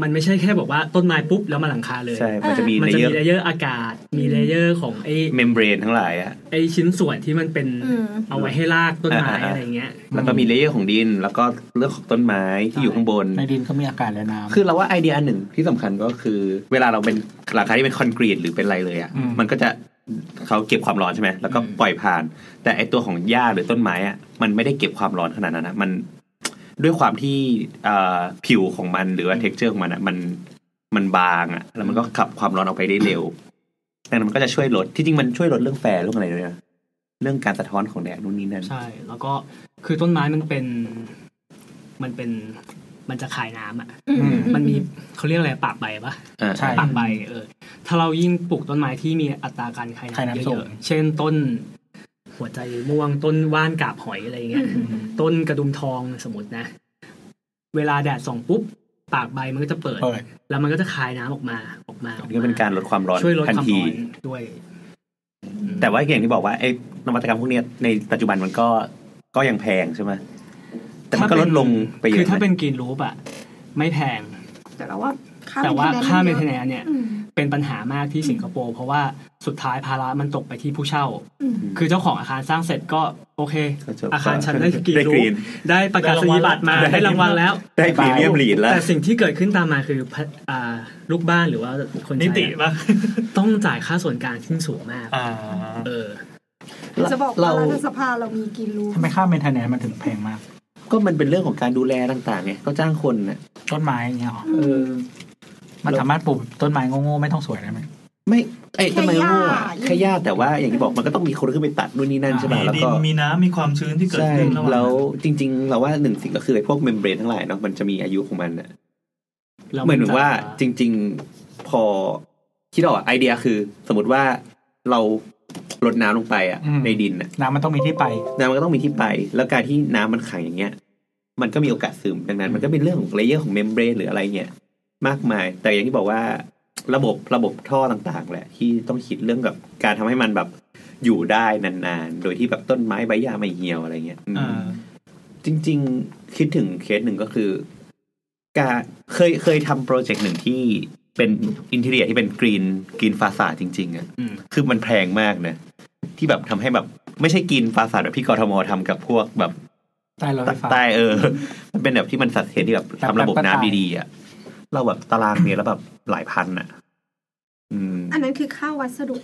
มันไม่ใช่แค่บอกว่าต้นไม้ปุ๊บแล้วมาหลังคาเลย ใช่ มันจะมี มัน เล จะ เยอ มี ร์ เลเยอร์อากาศ มีเลเยอร์ของไอ้ เมมเบรนทั้งหลายอะ ไอ้ชิ้นส่วนที่มันเป็น อืม เอาไว้ให้รากต้นไม้อะไรเงี้ย แล้วก็มีเลเยอร์ของดิน แล้วก็เรื่องของต้นไม้ที่อยู่ข้างบน ในดินก็มีอากาศและน้ำ คือเราว่าไอเดียอันหนึ่งที่สำคัญก็คือ เวลาเราเป็นหลังคาที่เป็นคอนกรีตหรือเป็นอะไรเลยอ่ะ อืม มันก็จะเขาเก็บความร้อนใช่ไหมแล้วก็ อืม ปล่อยผ่าน แต่ไอตัวของหญ้าหรือต้นไม้อ่ะมันไม่ได้เก็บความร้อนขนาดนั้นนะมันด้วยความที่เอ่อผิวของมันหรือว่าเท็กเจอร์ของมันอ่ะมันมันบางอ่ะแล้วมันก็ขับความร้อนออกไปได้เร็วดังนั้นมันก็จะช่วยลดที่จริงมันช่วยลดเรื่องแฟร์เรื่องอะไรด้วยนะเรื่องการสะท้อนของแดดนู่นนี่นั่น ใช่ แล้วก็คือต้นไม้มันเป็น มันเป็น มันจะขายน้ำอ่ะ อืม มันมีเขาเรียกอะไรปากใบปะ อ่า ใช่ ปากใบเออ ถ้าเรายิ่งปลูกต้นไม้ที่มีอัตราการขาย ขาย น้ำ น้ำสู เย ง อะๆเช่นต้น หัวใจม่วงต้นว่านกาบหอยอะไรเงี้ย ต้นกระดุมทองสมมตินะ เวลาแดดส่องปุ๊บ ปากใบมันก็จะเปิด เปิด แล้วมันก็จะคายน้ำออกมาออกมาออ นี่ก็เป็นการลดความร้อน ช่วยลด ทัน ความ ที ร้อนด้วย แต่ว่าอย่างที่บอกว่าไอ้นวัตกรรมพวกเนี้ยในปัจจุบันมันก็ก็ยังแพงใช่ไหมแต่มันก็ลดลงไปเย คือ อะ ถ้า นะ เป็นกรีนรูปอะไม่แพง แต่เราว่าค่า แต่ว่าค่าเมนเทน เย แน อะ นเนี่ย อืม เป็นปัญหามากที่สิงคโปร์เพราะว่าสุดท้ายภาระมันตกไปที่ผู้เช่า อืม คือเจ้าของอาคารสร้างเสร็จก็โอเค ก็จบ อาคารฉันได้กรีน ได้ก รู รี ป น ได้ประกาศนียบัตรมา ได้ ได้รางวัลแล้ว ได้พรีเมียมลีดแล้ว แต่สิ่งที่เกิดขึ้นตามมาคือพะอ่าลูกบ้านหรือว่าคน นิ ใช้ ติ อะ ปะ ต้องจ่ายค่าส่วนกลางที่สูงมาก อ่า เออ จะบอกว่ารัฐสภาเรามีกินรู ทำไมค่าเมนเทนแนนมันถึงแพงมาก ก็มันเป็นเรื่องของการดูแลต่างๆไงก็จ้างคนนะ ต้นไม้อย่างเงี้ยหรอ เออ มันสามารถปลูกต้นไม้โง่ๆไม่ต้องสวยได้ไหม ไม่ไอ้ทำไม แค่หญ้า โง่อะแค่หญ้าแต่ว่าอย่างที่บอกมันก็ต้องมีคนขึ้นไปตัดนู่นนี่นั่นใช่ไหม มี แล้ว ดิน ก็ มีน้ำมีความชื้นที่เกิด ใช่ ขึ้นระหว่า แล้ ง วจริง ๆ เราว่าหนึ่งสิ่งก็คือไอ้พวกเมมเบรนทั้งหลายเนาะมันจะมีอายุของมันอะ แล้ว เหมือน จะ ว่าจริง ๆ พอคิดออกอะไอเดียคือ สมมติว่าเราลดน้ำลงไปอะ อืม ในดินอะ น้ำมันต้องมีที่ไป น้ำมันก็ต้องมีที่ไป แล้วการที่น้ำมันขังอย่างเงี้ย มันก็มีโอกาสซึมดังนั้น มันก็เป็นเรื่องของเลเยอร์ของเมมเบรนหรืออะไรเงี้ยมากมาย แต่อย่างที่บอกว่า ระบบระบบท่อต่างๆ แหละ ที่ต้องคิดเรื่องกับการทำให้มันแบบอยู่ได้นานๆ โดยที่แบบต้นไม้ใบหญ้าไม่เหี่ยวอะไรเงี้ยอืม อ่า จริงๆ คิดถึงเคสหนึ่งก็คือ การเคยเคยทำโปรเจกต์หนึ่งที่เป็นอินเทเรียที่เป็นกรีนกรีนฟาสาจริง ๆอะ่ะ อืม คือมันแพงมากนะที่แบบทำให้แบบ ไม่ใช่กรีนฟาสาแบบที่กทมทำกับพวกแบบ ใต้รถไฟฟ้า ใต้เออ มันเป็นแบบที่มันสัดเสียที่แบบทำระบบน้ำดีๆอะ่ะเราแบบตารางเมตรแล้วแบบหลายพันอะ่ะ อืม อันนั้นคือค่าวัสดุ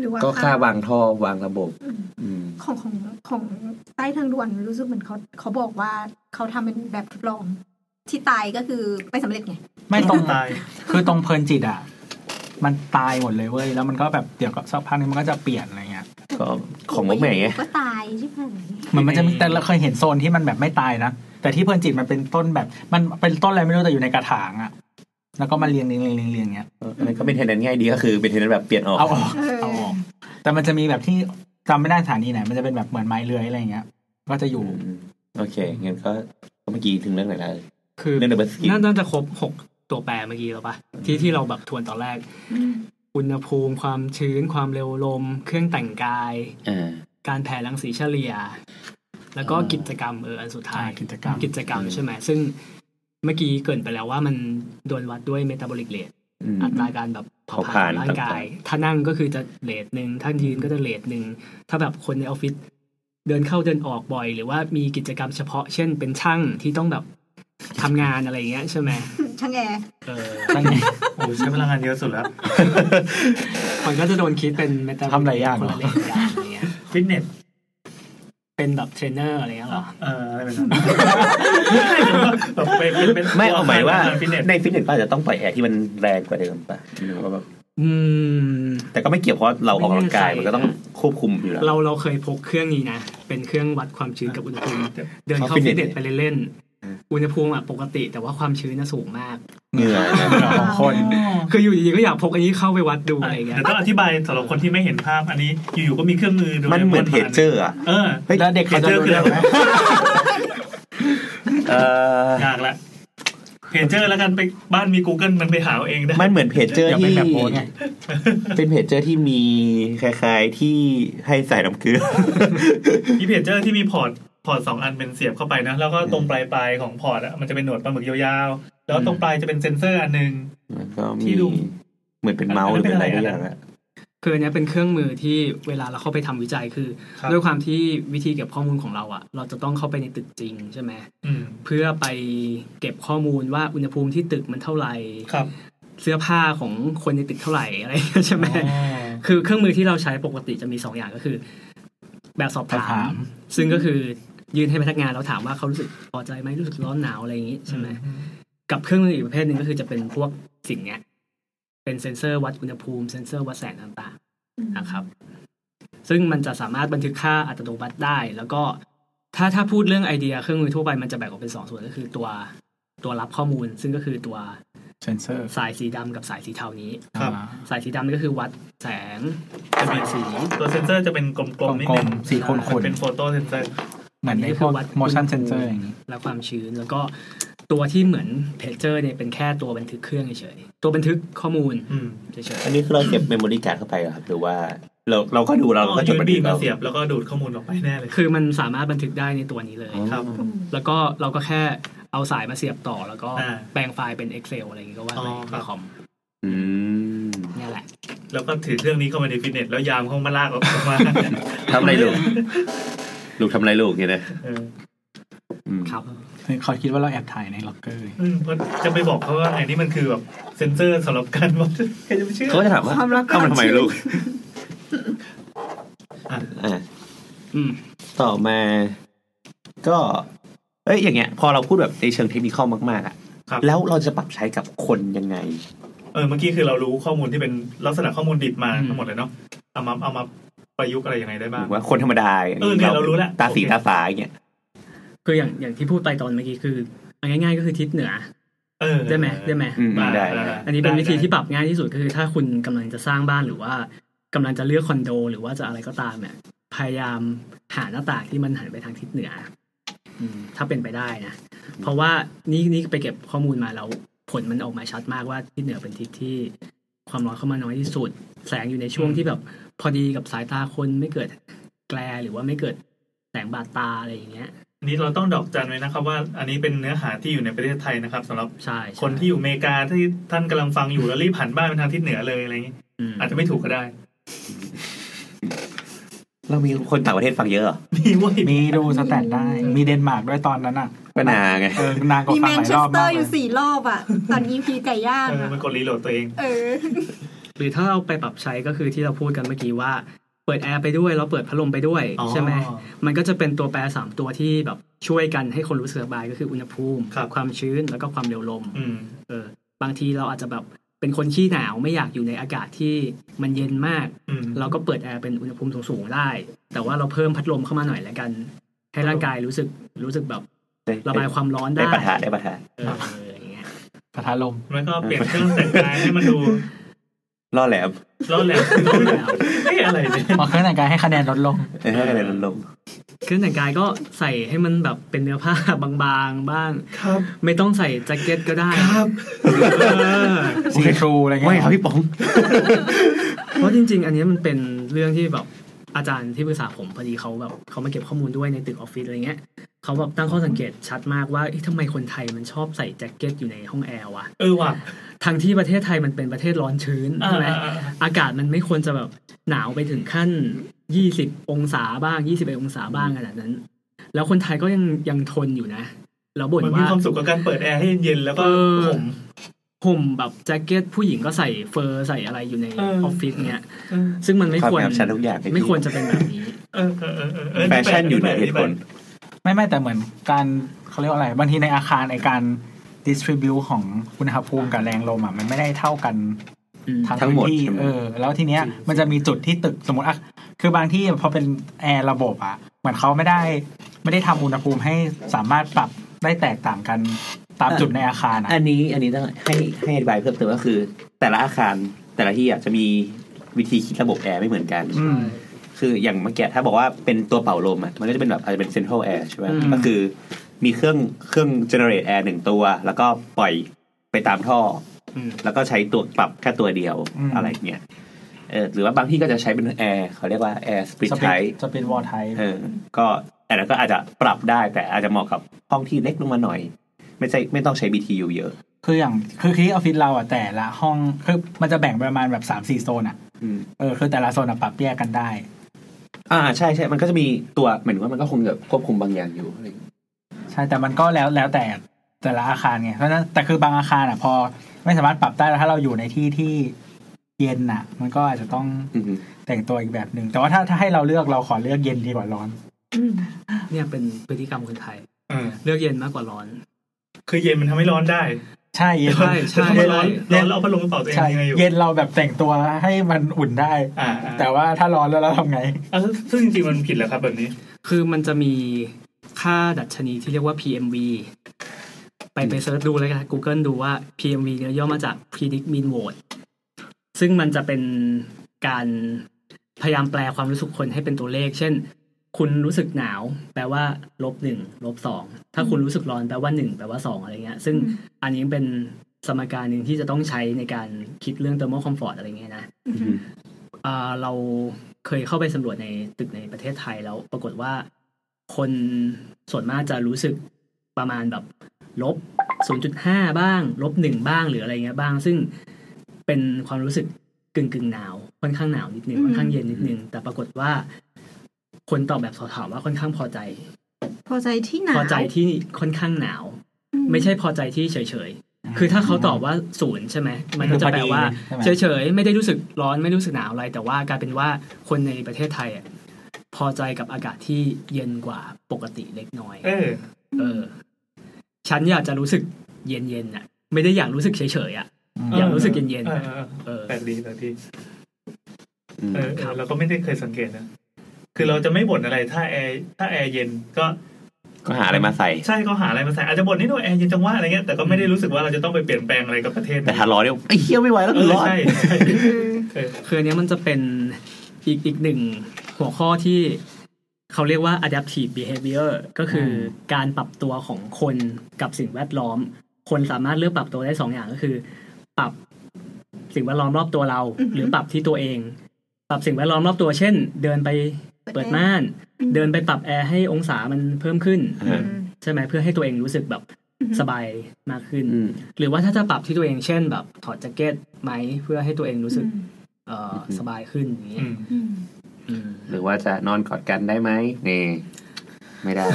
หรือว่า ก็ค่าวางท่อวางระบบ อืม ของของของใต้ทางด่วนรู้สึกเหมือนเขาเขาบอกว่าเขาทำเป็นแบบทดลอง ที่ตายก็คือไม่สำเร็จไง ไม่ตรง ตาย คือตรงเพลินจิตอ่ะ มันตายหมดเลยเว้ย แล้วมันก็แบบเดี๋ยวก็สักพักนึงมันก็จะเปลี่ยนอะไรเงี้ย ก็ของมันใหม่ไง ก็ตายใช่ไหม เหมือนมันจะมีแต่เราเคยเห็นโซนที่มันแบบไม่ตายนะ แต่ที่เพลินจิตมันเป็นต้นแบบ มันเป็นต้นอะไรไม่รู้แต่อยู่ในกระถางอ่ะ แล้วก็มาเรียงเรียงเรียงเรียงเรียงเงี้ย เอออันนั้นก็เป็นเทนเนนง่ายดีก็คือเป็นเทนเนนแบบเปลี่ยนออก เอาออกเอาออก แต่มันจะมีแบบที่จำไม่ได้สถานีไหน มันจะเป็นแบบเหมือนไม้เลื้อยอะไรเงี้ย ก็จะอยู่ โอเคงั้นก็เมื่อกี้ถึงเรื่องไหนแล้ว คือ เรื่องเดบัสกี น่าน่าจะครบหกตัวแปรเมื่อกี้แล้วปะที่ที่เราแบบทวนตอนแรก อุณหภูมิความชื้นความเร็วลม เครื่องแต่งกาย อ่า การแผ่รังสีเฉลี่ย แล้วก็ อ่ากิ กิจกรรมเอออันสุดท้า อ่าย กิจกรรม กิจกรรมใช่ไหมซึ่งเมื่อกี้เกรินไปแล้วว่ามันโดนวัดด้วยเมตาบอลิกเรท อืม อัตราการแบบเผา เผา ผลา ผลาญญร่างกาย ถ้านั่งก็คือจะเรทหนึ่งถ้ายืนก็จะเรทหนึ่งถ้าแบบคนในออฟฟิศเดินเข้าเดินออกบ่อย หรือว่ามีกิจกรรมเฉพาะ เช่นเป็นช่างที่ต้องแบบทำงานอะไรอย่างเงี้ยใช่ไหม ช่างแอร์ เออ นั่นไง โอ้ใช้พลังงานเยอะสุดแล้ว มันก็จะโดนคิดเป็นเมตา ทำหลายอย่าง คนละเรทอย่างอะไรเงี้ย ฟิตเนส เป็นแบบเทรนเนอร์อะไรเงี้ยเหรอ เอ่ออะไรแบบนั้น แบบเป็นเป็นเป็น ไม่เอาหมายว่า ตัวอครฟิตเนส ในฟิตเนสก็อาจจะต้องปล่อยแอร์ที่มันแรงกว่าเดิมป่ะหรือว่าแบบ อืม แต่ก็ไม่เกี่ยวเพราะเราออกกำลังกาย ไม่แน่ใจ มันก็ต้องควบคุมอยู่แล้ว เราเราเคยพกเครื่องนี้นะ เป็นเครื่องวัดความชื้นกับอุณหภูมิเดินเข้า เข้าฟิ ฟิต ต เน เน ส ส ไปเล่นๆอุณหภูมิอ่ะปกติ แต่ว่าความชื้นน่ะสูงมาก เหงื่อนะ ของคน คืออยู่ดีๆก็อยากพกอันนี้เข้าไปวัดดูอะไรอย่างเงี้ย เดี๋ยวต้องอธิบายสำหรับคนที่ไม่เห็นภาพอันนี้อยู่ๆก็มีเครื่องมือดู มันเหมือนเพจเจอร์อะ เออ เฮ้ย แล้วเด็กเขาจะรู้เรื่องไหม เออย ากละเพจเจอร์แล้วกันไปบ้านมี Google มันไปหาเอาเองได้ มันเหมือนเพจเจอร์ อย่าไป ที่ แบบโพสไง เป็นเพจเจอร์ที่มีคล้ายๆที่ให้ใส่น้ำเกลือ มีเพจเจอร์ที่มีพอร์ตพอร์ตสองอันเป็นเสียบเข้าไปนะ แล้วก็ตรงปลายๆของพอร์ตอะมันจะเป็นหนวดปลาหมึกยาว แล้วตรงปลายจะเป็นเซ็นเซอร์อันหนึง แล้วก็ ที่ มี ดู เหมือนเป็นเมาส์หรือเป็นอะไร อั ด้วน ย นั้ อน ย่าง เป็นอะไร อะ คืออันเนี้ยเป็นเครื่องมือที่เวลาเราเข้าไปทำวิจัยคือ ครับ ด้วยความที่วิธีเก็บข้อมูลของเราอะเราจะต้องเข้าไปในตึกจริงใช่ไหม อืม เพื่อไปเก็บข้อมูลว่าอุณหภูมิที่ตึกมันเท่าไหร่ ครับ เสื้อผ้าของคนในตึกเท่าไหร่อะไรอย่างเงี้ยใช่ไหม อ๋อ คือเครื่องมือที่เราใช้ปกติจะมีสองอย่างก็คือ แบบสอบถา สอบถาม ม ซึ่งก็คือยื่นให้พนักงานแล้วถามว่าเขารู้สึกพอใจไหมรู้สึกร้อนหนาวอะไรอย่างงี้ใช่ไหมกับเครื่องมืออีกประเภทหนึ่งก็คือจะเป็นพวกสิ่งเนี้ยเป็นเซ็นเซอร์วัดอุณหภูมิเซ็นเซอร์วัดแสงต่างๆนะครับ ซึ่งมันจะสามารถบันทึกค่าอัตโนมัติได้ แล้วก็ถ้าถ้าพูดเรื่องไอเดียเครื่องมือทั่วไปมันจะแบ่งออกเป็นสองส่วนก็คือตัวตัวรับข้อมูล ซึ่งก็คือตัว เซนเซอร์ สายสีดำกับสายสีเทานี้ ครับ อ่า สายสีดำนี่ก็คือวัดแสงจะมีสี ตัวเซ็นเซอร์จะเป็นกลมๆนิด กล นึ ม ง ๆสีคน ๆ ข มัน น เป็นโฟโต้เซ็นเซอร์ เหมือนในพวก motion sensor อย่างนี้ และความชื้น แล้วก็ตัวที่เหมือนเพจเจอร์เนี่ยเป็นแค่ตัวบันทึกเครื่องเฉยๆตัวบันทึกข้อมูล อืม เฉย อันนี้คือเราเก็บเมมโมรี่การ์ดเข้าไปเหรอครับหรือว่าเราเราก็ดูเรา เอา ก็จด USB บันทึก มา เรา เสียบแล้วก็ดูดข้อมูลออกไปแน่เลย ๆคือมันสามารถบันทึกได้ในตัวนี้เลย ครับ แล้วก็เราก็แค่เอาสายมาเสียบต่อ แล้วก็ อ่า แปลงไฟล์เป็น Excel อะไรอย่างงี้ก็ว่า อ๋ ไป อครับ ในคอม อืม เนี่ยแหละ แล้วก็ถือเครื่องนี้เข้ามาในฟิตเนส แล้วยามเข้ามาลากออกมา ทำอะไรลูก ลูกทำอะไรลูกเนี่ยนะ เออ อืม ครับ เขาคิดว่าเราแอบถ่ายในล็อกเกอร์ อืมก็จะไปบอกเขาว่าไอ้นี่มันคือแบบเซ็นเซอร์สำหรับการวัด ใครจะไปเชื่อ เขาจะถามว่า ความรัก เข้ามาทำไมลูกอ่า อืม ต่อมาก็เอ้ยอย่างเงี้ย พอเราพูดแบบในเชิงเทคนิคอลมากๆอะ ครับ แล้วเราจะปรับใช้กับคนยังไง เออเมื่อกี้คือเรารู้ข้อมูลที่เป็นลักษณะข้อมูลดิบมาทั้งหมดเลยเนาะเอามาเอามาประยุกต์อะไรยังไงได้ ห บ้าง รือว่าคนธรรมดา เออเนี่ยเรารู้แล้ว ตาสี โอเค ตาสาอย่างเงี้ย คืออย่างอย่างที่พูดไปตอนเมื่อกี้คือเอาง่าย ๆ ก็คือทิศเหนือ เออ ได้ไหมได้ไหม อืม อ่า ได้ อันนี้เป็นวิธีที่ปรับง่ายที่สุดก็คือถ้าคุณกำลังจะสร้างบ้านหรือว่ากำลังจะเลือกคอนโด หรือว่าจะอะไรก็ตามเนี่ยพยายามหาหน้าต่างที่มันหันไปทางทิศเหนือ อืม ถ้าเป็นไปได้นะ เพราะว่านี่นี่ไปเก็บข้อมูลมาแล้วผลมันออกมาชัดมากว่าทิศเหนือเป็นทิศที่ความร้อนเข้ามาน้อยที่สุด แสงอยู่ในช่วงที่แบบพอดีกับสายตาคนไม่เกิดแกลหรือว่าไม่เกิดแสงบาดตาอะไรอย่างเงี้ย อันนี้เราต้องดอกจันไว้นะครับว่า อันนี้เป็นเนื้อหาที่อยู่ในประเทศไทยนะครับสำหรับ ใช่ใช่ คนที่อยู่อเมริกาที่ท่านกำลังฟังอยู่แล้วรีบหันบ้านไปทางทิศเหนือเลยอะไรอย่างนี้ อืม อาจจะไม่ถูกก็ได้ เรามีคนต่างประเทศฟังเยอะเหรอ มีเว้ย มีดูสแตทได้ มีเดนมาร์กด้วยตอนนั้นอ่ะ ก็นาไง เออนางก็ มี ฟั แมนงหลาย เช ร ส อบ เตอ มาก ร์อ เล ยู่ ย สี่รอบ อ่ะ ตอน EP ไก่ย่าง เออ อะ มันกดรีโหลดตัวเอง เออ หรือถ้าเราไปปรับใช้ก็คือที่เราพูดกันเมื่อกี้ว่า เปิดแอร์ไปด้วยแล้วเปิดพัดลมไปด้วย อ๋อ ใช่ไหมมันก็จะเป็นตัวแปรสามตัวที่แบบช่วยกันให้คนรู้สึกสบายก็คืออุณหภูมิ ครับ ความชื้นแล้วก็ความเร็วลม อืม เออบางทีเราอาจจะแบบเป็นคนขี้หนาวไม่อยากอยู่ในอากาศที่มันเย็นมาก อืม เราก็เปิดแอร์เป็นอุณหภูมิสูงๆได้ แต่ว่าเราเพิ่มพัดลมเข้ามาหน่อยแล้วกัน ให้ร่างกายรู้สึกรู้สึกแบบระบายความร้อน ได้ ได้ ปะทะได้ปะทะ เออเอออย่างเงี้ย ปะทะลม แล้วก็เปลี่ยนเครื่องแต่งกายให้มันดู ล่อแหลม ร้อนแหลมร้อนแหลมเอ้ยอะไรเนี่ย พอเครื่องแต่งกายให้คะแนนลดลง เออให้คะแนนลดลง เครื่องแต่งกายก็ใส่ให้มันแบบเป็นเนื้อผ้าบางๆบ้าง ครับ ไม่ต้องใส่แจ็คเก็ตก็ได้ ครับ เออ สีทรูอะไรเงี้ย ไม่ครับพี่ป๋อง เพราะจริง ๆ อันนี้มันเป็นเรื่องที่แบบอาจารย์ที่ปรึกษาผมพอดีเขาแบบเขามาเก็บข้อมูลด้วยในตึกออฟฟิศอะไรเงี้ยเขาแบบตั้งข้อสังเกตชัดมากว่าเอ๊ะทำไมคนไทยมันชอบใส่แจ็คเก็ตอยู่ในห้องแอร์วะ เออว่ะ ทั้งที่ประเทศไทยมันเป็นประเทศร้อนชื้น อ่า ใช่ไหม อ่าอ่า อากาศมันไม่ควรจะแบบหนาวไปถึงขั้น 20 องศาบ้าง 21 องศาบ้างขนาดนั้น แล้วคนไทยก็ยังยังทนอยู่นะแล้วบ่น มันมี ว่า ความสุขกับการเปิดแอร์ให้เย็นๆแล้วก็ เออ ผม ห่มแบบแจ็คเก็ตผู้หญิงก็ใส่เฟอร์ใส่อะไรอยู่ใน เอ อ อ อฟฟิศเนี้ย เออ ซึ่งมันไม่ ความ ควร งามชั้นทุกอย่างไอ้พี่ ไม่ควรจะเป็นแบบนี้ เออเออเออเออเออ แฟชั่นอยู่ในเหตุผล ไม่ไม่แต่เหมือนการเขาเรียกว่าอะไร บางทีในอาคารไอการดิสทริบิวของอุณหภูมิกับแรงลมอ่ะมันไม่ได้เท่ากัน อืม ทั้ง ทั้งหมด พื้นที่ ใช่ไหม เออ แล้วทีเนี้ยมันจะมีจุดที่ตึกสมมติอ่ะคือบางที่พอเป็นแอร์ระบบอ่ะเหมือนเขาไม่ได้ไม่ได้ทำอุณหภูมิให้สามารถปรับได้แตกต่างกันตามจุดในอาคารอ่ะ อันนี้อันนี้ต้องให้ให้อธิบายเพิ่มเติมก็คือ แต่ละอาคารแต่ละที่อาจจะมีวิธีคิดระบบแอร์ไม่เหมือนกัน อืม คืออย่างเมื่อกี้ถ้าบอกว่าเป็นตัวเป่าลมอ่ะมันก็จะเป็นแบบอาจจะเป็นเซนทรัลแอร์ใช่ไหม อืม ก็คือมีเครื่องเครื่องเจเนเรตแอร์หนึ่งตัว แล้วก็ปล่อยไปตามท่อ อืม แล้วก็ใช้ตัวปรับแค่ตัวเดียว อืม อะไรเงี้ยเออหรือว่าบางที่ก็จะใช้เป็นแอร์เขาเรียกว่าแอร์สปริตไท จะเป็นวอลไทป์ เออก็อันนั้นก็อาจจะปรับได้แต่อาจจะเหมาะกับห้องที่เล็กลงมาหน่อย ไม่ใช่ไม่ต้องใช้ BTU เยอะ คืออย่างคือที่ออฟฟิศเราอ่ะแต่ละห้องคือมันจะแบ่งประมาณแบบสามสี่โซนอ่ะ อืม เออคือแต่ละโซนอะปรับแยกกันได้ อ่าใช่ใช่มันก็จะมีตัวหมายถึงว่ามันก็คงจะควบคุมบางอย่างอยู่อะไรอย่างเงี้ย ใช่แต่มันก็แล้วแล้วแต่แต่ละอาคารไงเพราะฉะนั้นแต่คือบางอาคารอ่ะพอไม่สามารถปรับได้แล้วถ้าเราอยู่ในที่ที่เย็นอ่ะ มันก็อาจจะต้อง อืม แต่งตัวอีกแบบหนึ่งแต่ว่าถ้าถ้าให้เราเลือกเราขอเลือกเย็นดีกว่าร้อน เนี่ยเป็นพฤติกรรมคนไทย เออ เลือกเย็นมากกว่าร้อน คือเย็นมันทำให้ร้อนได้ ใช่เย็น ใช่ใช่ แต่ถ้ามันร้อนร้อนแล้วเอาพัดลมมาเป่าตัวเอง ใช่ ยังไงอยู่ เย็นเราแบบแต่งตัวให้มันอุ่นได้ อ่าแต่ แต่ว่าถ้าร้อนแล้วเราทำไง าซึ่งจริงๆมันผิดแล้วครับแบบนี้ คือมันจะมีค่าดัชนีที่เรียกว่า PMV ไปไปเซิร์ชดูเลยค่ะ Google ดูว่า PMV เนี่ยย่อมาจาก Predict Mean Vote ซึ่งมันจะเป็นการพยายามแปลความรู้สึกคนให้เป็นตัวเลข เช่น คุณรู้สึกหนาว แปลว่าลบหนึ่งลบสองถ้าคุณรู้สึกร้อนแปลว่าหนึ่งแปลว่าสองอะไรเงี้ย ซึ่งอันนี้เป็นสมการหนึ่งที่จะต้องใช้ในการคิดเรื่อง thermal comfort อะไรเงี้ยนะ อืม อ่าเราเคยเข้าไปสำรวจในตึกในประเทศไทยแล้ว ปรากฏว่าคนส่วนมากจะรู้สึกประมาณแบบลบ 0.5 บ้าง ลบหนึ่งบ้างหรืออะไรเงี้ยบ้าง ซึ่งเป็นความรู้สึกกึ่งกึ่งๆหนาว ค่อนข้างหนาวนิดนึงค่อนข้างเย็นนิดนึง แต่ปรากฏว่า คนตอบแบบสอบถามว่าค่อนข้างพอใจ พอใจที่หนาว พอใจที่ค่อนข้างหนาว ไม่ใช่พอใจที่เฉยๆ คือถ้าเขาตอบว่าศูนย์ใช่ไหม มันก็จะแปลว่า คือพอดี เฉ เลย ยๆ ไม่ได้รู้สึกร้อนไม่รู้สึกหนาวอะไร แต่ว่ากลายเป็นว่าคนในประเทศไทยอะพอใจกับอากาศที่เย็นกว่าปกติเล็กน้อย เออ เออ ฉันอยากจะรู้สึกเย็นๆน่ะ ไม่ได้อยากรู้สึกเฉยๆอ่ะ อืม อยากรู้สึกเย็น เอ ๆ อ น่ะ เออ เออ เออแปลกดีแปลกดี อืม เออเออเราก็ไม่ได้เคยสังเกตนะ คือเราจะไม่บ่นอะไรถ้าแอร์ถ้าแอร์เย็นก็ ก็หาอะไรมาใส่ ใช่ก็หาอะไรมาใส่อาจจะบ่นนิดหน่อยแอร์เย็นจังว่าอะไรเงี้ยแต่ก็ไม่ได้รู้สึกว่าเราจะต้องไปเปลี่ยนแปลงอะไรกับประเทศ แต่ถ้าร้อนเนี่ยไอ้เหี้ยไม่ไหวแล้ว เอ กู อ ร้อน ใช่ใช่เออ คืออันเนี้ยมันจะเป็นอีกอีกหนึ่งหัวข้อที่เขาเรียกว่า adaptive behavior ก็คืออการปรับตัวของคนกับสิ่งแวดล้อม คนสามารถเลือกปรับตัวได้สองอย่างก็คือ ปรับสิ่งแวดล้อมรอบตัวเรา หรือปรับที่ตัวเอง ปรับสิ่งแวดล้อมรอบตัว เช่น เดินไปเปิดม่าน เดินไปปรับแอร์ให้องศามันเพิ่มขึ้น อ่า ใช่ไหมเพื่อให้ตัวเองรู้สึกแบบสบายมากขึ้น อืม หรือว่าถ้าจะปรับที่ตัวเองเช่น แบบถอดแจ็คเก็ตไหมเพื่อให้ตัวเองรู้สึก เอ่ออ ม สบายขึ้นอย่างเงี้ อื ย ม อืม หรือว่าจะนอนกอดกันได้ไหมนี่ ไม่ ได้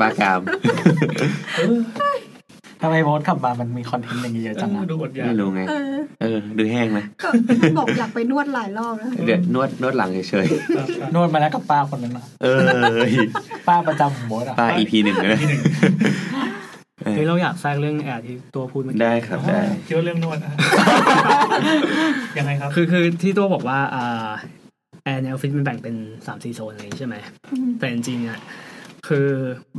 บ้ากาม เออ ทำไมโพสต์ขับมามันมีคอนเทนต์อย่างนี้เยอะจังอะ ดูอดอยาก ไม่รู้ไง เออ เออ ดูแห้งไหม ก็บอกอยากไปนวดหลายรอบแล้ว เดี๋ยวนวดนวดหลังเฉย นวดมาแล้วกับป้าคนนั้นอะ ๆเออ ป้าประจำของโบสอ่ะ ป้า EP หนึ่งนะ เฮ้ยเราอยากแทรกเรื่องแอดที่ตัวพูดเมื่อกี้ ได้ครับได้ คิดว่าเรื่องนวดนะยังไงครับ คือคือที่ตัวบอกว่าอ่าแอร์ในออฟฟิศมันแบ่งเป็นสามสี่โซนอะไรอย่างงี้ใช่ไหมแต่จริงๆอ่ะคือ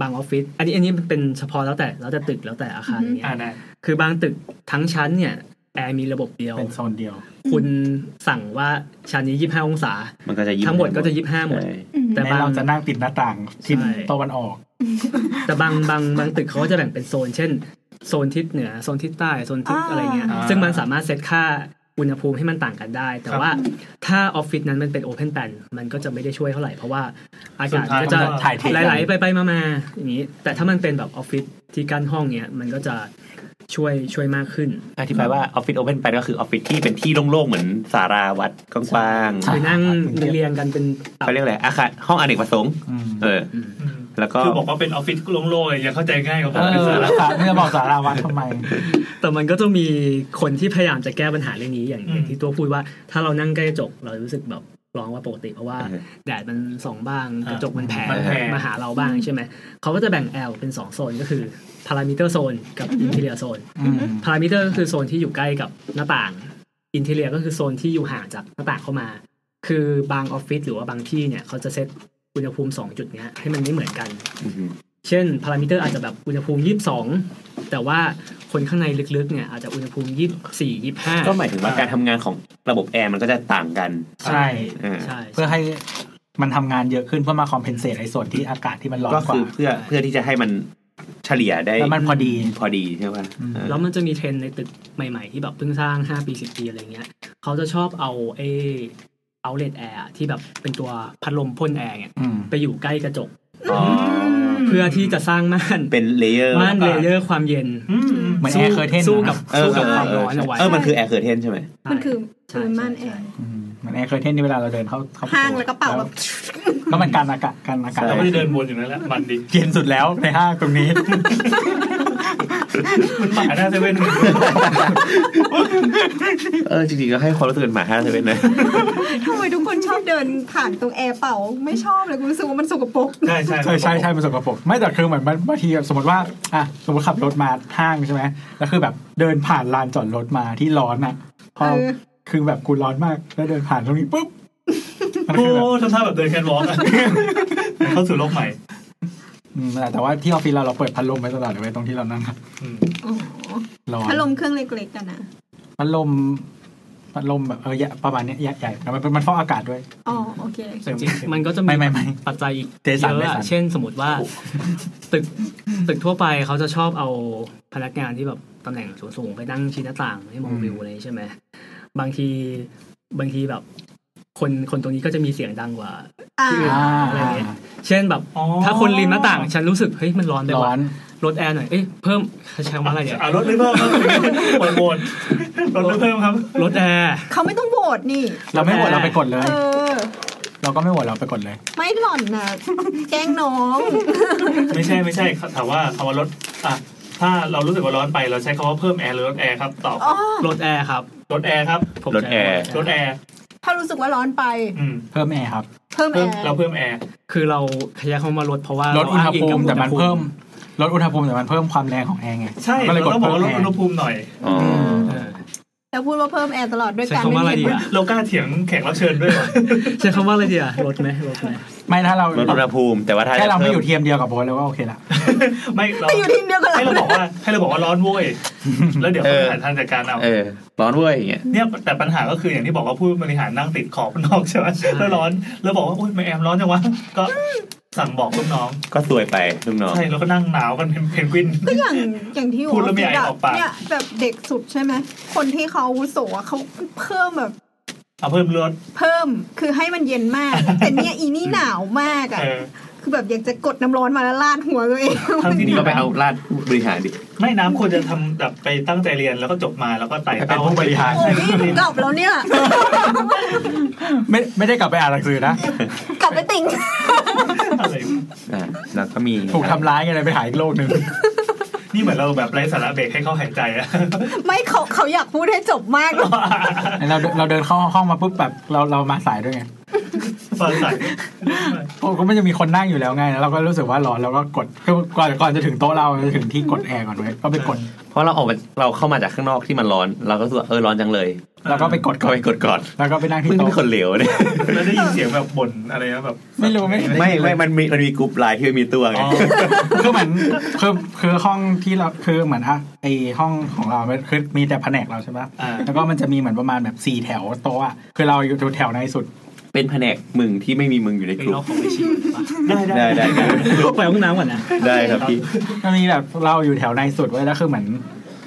บางออฟฟิศอันนี้อันนี้มันเป็นเฉพาะแล้วแต่แล้วแต่ตึกแล้วแต่อาคารอย่างเงี้ อ่าย ได้ คือบางตึกทั้งชั้นเนี่ยแอร์มีระบบเดียว เป็นโซนเดียว คุณสั่งว่าชั้นนี้ยี่ห้าองศา มันก็จะยิ้ม ทั้งหมดก็จะยี่ห้าหมด ใช่ แต่ แต่ บาง เราจะนั่งติดหน้าต่างทิศ ใช่ ตะวันออก แต่บางบางบางตึกเขาก็จะแบ่งเป็นโซน เช่น โซนทิศเหนือโซนทิศใต้โซนทิศอะไรเงี้ย ซึ่งมันสามารถเซตค่าอุณหภูมิให้มันต่างกันได้ แต่ว่าถ้าออฟฟิศนั้นมันเป็นโอเพนแ a นมันก็จะไม่ได้ช่วยเท่าไหร่ เพราะว่าอากาศมันก็จะ ถ่ายเทกัน ไหลๆไปไปๆมาๆอย่างนี้ แต่ถ้ามันเป็นแบบออฟฟิศที่กั้นห้องเนี้ยมันก็จะช่วยช่วยมากขึ้น อธิบายว่าออฟฟิศโอเพนไปก็คือออฟฟิศที่เป็นที่โล่งๆ เหมือนสาราวัดกว้างๆ ไปนั่งเรียงกันเป็นตับ เขาเรียกอะไรอาคารห้องอเนกประสงค์ อืม เออ อืม อืม แล้วก็ คือบอกว่าเป็นออฟฟิศโล่งๆเลยยังเข้าใจง่ายกว่าผมเอเป็น อ สาระ สาเมื่อบอกสาราวัดทำไม แต่มันก็จะมีคนที่พยายามจะแก้ปัญหาเรื่องนี้อย่าง อืม อย่างที่ตัวพูดว่าถ้าเรานั่งใกล้กระจกเรารู้สึกแบบร้องว่าปกติเพราะว่า เออ แดดมันส่องบ้าง อ่าก ระจกมันแผ่ มันแผ่ มาหาเราบ้างใช่ไหมเขาก็จะแบ่งแอลเป็น 2 โซนก็คือพารามิเตอร์โซนกับอินเทเรียโซน อืม พารามิเตอร์ก็คือโซนที่อยู่ใกล้กับหน้าต่างอินเทเรียก็คือโซนที่อยู่ห่างจากหน้าต่างเข้ามา คือบางออฟฟิศหรือว่าบางที่เนี่ยเขาจะเซตอุณหภูมิ 2 จุดเนี้ยให้มันไม่เหมือนกัน อือหือ เช่นพารามิเตอร์อาจจะแบบอุณหภูมิ22 แต่ว่าคนข้างในลึกๆเนี่ยอาจจะอุณหภูมิ24 25 ก็หมายถึงว่าการทำงานของระบบแอร์มันก็จะต่างกัน ใช่ อ่า ใช่ เพื่อให้มันทำงานเยอะขึ้นเพื่อมาคอมเพนเซตไอ้ส่วนที่อากาศที่มันร้อน ก็ กว่า คือเพื่อเพื่อที่จะให้มันเฉลี่ยได้ แล้วมันพอดี พอดีใช่ป่ะ อืม เออ แล้วมันจะมีเทรนด์ในตึกใหม่ๆ ที่แบบเพิ่งสร้าง 5 ปี 10 ปีอะไรเงี้ย เขาจะชอบเอาไอ้ outlet air อะที่แบบเป็นตัวพัดลมพ่นแอร์เนี่ย อืม ไปอยู่ใกล้กระจก อ๋อ เพื่อที่จะสร้างม่าน เป็นเลเยอร์ ม่านเลเยอร์ความเย็น อืม เหมือนแอร์เคอร์เทน สู้ นะ กับ เออ สู้กับ เออ ความ เออ ร้อนเอาไว้ เออมันคือแอร์เคอร์เทนใช่ไหม มันคือ ใช่ เออม่านแอ ใช่ ร์ อืมเหมือนแอร์เคอร์เทนที่เวลาเราเดินเข้าเข้า ห้างแล้วก็เป่าแบบ ก็มันกันอากาศกันอากาศ ใช่ เราก็จะเดินวนอยู่นั่นแหละมันดี เย็นสุดแล้วในห้างตรงนี้ มันหมาหน้าเซเว่น เออจริงๆก็ให้ความรู้สึกเป็นหมาห้าเซเว่นนะ ทำไมทุกคนชอบเดินผ่านตรงแอร์เป่า ไม่ชอบเลยกูรู้สึกว่ามันสกปรก ใช่ใช่ ใช่ใช่ใช่มันสกปรกไม่แต่คือเหมือนบางทีสมมติว่าอ่ะสมมติขับรถมาห้างใช่ไหมแล้วคือแบบเดินผ่านลานจอดรถมาที่ร้อนอ่ะพอคือแบบกูร้อนมากแล้วเดินผ่านตรงนี้ปุ๊บมัน โอ้ คือแบบ ทำท่าแบบเดินแคนวอล์กอะ เข้าสู่โลกใหม่ อืมแต่ว่าที่ออฟฟิศเราเราเปิดพัดลมไว้ตลอดเลยเว้ยตรงที่เรานั่งอะ อืม อ๋อ ร้อน พัดลมเครื่องเล็กๆกันนะ พัดลมพัดลมแบบเออใหญ่ประมาณเนี้ยใหญ่ใหญ่แล้วมันมันฟอกอากาศด้วย อ๋อโอเค จริงๆมันก็จะ ไม่ไม่ไม่ ปัจจัยอีก เจสัน เย เจ อะ สั อะ น เช่นสมมติว่า ตึกตึกทั่วไปเขาจะชอบเอาพนักงานที่แบบตำแหน่งสูงๆไปนั่งชี้หน้าต่างให้มองวิวอะไรอย่างนี้ใช่ไหมบางทีบางทีแบบ คนคนตรงนี้ก็จะมีเสียงดังกว่า อ่า ที่อื่น อ่า อะไรเงี้ย เช่นแบบ อ๋อ ถ้าคนริมหน้าต่างฉันรู้สึกเฮ้ยมันร้อนไป ร้อ ว่ะ น ลดแอร์หน่อยเอ้ยเพิ่มใช้คำว่าอะไรเนี่ย อ่ะรถเพิ่มครับบนบนรถเพิ่มครับ ลดแอร์ เขาไม่ต้องโหวตนี่ เราไม่โหวตเราไปกดเลย เออ เราก็ไม่โหวตเราไปกดเลย ไม่หล่อนนะแกล้งน้อง ไม่ใช่ไม่ใช่ถามว่าคำว่าลดอ่ะถ้าเรารู้สึกว่าร้อนไปเราใช้คำว่าเพิ่มแอร์หรือลดแอร์ครับตอบ อ๋อ ลดแอร์ครับ ลดแอร์ครับ ผม รถ จะ แอร์ ลดแอร์ ถ้ารู้สึกว่าร้อนไป อืม เพิ่มแอร์ครับ เพิ่มแอ เพิ่ม ร์ เราเพิ่มแอร์ คือเราขยายคำว่าลดเพราะว่า ลดอุณห เาง ภู งกับ มิแต่มัน อุณห เพิ่มลดอุณหภูมิแต่มันเพิ่มความแรงของแอร์ไง ใช่ ก็เลย เรา กด ต้องบอ เพิ่ ก ม ว่าลด แอ อุณห ร์ ภูมิหน่อย อ๋อ เออ แล้วพูดว่าเพิ่มแอร์ตลอดด้วย ใช้ การ คำว่าอะไร ไม่ ดี มีเหตุผล อะ เรากล้าเถียงแขกรับเชิญด้วยเหรอ ใช้คำว่าอะไรดีอะลดไหมลดไหม ไม่ถ้าเรา ลดอุณหภูมิแต่ว่าถ้า แค่เราไม่อยู่ จะ เทียมเดียวกับโบทเลยว่าโอเคละ ไม่เรา ไปอยู่ทีมเดียวกัน ให้เราบเหอรอก ว่าให้เราบอกว่าร้อนเว้ยแล้วเดี๋ยวคนบริหารทางจัดการเอา เออร้อนเว้ยอย่างเงี้ย เนี่ยแต่ปัญหาก็คืออย่างที่บอกว่าผู้บริหารนั่งติดขอบนอกใช่ไหมแล้วร้อนแล้วบอกว่าอุ้ยไม่แอมร้อนจังวะก็สั่งบอกลูกน้อง ก็สวยไปลูกน้อง ใช่แล้วก็นั่งหนาวกันเป็นเพนกวิน ก็อย่างอย่างที่อยู่ พูดแล้วไม่อยากให้ อะ ออกปาก เนี่ยแบบเด็กสุดใช่ไหมคนที่เขาอาวุโสอะเขาเพิ่มแบบ เอาเพิ่มรถ เพิ่มคือให้มันเย็นมาก แต่เนี่ยอีนี่หนาวมากอ่ะ เออ คือแบบอยากจะกดน้ำร้อนมาแล้วลาดหัวตัวเอง ทั้งที่นี่ ก็ไปเอาราดบริหารดิ ไม่น้ำควรจะทำแบบไปตั้งใจเรียนแล้วก็จบมาแล้วก็ไต่ ให้เป็ เต้าน ผู้บริหาร โอ้ ใช่ ยหนูกลับแล้วเนี่ย ไม่ไม่ได้กลับไปอ่านหนังสือนะ กลับไปติ่ง อะไร อ่าแล้วก็มี ถูกทำร้ายไงเลยไปหาอีกโลกหนึ่ง นี่เหมือนเราแบบไร้สาระเบรกให้เขาหายใจอะ ไม่เขาเขาอยากพูดให้จบมากเลย เราเราเดินเข้าห้องมาปุ๊บแบบเราเรามาสายด้วยไง ฟังใส่ เพราะก็ไม่จะมีคนนั่งอยู่แล้วไงแล้วเราก็รู้สึกว่าร้อนเราก็กดคือก่อนก่อนจะถึงโต๊ะเราจะถึงที่กดแอร์ก่อนเว้ยก็ไปกด เพราะเราออกมาเราเข้ามาจากข้างนอกที่มันร้อน เราก็รู้สึกว่าเออร้อนจังเลย แล้วก็ไปกด ก็ ก่อน ไปกดก่อน แล้วก็ไปนั่งที่ มึงเป็นค โต๊ะ นเหลวเนี่ย แล้วได้ยินเสียงแบบบ่นอะไรนะแบบ ไม่รู้ไม่ ไม่ไม่มันมีมันมีกลุ่มไลน์ที่มีตัวไง อ๋อ คือเหมือนคือคือห้องที่เราคือเหมือนอะไอห้องของเรามันคือมีแต่แผนกเราใช่ปะ อ่า แล้วก็มันจะมีเหมือนประมาณแบบสี่แถวโต๊ะอะคือเราอยู่แถวในสุด เป็นแผนกมึงที่ไม่มีมึงอยู่ใน เป็น กลุ่ม เราของไปชิม ได้ ได้ ได้ ได้ได้ ไปห้องน้ำก่อนนะ ได้ครับพี่ มันมีแบบเราอยู่แถวในสุดไว้ยแล้วคือเหมือน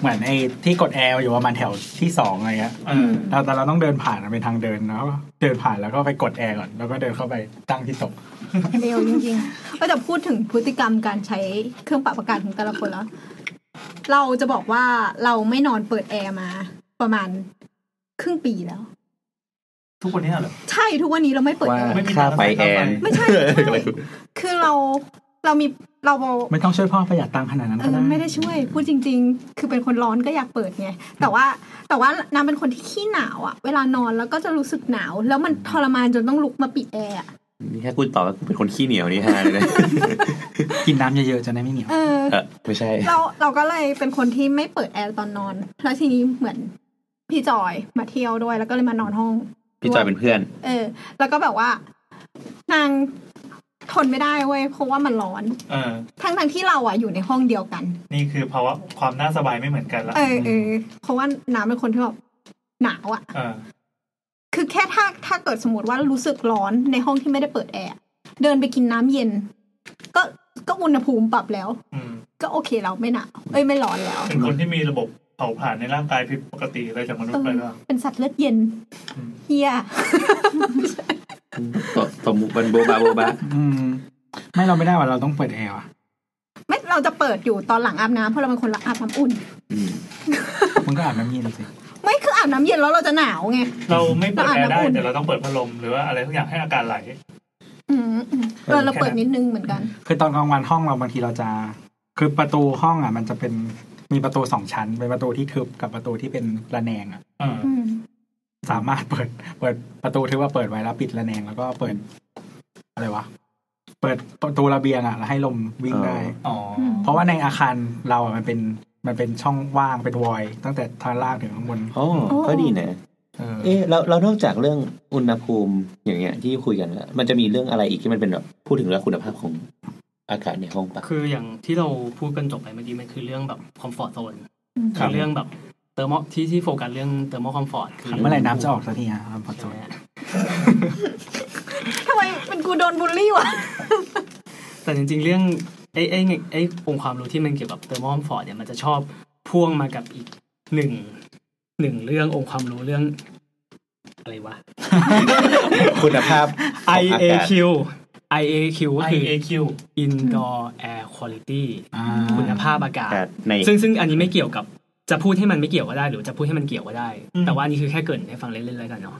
เหมือนไอ้ที่กดแอร์อยู่ประมาณแถวที่สองอะไรเงี้ย เออ เราแต่เราต้องเดินผ่านมันเป็นทางเดินเนาะเดินผ่านแล้วก็ไปกดแอร์ก่อนแล้วก็เดินเข้าไปตั้งที่โต๊ะ เร็วจริงๆก็แต่พูดถึงพฤติกรรมการใช้เครื่องปรับอากาศของแต่ละคนแล้ว เราจะบอกว่าเราไม่นอนเปิดแอร์มา ประมาณครึ่งปีแล้ว ทุกคนเนี่ยเหรอ ใช่ทุกวันนี้เราไม่เปิด ว่า แอร์ ค่าไฟแอน ไม่ใช่ไม่ใช่ คือเราเรามีเราบอก ไม่ต้องช่วยพ่อประหยัดตังค์ขนาดนั้น เอ ก็ อ ได้ ไม่ได้ช่วยพูดจริง ๆ คือเป็นคนร้อนก็อยากเปิดไงแต่ว่าแต่ว่านางเป็นคนที่ขี้หนาวอะเวลานอนแล้วก็จะรู้สึกหนาว แล้วมันทรมานจนต้องลุกมาปิดแอร์อะ นี่ถ้าคุณตอบว่ากูเป็นคนขี้เหนียวนี่ฮะเลยนะ กินน้ำเยอะๆจะได้ไม่เหนียว เออ เออไม่ใช่ เราเราก็เลยเป็นคนที่ไม่เปิดแอร์ตอนนอน แล้วทีนี้เหมือนพี่จอยมาเที่ยวด้วย แล้วก็เลยมานอนห้อง พี่จอยเป็นเพื่อน เออ แล้วก็แบบว่า นางทนไม่ได้เว้ยเพราะว่ามันร้อน เออ ทั้งทั้งๆที่เราอะอยู่ในห้องเดียวกัน นี่คือภาวะความน่าสบายไม่เหมือนกันละ เออเออเพราะว่าน้ำเป็นคนที่แบบหนาวอะ เออ คือแค่ถ้าถ้าเกิดสมมติว่ารู้สึกร้อนในห้องที่ไม่ได้เปิดแอร์เดินไปกินน้ำเย็น ก็ก็อุณหภูมิปรับแล้ว อืม ก็โอเคเราไม่หนาวเอ้ยไม่ร้อนแล้ว เป็นคนที่มีระบบเผาผลาญในร่างกายผิดปกติอะไรจากมนุษย์ไปบ้าง เป็นสัตว์เลือดเย็น อืม เฮีย ก็สมมุติบันโบบาโบบา อืมไม่เราไม่ได้ว่าเราต้องเปิดแอร์ว่ะ ไม่เราจะเปิดอยู่ตอนหลังอาบน้ำเพราะเราเป็นคนรักอาบน้ำอุ่น อืม มันก็อาบน้ำเย็นสิ ไม่คืออาบน้ำเย็นแล้วเราจะหนาวไง เราไม่เปิดแอร์ได้ เราอาบน้ำอุ่น แต่เราต้องเปิดพัดลมหรือว่าอะไรทุกอย่างให้อากาศไหล อืมอืมเออเราเปิดนิดนึงเหมือนกัน คือตอนกลางวันห้องเราบางทีเราจะ คือประตูห้องอ่ะ มันจะเป็นมีประตูสองชั้นเป็นประตูที่ทึบกับประตูที่เป็นระแนงอ่ะ อ่า อืม สามารถเปิด เปิดประตูที่ว่าเปิดไว้แล้วปิดระแนงแล้วก็เปิด อะไรวะเปิดประตูระเบียงอ่ะแล้วให้ลมวิ่งได้ อ๋อ เพราะว่าในอาคารเราอ่ะมันเป็นมันเป็นช่องว่างเป็นวอยตั้งแต่ทางล่างถึงข้างบน อ๋อก็ดีนะ เออ เอ๊ะเราเรานอกจากเรื่องอุณหภูมิอย่างเงี้ยที่คุยกันแล้วมันจะมีเรื่องอะไรอีกที่มันเป็นแบบพูดถึงเรื่องคุณภาพของอากาศในห้องปะ คืออย่างที่เราพูดกันจบไปเมื่อกี้มันคือเรื่องแบบคอมฟอร์ตโซน ครับ เรื่องแบบเตอร์โมที่ที่โฟกัสเรื่องเตอร์โมคอมฟอร์ตคือ เมื่อไหร่น้ำจะออกสักทีอ่ะครับขอโท ใช่ไหษมฮะ ทำไมเป็นกูโดนบูลลี่วะ แต่จริงๆเรื่องไอ้ไอ้ไอ้ไอ้องค์ความรู้ที่มันเกี่ยวกับเตอร์โมคอมฟอร์ตเนี่ยมันจะชอบพ่วงมากับอีกหนึ่งหนึ่งเรื่ององค์ความรู้เรื่องอะไรวะ คุณภาพของอากาศ IAQ IAQ ก็ ไอ คือ เอคิ Indoor Air Quality อ่า คุณภาพอากาศ อากาศใน ซึ่งซึ่งอันนี้ไม่เกี่ยวกับจะพูดให้มันไม่เกี่ยวก็ได้ หรือจะพูดให้มันเกี่ยวก็ได้ อืม แต่ว่าอันนี่คือแค่เกรินให้ฟังเล่นๆแล้วกันเนาะ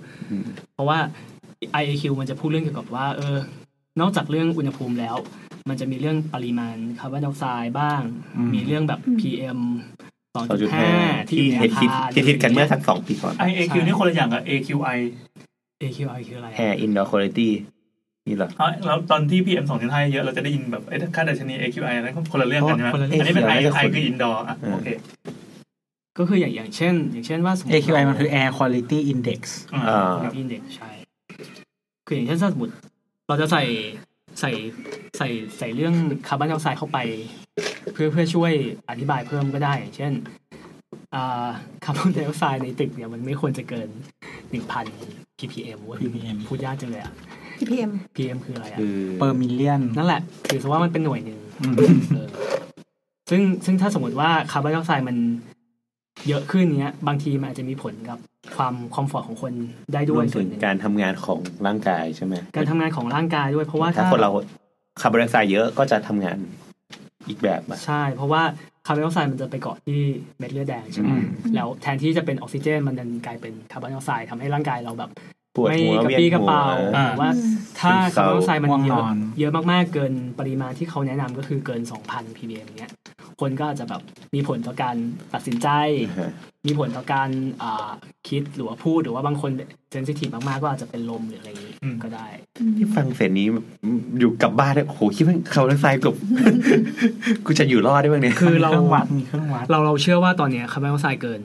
เพราะว่า IAQ มันจะพูดเรื่องเกี่ยวกับว่า เออ นอกจากเรื่องอุณหภูมิแล้ว มันจะมีเรื่องปริมาณคาร์บอนไดออกไซด์บ้าง มีเรื่องแบบ PM 2.5 2.5 ที่ ที่ อยู่เห็นในอา คิด คาร คิดคิดกันเมื่อสักสองปีก่อน ไอเอคิวนี่คนละอย่างกับ AQI AQI คืออะไร Air Indoor Quality นี่เหรอ อ๋อแล้วตอนที่ PM 2.5เยอะเราจะได้ยินแบบไอ้ค่าดัชนี AQI อะไรคนละเรื่องกันใช่ไหม คนละเรื่อง อันนี้เป็น AQI I น่าจะคน I คือ indoor อ่ะโอเค ก็คืออย่างอย่างเช่น อย่างเช่นว่าสมมติ AQI มันคือ Air Quality Index เอ่อ อินเด็กใช่ คืออย่างเช่นถ้าสมมติเราจะใส่ใส่ใส่ใส่เรื่องคาร์บอนไดออกไซด์เข้าไป เพื่อเพื่อช่วยอธิบายเพิ่มก็ได้ อย่างเช่นอ่าคาร์บอนไดออกไซด์ในตึกเนี่ยมันไม่ควรจะเกินหนึ่งพัน ppm เว่า PPM พูดยากจังเลยอะ TPM pm คืออะไรอะ คือ per million นั่นแหละ ถือซะว่ามันเป็นหน่วยหนึ่ง อืม เออซึ่งซึ่งถ้าสมมติว่าคาร์บอนไดออกไซด์มันเยอะขึ้นเนี้ย บางทีมันอาจจะมีผลกับความคอมฟอร์ตของคนได้ด้ ร ว วย ม ส่ ถึ วน ง หนึ่ง การทำงานของร่างกายใช่ไหม การทำงานของร่างกายด้วยเพราะว่า ถ้าคนเราคาร์บอนไดออกไซด์เยอะก็จะทำงานอีกแบบอะ ใช่ เพราะว่าคาร์บอนไดออกไซด์มันจะไปเกาะที่เม็ดเลือดแดงใช่ไหม อืม แล้วแทนที่จะเป็นออกซิเจน มันดันกลายเป็นคาร์บอนไดออกไซด์ทำให้ร่างกายเราแบบ ปวด ไม่ หัว กระ เวียน ปี้กระ หัว เป๋าหรือว่า ถ้าคาร์บอนไดออกไซด์มัน ง่วง เย น อะ อน เยอะมากๆเกินปริมาณที่เขาแนะนำก็คือเกิน 2,000 ppm เนี้ยคนก็อาจจะแบบมีผลต่อการตัดสินใจ อ่าฮะ มีผลต่อการอ่าคิดหรือว่าพูดหรือว่าบางคนเซนซิทีฟมากๆก็อาจจะเป็นลมหรืออะไรอย่างนี้ก็ได้ ที่ฟังเสร็จนี้อยู่กลับบ้านเนี่ยโอ้โหคิดว่าคาร์บอนไดออกไซด์เกบ กูจะอยู่รอดได้บ้างเนี่ย คือเรา มีเครื่องวัดมีเครื่องวัด เราเราเชื่อว่าตอนเนี้ยคาร์บอนไดออกไซด์เกิน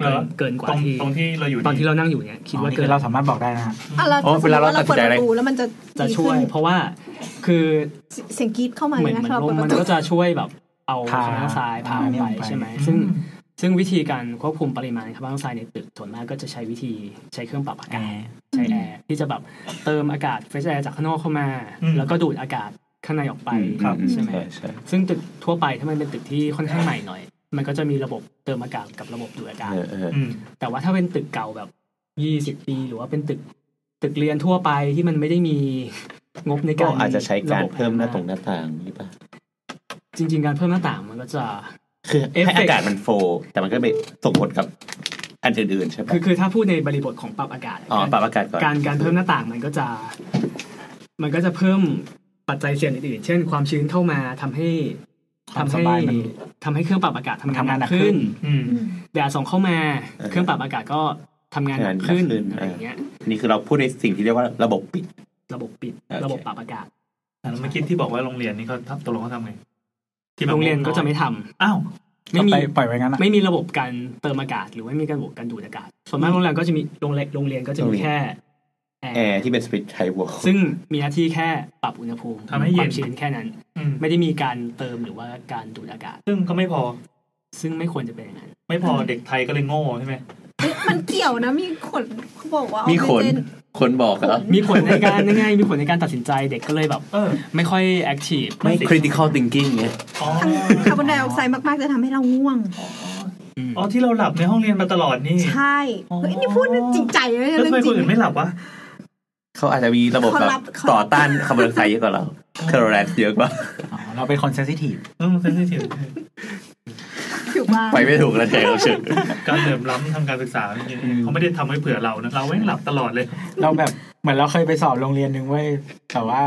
เหร เกิ อน เกินกว่า ตรง ที่ ตรงที่เราอยู่ ตอนที่เรานั่งอยู่เนี่ยคิ คิ ด ด ว่า ว่า เกิ เกิ น นเราสามารถบอกได้นะฮะ อ่ะเรา อ๋อเวลาเราตัดสินใจอะไร เปิประตูแล้วมันจะ จะช่วย ดี เพราะว่าคือ ขึ้นเสียงกรีดเข้ามา เหมือน นะ มัน เรา ล เปิ ม ดป มัน ระตู ก็จะช่วยแบบเอาคาร์พาบอนไดออกไซด์พา นี่ ไป ออก ใช่ไหม อื ซึ่งซึ่งวิธีการควบคุมปริมาณคาร์บอนไดออกไซด์ในตึกส่วนมากก็จะใช้วิธีใช้เครื่องปรับแอกอาาศ ร์ ใช้แอร์ที่จะแบบเติมอากาศเฟรชแอร์จากข้างนอกเข้ามา แล้วก็ดูดอากาศข้างในออกไปใช่ไหม ใช่ ซึ่งตึกทั่วไปถ้ามันเป็นตึกที่ค่อนข้างใหม่หน่อย มันก็จะมีระบบเติมอากาศกับระบบดูดอากาศ เออเออ อืม แต่ว่าถ้าเป็นตึกเก่าแบบยี่สิบ20 ปี หรือว่าเป็นตึกตึกเรียนทั่วไปที่มันไม่ได้มี งบใน ก็ การ อาจจะใช้การเพิ่มหน้าตรง ระบบ หน้าต่างหรือเปล่า จริง ๆ การเพิ่มหน้าต่างมันก็จะ คือ เอฟเฟกต์ ให้อากาศมันโฟลว์แต่มันก็ไปส่งผลกับอันอื่นๆใช่ปะ คือคือถ้าพูดในบริบทของปรับอากาศ อ๋อปรับอากาศก่อน การการเพิ่มหน้าต่างมันก็จะ มันก็จะเพิ่มปัจจัยเสี่ยงอื่นๆเช่น ความชื้นเข้ามาทำให้ ควา ทำ มส ให้ บายมัน ทำให้เครื่องปรับอากาศทำงาน ทำ ห งานหนั นัก กขึ้ ขึ้น น อืม อืม แดดส่องเข้ามา เครื่องปรับอากาศก็ทำงานหนักขึ้นอะไรอย่างเงี้ย นี่คือเราพูดในสิ่งที่เรียกว่าระบบปิด ระบบปิด โอเค ระบบปรับอากาศ อ่ะแล้วเมื่อกี้ที่บอกว่าโรงเรียนนี่เขาทำตกลงเขาทำไงที่แบบ โรงเรียนก็จะไม่ทำ อ้าว ไม่มี ก็ปปล่อยไว้งั้นอ่ะ ไม่มีระบบการเติมอากาศหรือไม่มีการระบบการดูดอากาศ ส่วนมากโรงแรมก็จะมีโรงแรมโรงเรียนก็จะมีแค่แอ แอ ร์ ร์ที่เป็นสปิตไทวอล ซึ่งมีหน้าที่แค่ปรับอุณหภูมิ ทำให้เย็ ควาน มชื้นแค่นั้น อืม ไม่ได้มีการเติมหรือว่าการดูดอากาศ ซึ่งก็ไม่พอ ซึ่งไม่ควรจะเป็นอย่างนั้น ไม่พอเด็กไทยก็เลยโง่ใช่ไหม เอ๊ะมันเกี่ยวนะมีขนเขาบอกว่า มี มี ขน คนบอกเหรอ มีผลใน การยังไงมีผลในการตัดสินใจเด็กก็เลยแบบ เออ ไม่ค่อยแอคทีฟ ไม่ critical thinking ไง อ๋อ คาร์บอนไดออกไซด์มากๆจะทำให้เราง่วง อ๋อที่เราหลับในห้องเรียนมาตลอด นี่ ใช่ อ๋อ เฮ้ยนี่พูดจริงใจเลยนะ แล้ว เรื่ ทำ อง ไม จ ค ริ น ง อื่นไม่หลับวะ เขาอาจจะมีระบบ เขา แบบ รับเขา ต่อ ต้านคาร์บอนไดออกไซด์เยอะกว่าเราเทอร์เรนเยอะกว่า อ๋อเราเป็นคนเซนซิทีฟ เออมันเซนซิทีฟ ผิว ถูกว่า ไปไม่ถูกแล้วใจเราเฉย การเหลื่อมล้ำทางการศึกษาจริงๆเขาไม่ได้ทำให้เผื่อเรานะเราแม่งหลับตลอดเลย เราแบบ เหมือนเราเคยไปสอบโรงเรียนหนึ่งเว้ยแต่ว่า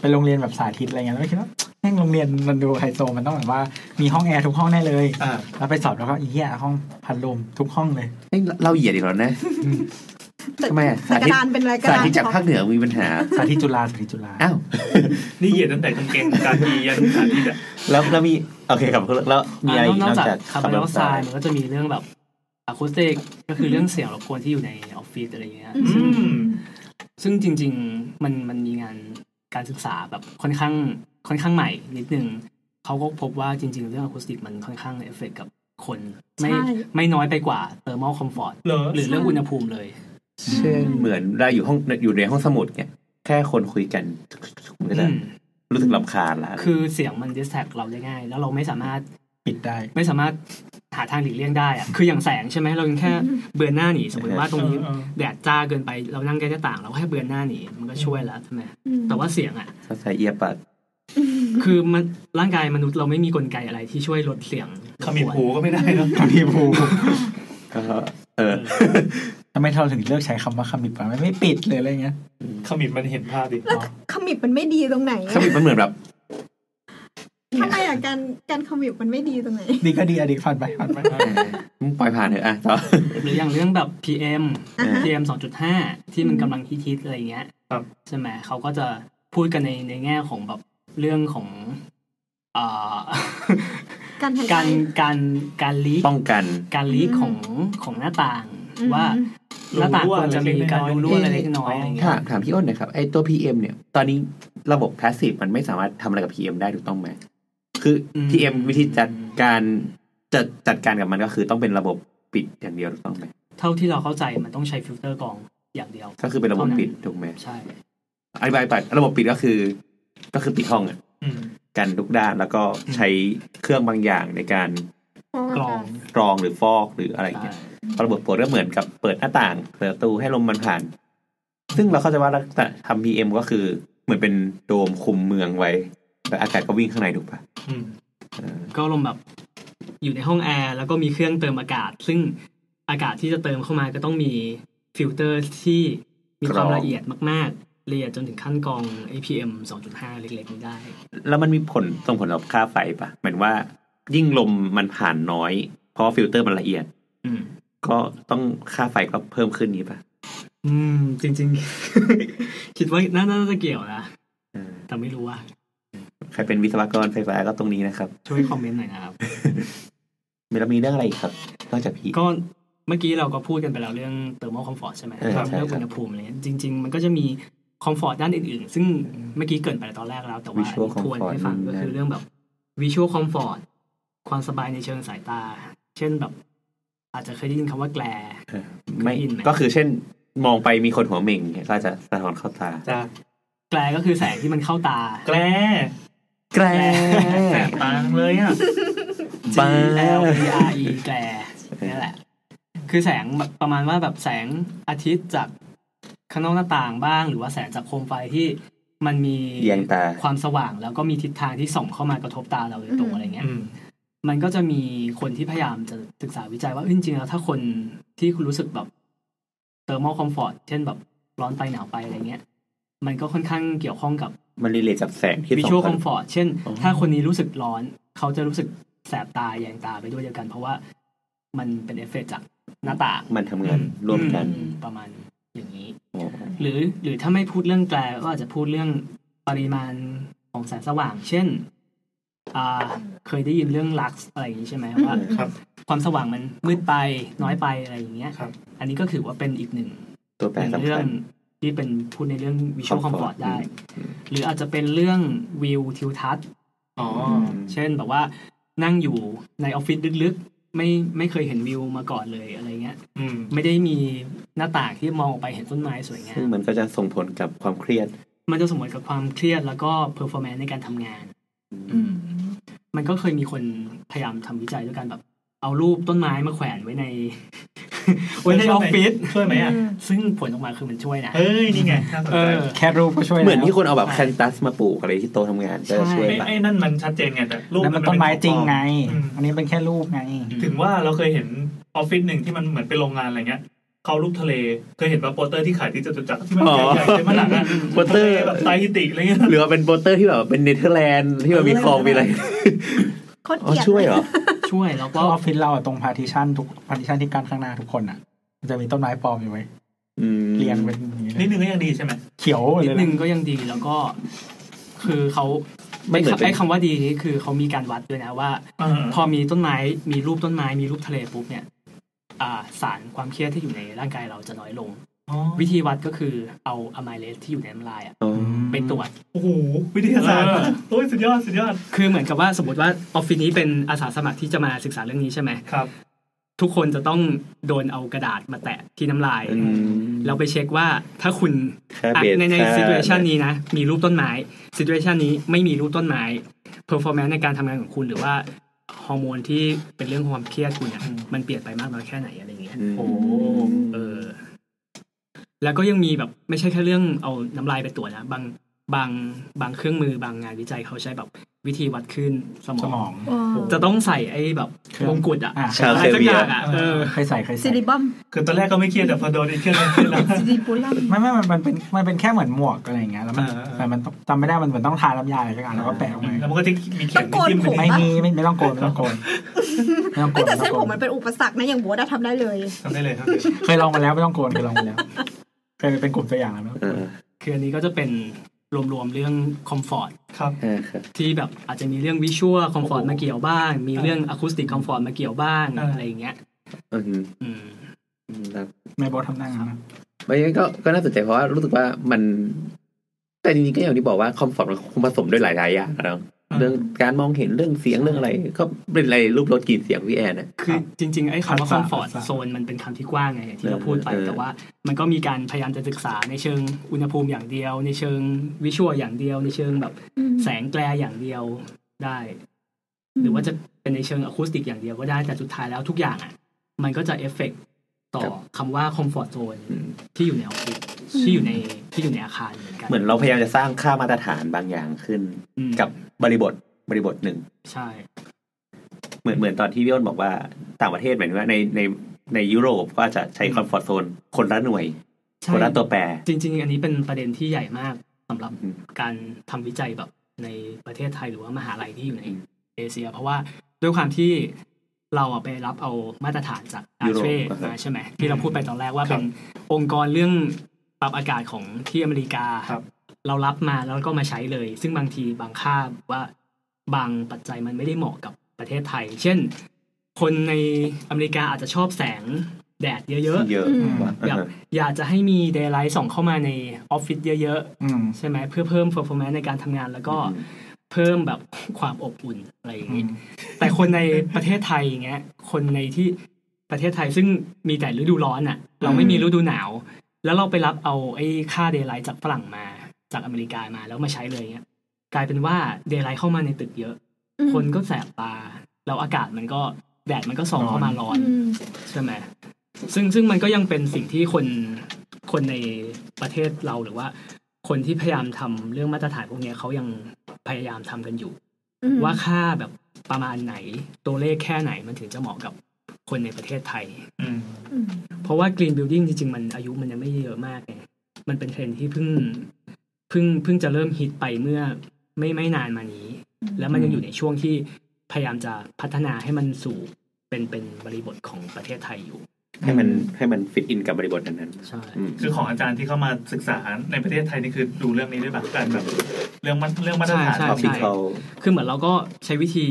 เป็นโรงเรียนแบบสาธิตอะไรเงี้ยแล้วก็คิดว่าแม่งโรงเรียนมันดูไฮโซมันต้องแบบว่ามีห้องแอร์ทุกห้องแน่เลย อ่า แล้วไปสอบแล้วก็อีเหี้ยห้องพัดลมทุกห้องเลย เฮ้ยเราเหยียดอีกแล้วนะทำไมอะ แต่ สาก ธิตระดานเป็นอะไรกระ สา ดาน ธิตจาก ช็อ ภาคเหนือมีปัญหา สาธิตจุฬาสาธิตจุฬา อ้าว นี่เหยียดตั้งแต่กางเกงกากียันขาที่แบบ แล้วแล้วมีโอเคครับแล้วมีอะไรอีก น น อ อก ก จา จาก ก คาร์บ ขั อบนได รถออกไซ ไฟ ด์มันก็จะมีเรื่องแบบอะคูสติกก็คือเรื่องเสียงรบกวนที่อยู่ในออฟฟิศอะไรอย่างเงี้ย อื ซึ่ง ม ซึ่งจริงๆ มันมันมีงานการศึกษาแบบค่อนข้างค่อนข้างใหม่นิดนึงเขาก็พบว่าจริง ๆ เรื่องอะคูสติกมันค่อนข้างเอฟเฟกกับคน ไม่ไม่น้อยไปกว่าเ h อร์ม l ลคอมฟอร์ต เหรอ หรือเรื่องอุณหภูมิเลย เช่นเหมือนเราอยู่ห้องอยู่ในห้องสมุดเนี่ยแค่คนคุยกันมันก็จะ อืม รู้สึกลำคาญละ คือเสียงมันดิสแทกเราได้ง่าย แล้วเราไม่สามารถ ปิดได้ ไม่สามารถหาทางหลีกเลี่ยงได้อะคืออย่างแสงใช่ไหมเรายังแค่เบือนหน้าหนีสมมติว่าตรงนี้ เออ แดดจ้าเกินไปเรานั่งใกล้หน้าต่าง เราก็แค่เบือนหน้าหนีมันก็ช่วยแล้วใช่ไหมแต่ว่าเสียงอะ ชอบใส่เอียร์ปัด คือมันร่างกายมนุษย์เราไม่มีกลไกอะไรที่ช่วยลดเสียง ๆขมิบหูก็ไม่ได้เนอะ คำพิภู ก็เออ ทำไมเราถึงเลือกใช้คำว่าคำพิภูมันไม่ปิดเลยอะไรเงี้ย ขมิบมันเห็นภาพดิ ขมิบมันไม่ดีตรงไหนอะ เขามีมันเหมือนแบบ ทำไมอ่ะการการขมิบมันไม่ดีตรงไหน ดีก็ดีอะดีผ่านไปผ่านไป ปล่อยผ่านเถอะอ่ะต่อ หรืออย่างเรื่องแบบ PM อ่าฮะ PM 2.5 ที่มันกำลังฮิตๆอะไรอย่างเงี้ยใช่ไหมเขาก็จะพูดกันในในแง่ของแบบเรื่องของเอ่อ การหายใจ การการการลีก ป้องกัน การลีกของของหน้าต่าง อืม ว่าหน้าต่างควรจะมีการรูรั่วอะไรเล็กน้อยอะไรเงี้ย ถามถามพี่อ้นหน่อยครับไอตัว PM เนี่ย ตอนนี้ระบบ passive มันไม่สามารถทำอะไรกับ PM ได้ถูกต้องไหมคือ PM วิธีจัดการจะจัดการกับมันก็คือต้องเป็นระบบปิดอย่างเดียวถูกต้องไหม เท่าที่เราเข้าใจมันต้องใช้ฟิลเตอร์กรองอย่างเดียว ก็คือเป็นระบบปิดถูกไหม ใช่ อธิบายไประบบปิดก็คือ ก็คือปิดห้องอะ อืม กันทุกด้านแล้วก็ใช้เครื่องบางอย่างในการ กรอง กรองหรือฟอกหรืออะไรอย่าง ใช่ เงี้ยเพราะระบบโปรดก็เหมือนกับเปิดหน้าต่างเปิดประตูให้ลมมันผ่าน ซึ่งเราเข้าใจว่าลักษณะทำ PM ก็คือเหมือนเป็นโดมคุมเมืองไว้แล้วอากาศก็วิ่งข้างในถูกปะ อืม เออ ก็ลมแบบอยู่ในห้องแอร์แล้วก็มีเครื่องเติมอากาศ ซึ่งอากาศที่จะเติมเข้ามาก็ต้องมีฟิลเตอร์ที่มีความละเอียดมากๆละเอียดจนถึงขั้นกรอง APM 2.5 เล็กๆนี้ได้ แล้วมันมีผลส่งผลต่อค่าไฟปะเหมือนว่ายิ่งลมมันผ่านน้อย เพราะว่าฟิลเตอร์มันละเอียด อืม ก็ต้องค่าไฟก็เพิ่มขึ้นนี้ปะ อืมจริงๆ คิดว่าน่าน่าจะเกี่ยวนะ เออ แต่ไม่รู้ว่า ใครเป็นวิศวกรไฟฟ้าก็ตรงนี้นะครับ ช่วยคอมเมนต์หน่อยนะครับ มีแล้วมีเรื่องอะไรอีกครับนอกจากพี ก็เมื่อกี้เราก็พูดกันไปแล้วเรื่องเ h อร์โมคอมฟอร์ตใช่ไหม เออครับ เรื่องอุณหภูมิอะไรเงี้ยจริง ๆ มันก็จะมีคอมฟอร์ตด้านอื่น ๆ ซึ่งเมื่อกี้เกรินไปตอนแรกแล้ว แต่ว่า Visual ทวน comfort ให้ฟังก็คือเรื่องแบบวิชวลคอมฟอร์ตความสบายในเชิงสายตา เช่นแบบ อาจจะเคยได้ยินคำว่าแกล ไม่ ได้ยินไหม ก็คือเช่นมองไปมีคนหัวเหม่งเนี่ยก็จะสะท้อนเข้าตา จ้า แกลก็คือแสงที่มันเข้าตา แกล้ แกร แสบตาจังเลยอ่ะ G บ้า L E R E แกลนี่แหละ คือแสงแบบประมาณว่าแบบแสงอาทิตย์จากข้างนอกหน้าต่างบ้าง หรือว่าแสงจากโคมไฟที่มันมี เยียงตา ความสว่างแล้วก็มีทิศทางที่ส่องเข้ามากระทบตาเราโดยตรงอะไรเงี้ย อืม มันก็จะมีคนที่พยายามจะศึกษาวิจัยว่าเอ้ยจริงๆแล้วถ้าคนที่คุณรู้สึกแบบเติมมอคอมฟอร์ตเช่นแบบร้อนไปหนาวไปอะไรเงี้ย มันก็ค่อนข้างเกี่ยวข้องกับ มันรีเลทกับแสงที่ วิ ส่ ชวล ง ค เข้า อมฟอร์ตเช่น อ๋อ ถ้าคนนี้รู้สึกร้อน เขาจะรู้สึกแสบตาแยงตาไปด้วยเดียวกัน เพราะว่ามันเป็นเอฟเฟกต์จากหน้าต่าง มันทำงานร่วมกัน อืมประมาณอย่างนี้ โอ้ หรือหรือถ้าไม่พูดเรื่องแกลก็อาจจะพูดเรื่องปริมาณของแสงสว่าง เช่นอ่าเคยได้ยินเรื่องลักซ์อะไรอย่างนี้ใช่ไหมว่า ครับ ความสว่างมันมืดไปน้อยไปอะไรอย่างเงี้ย ครับ อันนี้ก็ถือว่าเป็นอีกหนึ่ง ตัวแปร หนึ่ง สำ เรื่อ คั ง ญ ที่เป็นพูดในเรื่องวิชวลคอมฟอร์ comfort ตได้ หรืออาจจะเป็นเรื่องวิวทิวทัศน์ อ๋อ เช่นแบบว่านั่งอยู่ในออฟฟิศลึกๆ ไม่ไม่เคยเห็นวิวมาก่อนเลยอะไรเงี้ย อืม ไม่ได้มีหน้าต่างที่มองออกไปเห็นต้นไม้สวยงาม ซึ่งมันก็จะส่งผลกับความเครียด มันจะส่งผลกับความเครียดแล้วก็ performance ในการทำงาน มันก็เคยมีคนพยายามทำวิจัยด้วยกันแบบ เอารูปต้นไม้มาแขวนไว้ใน ไว้ในออฟฟิศ ช่วยไหมอ่ะ ซึ่งผลออกมาคือมันช่วยนะ เอ้ยนี่ไงน่าสน เอ ใจ อ แค่รูปก็ช่วยแล้ว เหมือนที่คนเอาแบบแคนตัสมาปลูกอะไรที่โต๊ะทำงานก็จะช่วย ไอ้ ปะ ไอ้นั่นมันชัดเจนไงแต่รูป นั่นมันต้นไม้จริงไง อืม อันนี้เป็นแค่รูปไง ถึงว่าเราเคยเห็นออฟฟิศหนึ่งที่มันเหมือนเป็นโรงงานอะไรเงี้ยเขารูปทะเลเคยเห็นว่าโปสเตอร์ที่ขายที่จตุจักรที่มันใหญ่ๆเป็นผนังอะ โปสเตอร์ ทะลแบบไตรฮิติอะไรเงี้ย หรือว่าเป็นโปสเตอร์ที่แบบเป็นเนเธอร์แลนด์ที่แบบมีคลองมีอะไร โคตร อ๋อ เกลียด ช่วยเหรอ ช่วยแล้ว ก็ ก็ ออฟฟิศเราอะตรงพาร์ติชันทุกพาร์ติชันที่กั้นข้างหน้าทุกคนอ่ะมันจะมีต้นไม้ปลอมอยู่ไว้ย อืม เรียงเป็นอย่างนี้เล นิด ย นึงก็ยังดีใช่ไหม เขียว นิ เล ด ย นึ นะ งก็ยังดีแล้วก็ คือเขา ไม่เหมือนเป็ ไอ้ น คำว่าดีนี่คือเขามีการวัดด้วยนะว่า เออ พอมีต้นไม้มีรูปต้นไม้มีรูปทะเลปุ๊บเนี่ยอ่าสารความเครียดที่อยู่ในร่างกายเราจะน้อยลง อ๋อ วิธีวัดก็คือเอาอะไมเลสที่อยู่ในน้ำลายอะ อ๋อ ไปตรวจ โอ้โหวิทยาศาสตร์ เออ โอ้ยสุดยอดสุดยอด คือเหมือนกับว่าสมมติว่าออฟฟิศนี้เป็นอาสาสมัครที่จะมาศึกษาเรื่องนี้ใช่ไหม ครับ ทุกคนจะต้องโดนเอากระดาษมาแตะที่น้ำลาย อืม เราไปเช็คว่าถ้าคุณ ค่า อ่ะ เบส ในใน ค่า ซิทูเอชันนี้นะมีรูปต้นไม้ซิทูเอชันนี้ไม่มีรูปต้นไม้เพอร์ฟอร์แมนซ์ในการทำงานของคุณหรือว่าฮอร์โมนที่เป็นเรื่องของความเครียดคุณอะมันเปลี่ยนไปมากน้อยแค่ไหนอะไรอย่างเงี้ย อืม เออ แล้วก็ยังมีแบบไม่ใช่แค่เรื่องเอาน้ำลายไปตรวจนะบางบางบางเครื่องมือบางงานวิจัยเขาใช้แบบวิธีวัดคลื่นสม ส อง มอง ว้าว จะต้องใส่ไอ้แบบมงกุฎอะ อ่ะ ชาว อะไร เซ สัก เบี อย ย่างอะเออ เคยใส่เคย ซิ ใส่ ลิบัม คือตอนแรกก็ไม่เครียดแต่พอโดนไอ้เครียดแล้วเครียดแล้ว ซิลิบุลัม ไม่ไม่มันมันเป็นมันเป็นแค่เหมือนหมวกอะไรอย่างเงี้ยแล้วมัน เออเออ แต่มันต้องจำไม่ได้มันเหมือนต้องทาน้ำยาอะไรสักอย่างแล้วก็แปะลงไป แล้วมันก็จะมีเขียนมีจิ้มเป็น ไม่มีไม่ไม่ต้องโกนไม่ต้องโกนไม่ต้องโก เอ้ย น แต่ ไม่ต้ เส้ อน งโก ผม น มันเป็นอุปสรรคนะอย่างบัวดาทำได้เลย ทำได้เลยครับ เคยลองมาแล้วไม่ต้องโกนเคยลองมาแล้วเคยเป็นกลุ่มตัวอย่างแล้วไม่ต้อง เอ โกน อ คืออันนี้ก็จะเป็นรวมๆเรื่องคอมฟอร์ต ครับ เออครับ ที่แบบอาจจะมีเรื่องวิชวลคอมฟอร์ตมาเกี่ยวบ้าง มีเรื่องอะคูสติกคอมฟอร์ตมาเกี่ยวบ้างอะไรอย่างเงี้ย อืม อืม ครับ ในโบททำหน้างานนะ ไม่งั้นก็ก็น่าสนใจเพราะว่ารู้สึกว่ามัน แต่จริงๆก็อย่างที่บอกว่าคอมฟอร์ตมันคงผสมด้วยหลายๆอย่างนะเรื่องการมองเห็นเรื่องเสียงเรื่องอะไร ก็เป็นอะไรรูปรถกลิ่นเสียงพี่แอนนะ คือจริงๆ ไอ้คำว่าคอมฟอร์ตโซนมันเป็นคำที่กว้างไงอย่างที่เราพูดไป เออเออ แต่ว่ามันก็มีการพยายามจะศึกษาในเชิงอุณหภูมิอย่างเดียว ในเชิงวิชวลอย่างเดียว ในเชิงแบบแสงแกลอย่างเดียวได้ หรือว่าจะเป็นในเชิงอะคูสติกอย่างเดียวก็ได้แต่สุดท้ายแล้วทุกอย่างอ่ะมันก็จะเอฟเฟกต่อคำว่าคอมฟอร์ตโซน อืม ที่อยู่ในออฟฟิศที่อยู่ในที่อยู่ในอาคารเหมือนกัน เหมือนเราพยายามจะสร้างค่ามาตรฐานบางอย่างขึ้น อืม กับบริบทบริบทหนึ่ง ใช่ เหมือนเหมือนตอนที่พี่อ้นบอกว่าต่างประเทศหมายถึงว่าในในในยุโรปก็อาจจะใช้คอมฟอร์ตโซนคนละหน่วย ใช่ คนละตัวแปร จริงๆ อันนี้เป็นประเด็นที่ใหญ่มากสำหรับ อืม การทำวิจัยแบบในประเทศไทยหรือว่ามหาลัยที่อยู่ในเอเชีย เพราะว่าด้วยความที่เราอะไปรับเอามาตรฐานจากอาเช่มาใช่ไหมที่เราพูดไปตอนแรกว่าเป็นองค์กรเรื่องปรับอากาศของที่อเมริกาเรารับมาแล้วก็มาใช้เลย ซึ่งบางทีบางค่าว่าบางปัจจัยมันไม่ได้เหมาะกับประเทศไทย เช่น คนในอเมริกาอาจจะชอบแสงแดดเยอะ เยอะกว่า อยากอยากจะให้มี daylight ส่องเข้ามาในออฟฟิศเยอะ อืม ๆ ใช่ไหมเพื่อเพิ่ม performance ในการทำงานแล้วก็เพิ่มแบบความอบอุ่นอะไรอย่างนี้ แต่คนในประเทศไทยอย่างเงี้ยคนในที่ประเทศไทยซึ่งมีแต่ฤดูร้อนอ่ะ เราไม่มีฤดูหนาว แล้วเราไปรับเอาไอ้ค่า daylight จากฝรั่งมาจากอเมริกามาแล้วมาใช้เลยเงี้ยกลายเป็นว่า daylight เข้ามาในตึกเยอะ คนก็แสบตาแล้วอากาศมันก็แดดมันก็ส่องเข้ามาร้อน ใช่ไหมซึ่งซึ่งมันก็ยังเป็นสิ่งที่คนคนในประเทศเราหรือว่า คนที่พยายามทำเรื่องมาตรฐานพวกเนี้ยเขายังพยายามทำกันอยู่ ว่าค่าแบบประมาณไหนตัวเลขแค่ไหนมันถึงจะเหมาะกับคนในประเทศไทย อืม เพราะว่า Green Building จริงๆ มันอายุมันยังไม่เยอะมากไงมันเป็นเทรนด์ที่เพิ่งเพิ่งเพิ่งจะเริ่มฮิตไปเมื่อไม่ไม่นานมานี้ แล้วมันยังอยู่ในช่วงที่พยายามจะพัฒนาให้มันสู่เป็นเป็นบริบทของประเทศไทยอยู่ ให้มันให้มันฟิตอินกับบริบทนั้น ใช่ ๆอืม คือของอาจารย์ที่เข้ามาศึกษาในประเทศไทยนี่คือดูเรื่องนี้ด้วยแบบการแบบเรื่องมันเรื่องมาตรฐาน ใช่ ท็อปิกเขา คือเหมือนเราก็ใช้วิธี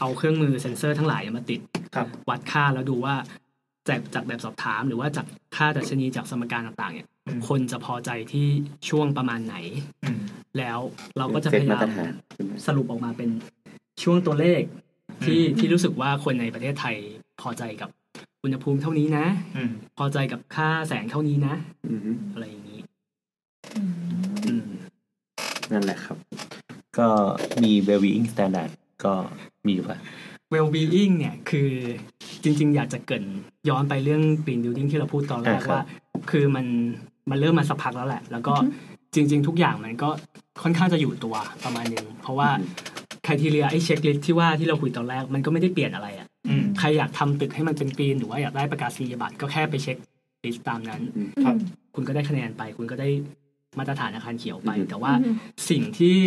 เอาเครื่องมือเซ็นเซอร์ทั้งหลายมาติด ครับ วัดค่าแล้วดูว่าจากจากแบบสอบถามหรือว่าจากค่าดัชนีจากสมการต่างๆเนี่ยคนจะพอใจที่ช่วงประมาณไหน อืม แล้วเราก็จะพ เซ็ยาตายมา ตร ม ฐาน สรุปออกมาเป็นช่วงตัวเลขที่ อืม ที่รู้สึกว่าคนในประเทศไทยพอใจกับอุณหภูมิเท่านี้นะ อืม พอใจกับค่าแสงเท่านี้นะ อือฮึ อะไรอย่างนี้ นั่นแหละครับ ก็มี well being standard ก็มีอยู่ป่ะ well being เนี่ยคือ จริง ๆ อยากจะเกรินย้อนไปเรื่อง green building ที่เราพูดตอนแรก อ่าครับ ว่า คือมันมันเริ่มมาสักพักแล้วแหละ แล้วก็จริง ๆ ทุกอย่างมันก็ค่อนข้างจะอยู่ตัวประมาณนึงเพราะว่าคุณทีเรียไอ้เช็คลิสที่ว่าที่เราคุยตอนแรกมันก็ไม่ได้เปลี่ยนอะไรอ่ะ อืม ใครอยากทำตึกให้มันเป็นกรีนหรือว่าอยากได้ประกาศนียบัตรก็แค่ไปเช็คลิสตามนั้น ครับ คุณก็ได้คะแนนไป คุณก็ได้มาตรฐานอาคารเขียวไป อืม แต่ว่าสิ่งที่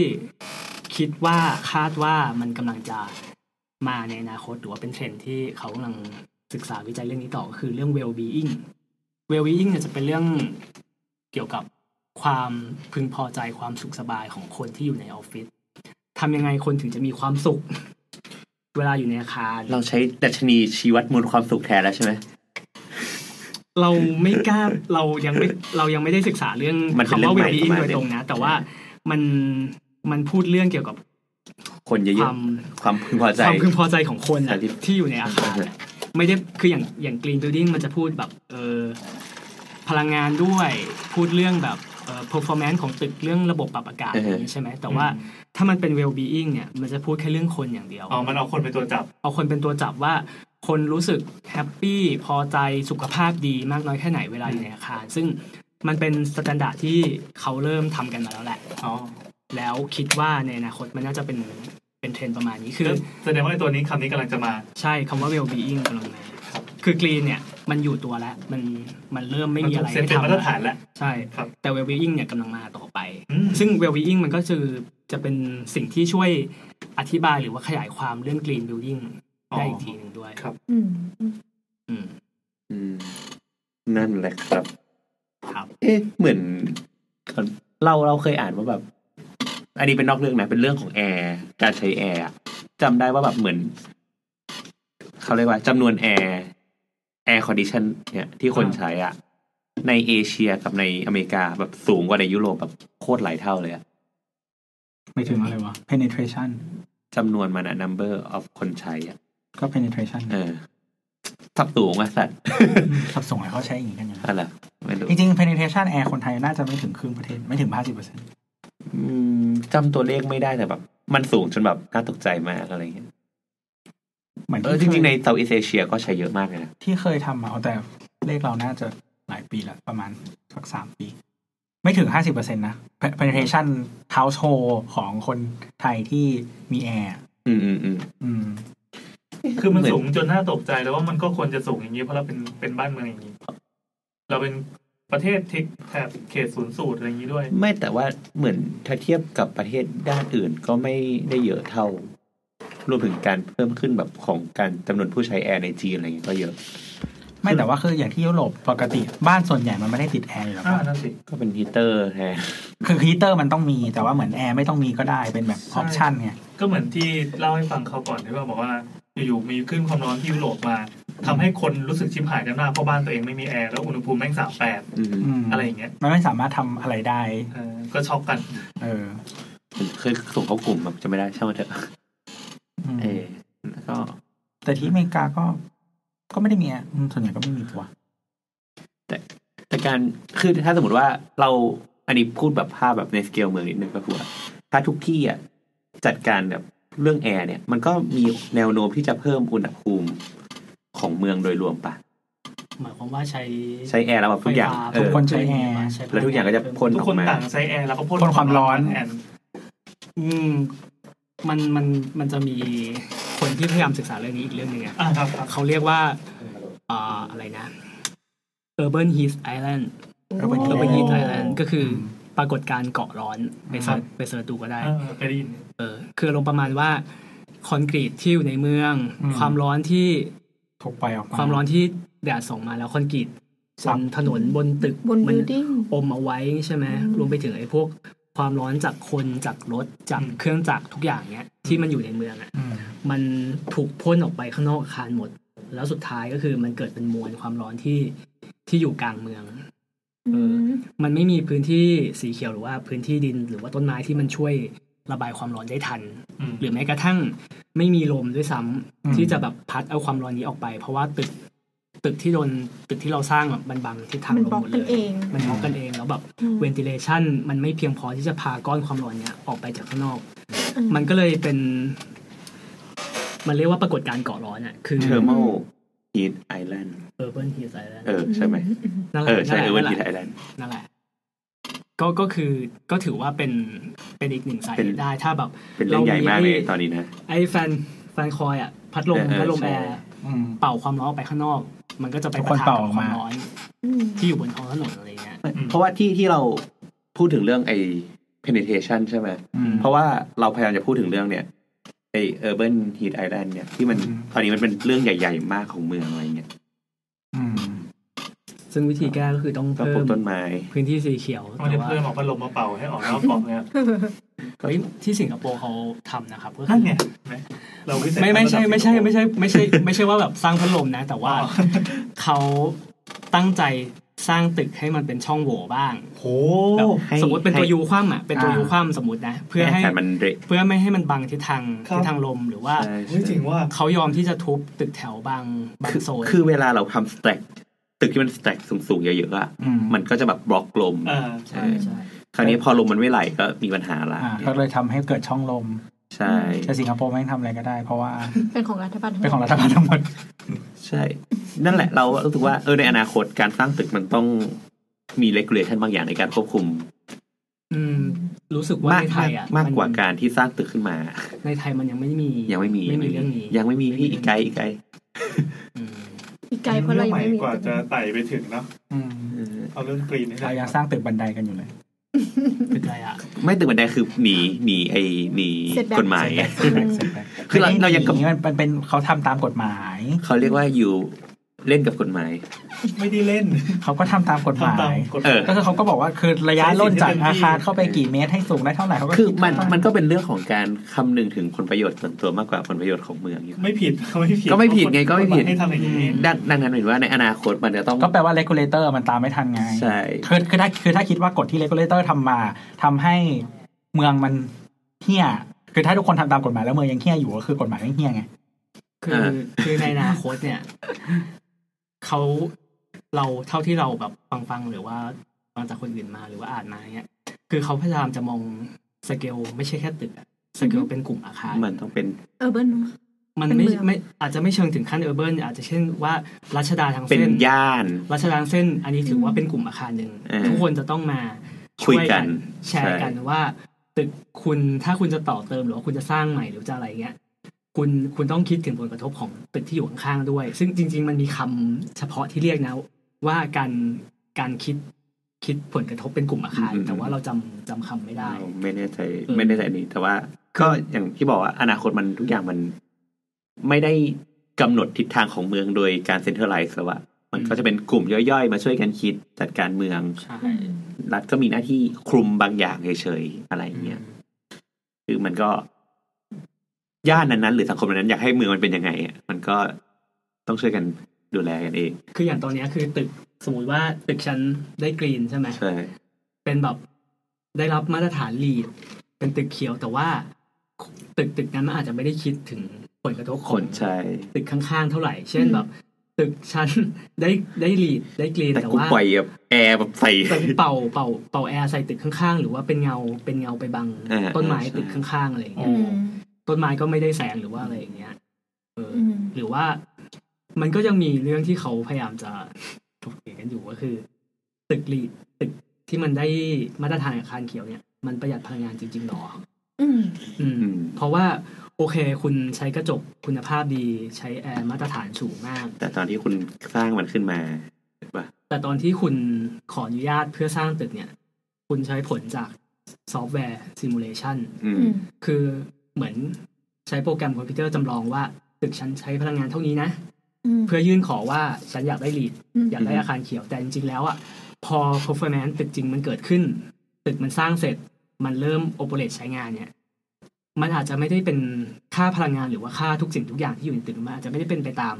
คิดว่าคาดว่ามันกำลังจะมาในอนาคตหรือว่าเป็นเทรนด์ที่เขากำลังศึกษาวิจัยเรื่องนี้ต่อก็คือเรื่อง well-being well-being เนี่ยจะเป็นเรื่องเกี่ยวกับความพึงพอใจความสุขสบายของคนที่อยู่ในออฟฟิศทำยังไงคนถึงจะมีความสุข เวลาอยู่ในอาคาร เราใช้ดัชนีชีวัดมวลความสุขแทนแล้วใช่ไหม เราไม่กล้าเรายังไม่เรายังไม่ได้ศึกษาเรื่อง มันเป็น คำ เรื่อใหว่าง เวม่ ล b ีอิง ประมาณ โดยตรงนะ แต่ว่ามันมันพูดเรื่องเกี่ยวกับ คนเย ค อะ วาม ๆ ความพึงพอใจ ความพึงพอใจของคนอะ ใช่ที่ ที่อยู่ในอาคารอะไม่ได้คืออย่างอย่างกรีนบิลดิ้งมันจะพูดแบบเออพลังงานด้วยพูดเรื่องแบบเอ่อ performance ของตึกเรื่องระบบปรับอากาศอย่างนี้ใช่ไหมแต่ว่าถ้ามันเป็น well being เนี่ยมันจะพูดแค่เรื่องคนอย่างเดียว อ๋อมันเอาคนเป็นตัวจับ เอาคนเป็นตัวจับว่าคนรู้สึกแฮปปี้พอใจสุขภาพดีมากน้อยแค่ไหนเวลาอยู่ในอาคาร ซึ่งมันเป็นสแตนดาร์ดที่เขาเริ่มทำกันมาแล้วแหละ อ๋อ แล้วคิดว่าในอนาคตมันน่าจะเป็นเป็นเทรนด์ประมาณนี้ คื คืออ แสดงว่าไอ้ตัวนี้คำนี้กำลังจะมา ใช่คำว่า well being กำลังมาคือกรีนเนี่ยมันอยู่ตัวแล้ว มันมันเริ่มไม่ มัน มี ถูกอะไร เซ็ต ให้ เป็น ทำ มาตรฐานแล้ว ใช่ ครับ แต่ well being เนี่ยกำลังมาต่อไป อืม ซึ่ง well being มันก็คือจะเป็นสิ่งที่ช่วยอธิบายหรือว่าขยายความเรื่อง green building ได้อีกทีหนึ่งด้วย ครับ อืม อืม อืมนั่นแหละครับ ครับ เอ๊ะเหมือนเราเราเคยอ่านว่าแบบ อันนี้เป็นนอกเรื่องนะ เป็นเรื่องของแอร์การใช้แอร์อะจำได้ว่าแบบเหมือนเขาเรียกว่าจำนวนแอร์แอร์คอนดิชันเนี่ยที่คนใช้อ่ะ ในเอเชียกับในอเมริกาแบบสูงกว่าในยุโรปแบบโคตรหลายเท่าเลยอะ ไม่ถึงอะไรวะ penetration จำนวนมันอะ number of คนใช้อ่ะ ก็ penetration เออสับสูงอะสัตว์ สับส่งให้เขาใช้อย่างนี้กันอย่างนั้น อะไรไม่รู้ จริงๆ penetration air คนไทยน่าจะไม่ถึงครึ่งประเทศไม่ถึง 50% อืมจำตัวเลขไม่ได้แต่แบบ มันสูงจนแบบน่าตกใจมากอะไรอย่างเงี้ย เหมือน เออจ ที่ ริงๆ เค ใน ย เซาท์อีสเอเชียก็ใช้เยอะมากเลยนะ ที่เคยทำมาเอาแต่เลขเราน่าจะหลายปีละประมาณสักสามปี ไม่ถึง 50%นะ penetration household ของคนไทยที่มีแอร์ อืมอืมอืม อืม คือมันสูงจนน่าตกใจแล้วว่ามันก็ควรจะสูงอย่างนี้เพราะเราเป็นเป็นบ้านเมืองอย่างนี้ เราเป็นประเทศที่แถบเขตศูนย์สูตรอะไรอย่างนี้ด้วย ไม่แต่ว่าเหมือนถ้าเทียบกับประเทศด้านอื่นก็ไม่ได้เยอะเท่า รวมถึงการเพิ่มขึ้นแบบของการจำนวนผู้ใช้แอร์ในจีนอะไรเงี้ยก็เยอะ ไม่แต่ว่าคืออย่างที่ยุโรปปกติบ้านส่วนใหญ่มันไม่ได้ติดแอร์อยู่แล้ว อ่า ป่ะ นั่นสิ ก็เป็นฮีเตอร์แทน คือฮีเตอร์มันต้องมีแต่ว่าเหมือนแอร์ไม่ต้องมีก็ได้เป็นแบบออปชั่นไง ก็เหมือนที่เล่าให้ฟังเขาวก่อนที่ว่าบอกว่า อยู่ๆมีขึ้นความร้อนที่ยุโรปมาทำให้คนรู้สึกชิมหายกันมากเพราะบ้านตัวเองไม่มีแอร์แล้วอุณหภูมิแม่งสามแปด อืม อืม อะไรอย่างเงี้ย มันไม่สามารถทำอะไรได้ เออก็ช็อกกัน เออ ผมเคยส่งเข้ากลุ่มแบบจะไม่ได้ช่างมันเถอะ อืม เออแล้วก็ แต่ที่อเมริกาก็ ก็ไม่ได้มีอะอืมส่วนใหญ่ก็ไม่มีตัว แต่การคือถ้าสมมติว่าเราอันนี้พูดแบบภาพแบบในสเกลเมืองนิดนึงก็คือว่าถ้าทุกที่อ่ะจัดการแบบเรื่องแอร์เนี่ย มันก็มีแนวโน้มที่จะเพิ่มอุณหภูมิของเมืองโดยรวมปะ หมายความว่าใช้ ใช้แอร์แล้วแบบทุกอย่างเอ ทุก อ คนใช้แอร์ แล้วทุกอย่างก็จะพ่น ทุกคนต่างใช้แอร์แล้วก็พ่น พ่นความร้อน แร์ อืมมันมันมันจะมีคนที่พยายามศึกษาเรื่องนี้อีกเรื่องหนึ่งอะ อ่าครับครับ เขาเรียกว่าเอ่ออะไรนะ urban heat island ก็เป็น urban ฮี heat เตอร์ island ก็คือปรากฏการณ์เกาะร้อนไปเสิร์ชไปเสิร์ชดูก็ได้ เออเคยได้ยิน เออคือลงประมาณว่าคอนกรีตที่อยู่ในเมือง อืม ความร้อนที่ ถูกปล่อยออกมา ความร้อนที่แดดส่งมาแล้วคอนกรีตบ ซับ นถนนบนตึก บน มั บิวดิ้ง อมเอาไว้ใช่ไหม อืม รวมไปถึงไอ้พวกความร้อนจากคนจากรถจาก อืม เครื่องจักรทุกอย่างเนี้ยที่มันอยู่ในเมืองอ่ะ อืม มันถูกพ่นออกไปข้างนอกอาคารหมด แล้วสุดท้ายก็คือมันเกิดเป็นมวลความร้อนที่ที่อยู่กลางเมือง มันไม่มีพื้นที่สีเขียวหรือว่าพื้นที่ดินหรือว่าต้นไม้ที่มันช่วยระบายความร้อนได้ทัน อืม หรือแม้กระทั่งไม่มีลมด้วยซ้ำที่จะแบบพัดเอาความร้อนนี้ออกไป เพราะว่าตึกตึกที่โดนตึกที่เราสร้างอะมันบังทิศทาง มัน ลม บล็อ ห ก มด กั เล น ย เอง มันบล็อกกันเองแล้วแบบ อืม เวนติเลชันมันไม่เพียงพอที่จะพาก้อนความร้อนเนี้ยออกไปจากข้างนอก อืม มันก็เลยเป็น มันเรียกว่าปรากฏการณ์เกาะร้อนอ่ะ คือ เทอร์โม ฮีทไอแลนด์ เออเบิร์นฮีสไอแลนด์ เออใช่ไหม นั่นแห เอ ละ อใช่เออ นั่ เวน นแห ฮี ละ ทไอแลนด์ นั่นแหละก็ก็คือก็ถือว่าเป็นเป็นอีกหนึ่งสาย เป็น ได้ถ้าแบบ เป็นเรื่องใหญ่มากเลยตอนนี้นะ ไอ้แฟนแฟนคอยอ่ะ พัดลม เออเออ พัดลม ใช่ แอร์ อืม เป่าความร้อนออกไปข้างนอก มันก็จะไป ทุก ปะ คน ทะ เป่า กับ ออก ความ มา ร้อนที่อยู่บนท้องถนนอะไรเงี้ย เพราะว่าที่ที่เราพูดถึงเรื่องไอ้ penetration ใช่ไหม อืม เพราะว่าเราพยายามจะพูดถึงเรื่องเนี่ยไอ urban heat island เนี่ยที่มัน อืม ตอนนี้มันเป็นเรื่องใหญ่ ๆ มากของเมืองอะไรเงี้ย อืม ซึ่งวิธีแก้ก็คือต้อง ก็ปลูเพิ่ม กต้นไม้ พื้นที่สีเขียว มัน แต่ จะ ว่า เพิ่มออกพัดลมมาเป่าให้ออกนอกกรอบเนี่ย เฮ้ยที่สิงคโปร์เขาทำนะครับก็คื นั่น อ ไงเห็นไหมเราวิสัย ไม่ไม่ใช่ไม่ใช่ไม่ใช่ไม่ใช่ไม่ใช่ว่าแบบสร้างพัดลมนะ แต่ว่าเขาตั้งใจสร้างตึกให้มันเป็นช่องโหว่บ้าง โห แบบ ให้ สมมติเป็นตัว ให้ ยูคว่ำอ่ะเป็นตัวยูคว่ำสมมตินะเพื่อให้ แต่มันเละ เพื่อไม่ให้มันบังทิศทางทิศทางลมหรือว่า เฮ้ยจริงว่า เขายอมที่จะทุบตึกแถวบางบาง คือ โซน คือเวลาเราทำ stack ตึกที่มัน stack สูงๆ เยอะๆอะ อืม มันก็จะแบบบล็อกลม อ่า ใช่ใช่ คราวนี้พอลมมันไม่ไหลก็มีปัญหาละ อ่าก็เลยทำให้เกิดช่องลม ใช่ แต่สิงคโปร์แม่งทำอะไรก็ได้ เพราะว่า เป็นของรัฐบาลทั้งหม เป็ดนของรัฐบาลทั้งหมด ใช่ นั่นแหละเรารู้สึกว่าเออในอนาคตการสร้างตึกมันต้องมี regulation บางอย่างในการควบคุม อืมรู้สึกว่า มา ใน ก ไทยอ่ะ มากกว่าน การที่สร้างตึกขึ้นมา ในไทยมันยังไม่มี ยังไม่มี ไม่มีเรื่องนี้ ยังไม่มีพี่อีกไกลอีกไกล อืม อีกไกลเพราะเรายังไม่มี กว่าจะไต่ไปถึงเนาะ อืม เออ เอาเรื่องกรีนให้ได้ เรายังสร้างตึกบันไดกันอยู่เลย ตึกอะไรอ่ะ ไม่ตึงบันไดคือหนีหนีไอ้หนีกฎหมาย เสร็จไป คือเราเรายังกำ นี้มันมันเป็นเขาทำตามกฎหมาย เขาเรียกว่าอยู่เล่นกับกฎหมาย ไม่ได้เล่น เขาก็ทำตามกฎหมา ทำตาม ย กฎ เออ ก็คือเขาก็บอกว่าคือระยะล่นจากอาคารเข้าไปกี่เมตรให้สูงได้เท่าไหร่เขาก็ คือ ด มันมันก็เป็นเรื่องของการคำนึงถึงผลประโยชน์ส่วนตัวมากกว่าผลประโยชน์ของเมืองอยู่ ไม่ผิดไม่ผิด ก็ไม่ผิดไงก็ไม่ผิด ให้ทำอย่างนี้ ดังดังนั้นเห็นว่าในอนาคตมันจะต้อง ก็แปลว่า regulator มันตามไม่ทันไง ใช่ คือคือถ้าคือถ้าคิดว่ากฎที่ regulator ทำมาทำให้เมืองมันเฮี้ยคือถ้าทุกคนทำตามกฎหมายแล้วเมืองยังเฮี้ยอยู่ก็คือกฎหมายไม่เฮี้ยไง คือคือในอนาคตเนี่ย เขาเราเท่าที่เราแบบฟังฟังหรือว่าฟังจากคนอื่นมาหรือว่าอ่านมาเนี้ย คือเขาพยายามจะมองสเกลไม่ใช่แค่ตึกอะสเกลเป็นกลุ่มอาคาร มันต้องเป็น เออเบิร์น มันไม่ เป็นเมือง ไม่อาจจะไม่เชิงถึงขั้นเออร์เบิร์นอาจจะเช่นว่ารัชดาทาง เป็น เส้น ย่าน รัชดาเส้นอันนี้ถือว่าเป็นกลุ่มอาคารหนึ่ง เออ ทุกคนจะต้องมา คุยกัน แชร์กันว่าตึกคุณถ้าคุณจะต่อเติมหรือว่าคุณจะสร้างใหม่หรือจะอะไรเงี้ยคุณคุณต้องคิดถึงผลกระทบของตึกที่อยู่ข้างๆด้วย ซึ่งจริง ๆ มันมีคำเฉพาะที่เรียกนะ ว่าการการคิดคิดผลกระทบเป็นกลุ่มอาคาร แต่ว่าเราจำจำคำไม่ได้ ไม่แน่ใจ เออ ไม่แน่ใจอันนี้ แต่ว่าก็อย่างที่บอกว่าอนาคตมันทุกอย่างมันไม่ได้กำหนดทิศทางของเมืองโดยการเซ็นเตอร์ไลซ์แล้วอะมันก็จะเป็นกลุ่มย่อยๆ มาช่วยกันคิดจัดการเมือง ใช่ รัฐก็มีหน้าที่คลุมบางอย่างเฉยๆอะไรอย่างเงี้ยคือมันก็ย่านนั้นๆหรือสังคมนั้นๆอยากให้เมืองมันเป็นยังไงอะมันก็ต้องช่วยกันดูแลกันเอง คืออย่างตอนเนี้ยคือตึกสมมติว่าตึกชั้นได้กรีนใช่ไหม ใช่ เป็นแบบได้รับมาตรฐานลีดเป็นตึกเขียวแต่ว่า ตึกตึกนั้นมันอาจจะไม่ได้คิดถึงผลกระทบข คนนใช่ ตึกข้างๆเท่าไหร่ เช่นแบบ ตึกชั้น ได้ได้ลีดได้กรีน แต่ แต่ กู ว่า ปล่อยแบบแอร์แบบใส่ แต่เป่าเป่าเป่าแอร์ใส่ตึกข้างๆ หรือว่าเป็นเงาเป็นเงาไปบัง เออ ต้นไม้ เออใช่ ตึกข้างๆอะไรอย่างเงี้ อื ย ม ต้นไม้ก็ไม่ได้แสงหรือว่าอะไรอย่างเงี้ยเอออ อืม หรือว่ามันก็ยังมีเรื่องที่เขาพยายามจะถกเถียงกันอยู่ก็คือ ตึกลีดตึกที่มันได้มาตรฐานอาคารเขียวเนี่ยมันประหยัดพลังงานจริงๆหรอ อืม อืม อืม เพราะว่าโอเคคุณใช้กระจกคุณภาพดีใช้แอร์มาตรฐานสูงมาก แต่ตอนที่คุณสร้างมันขึ้นมา แต่ตอนที่คุณขออนุญาตเพื่อสร้างตึกเนี่ย คุณใช้ผลจากซอฟต์แวร์ซิมูเลชัน อืม อืม คือเหมือนใช้โปรแกรมคอมพิวเตอร์จำลองว่า ตึกฉันใช้พลังงานเท่านี้นะ อืม เพื่อยื่นขอว่าฉันอยากได้ลีด อืม อยากได้อาคารเขียวแต่จริงๆแล้วอ่ะพอ performance ตึกจริงมันเกิดขึ้น ตึกมันสร้างเสร็จมันเริ่ม operate ใช้งานเนี่ย มันอาจจะไม่ได้เป็นค่าพลังงานหรือว่าค่าทุกสิ่งทุกอย่างที่อยู่ในตึกมันอาจจะไม่ได้เป็นไปตาม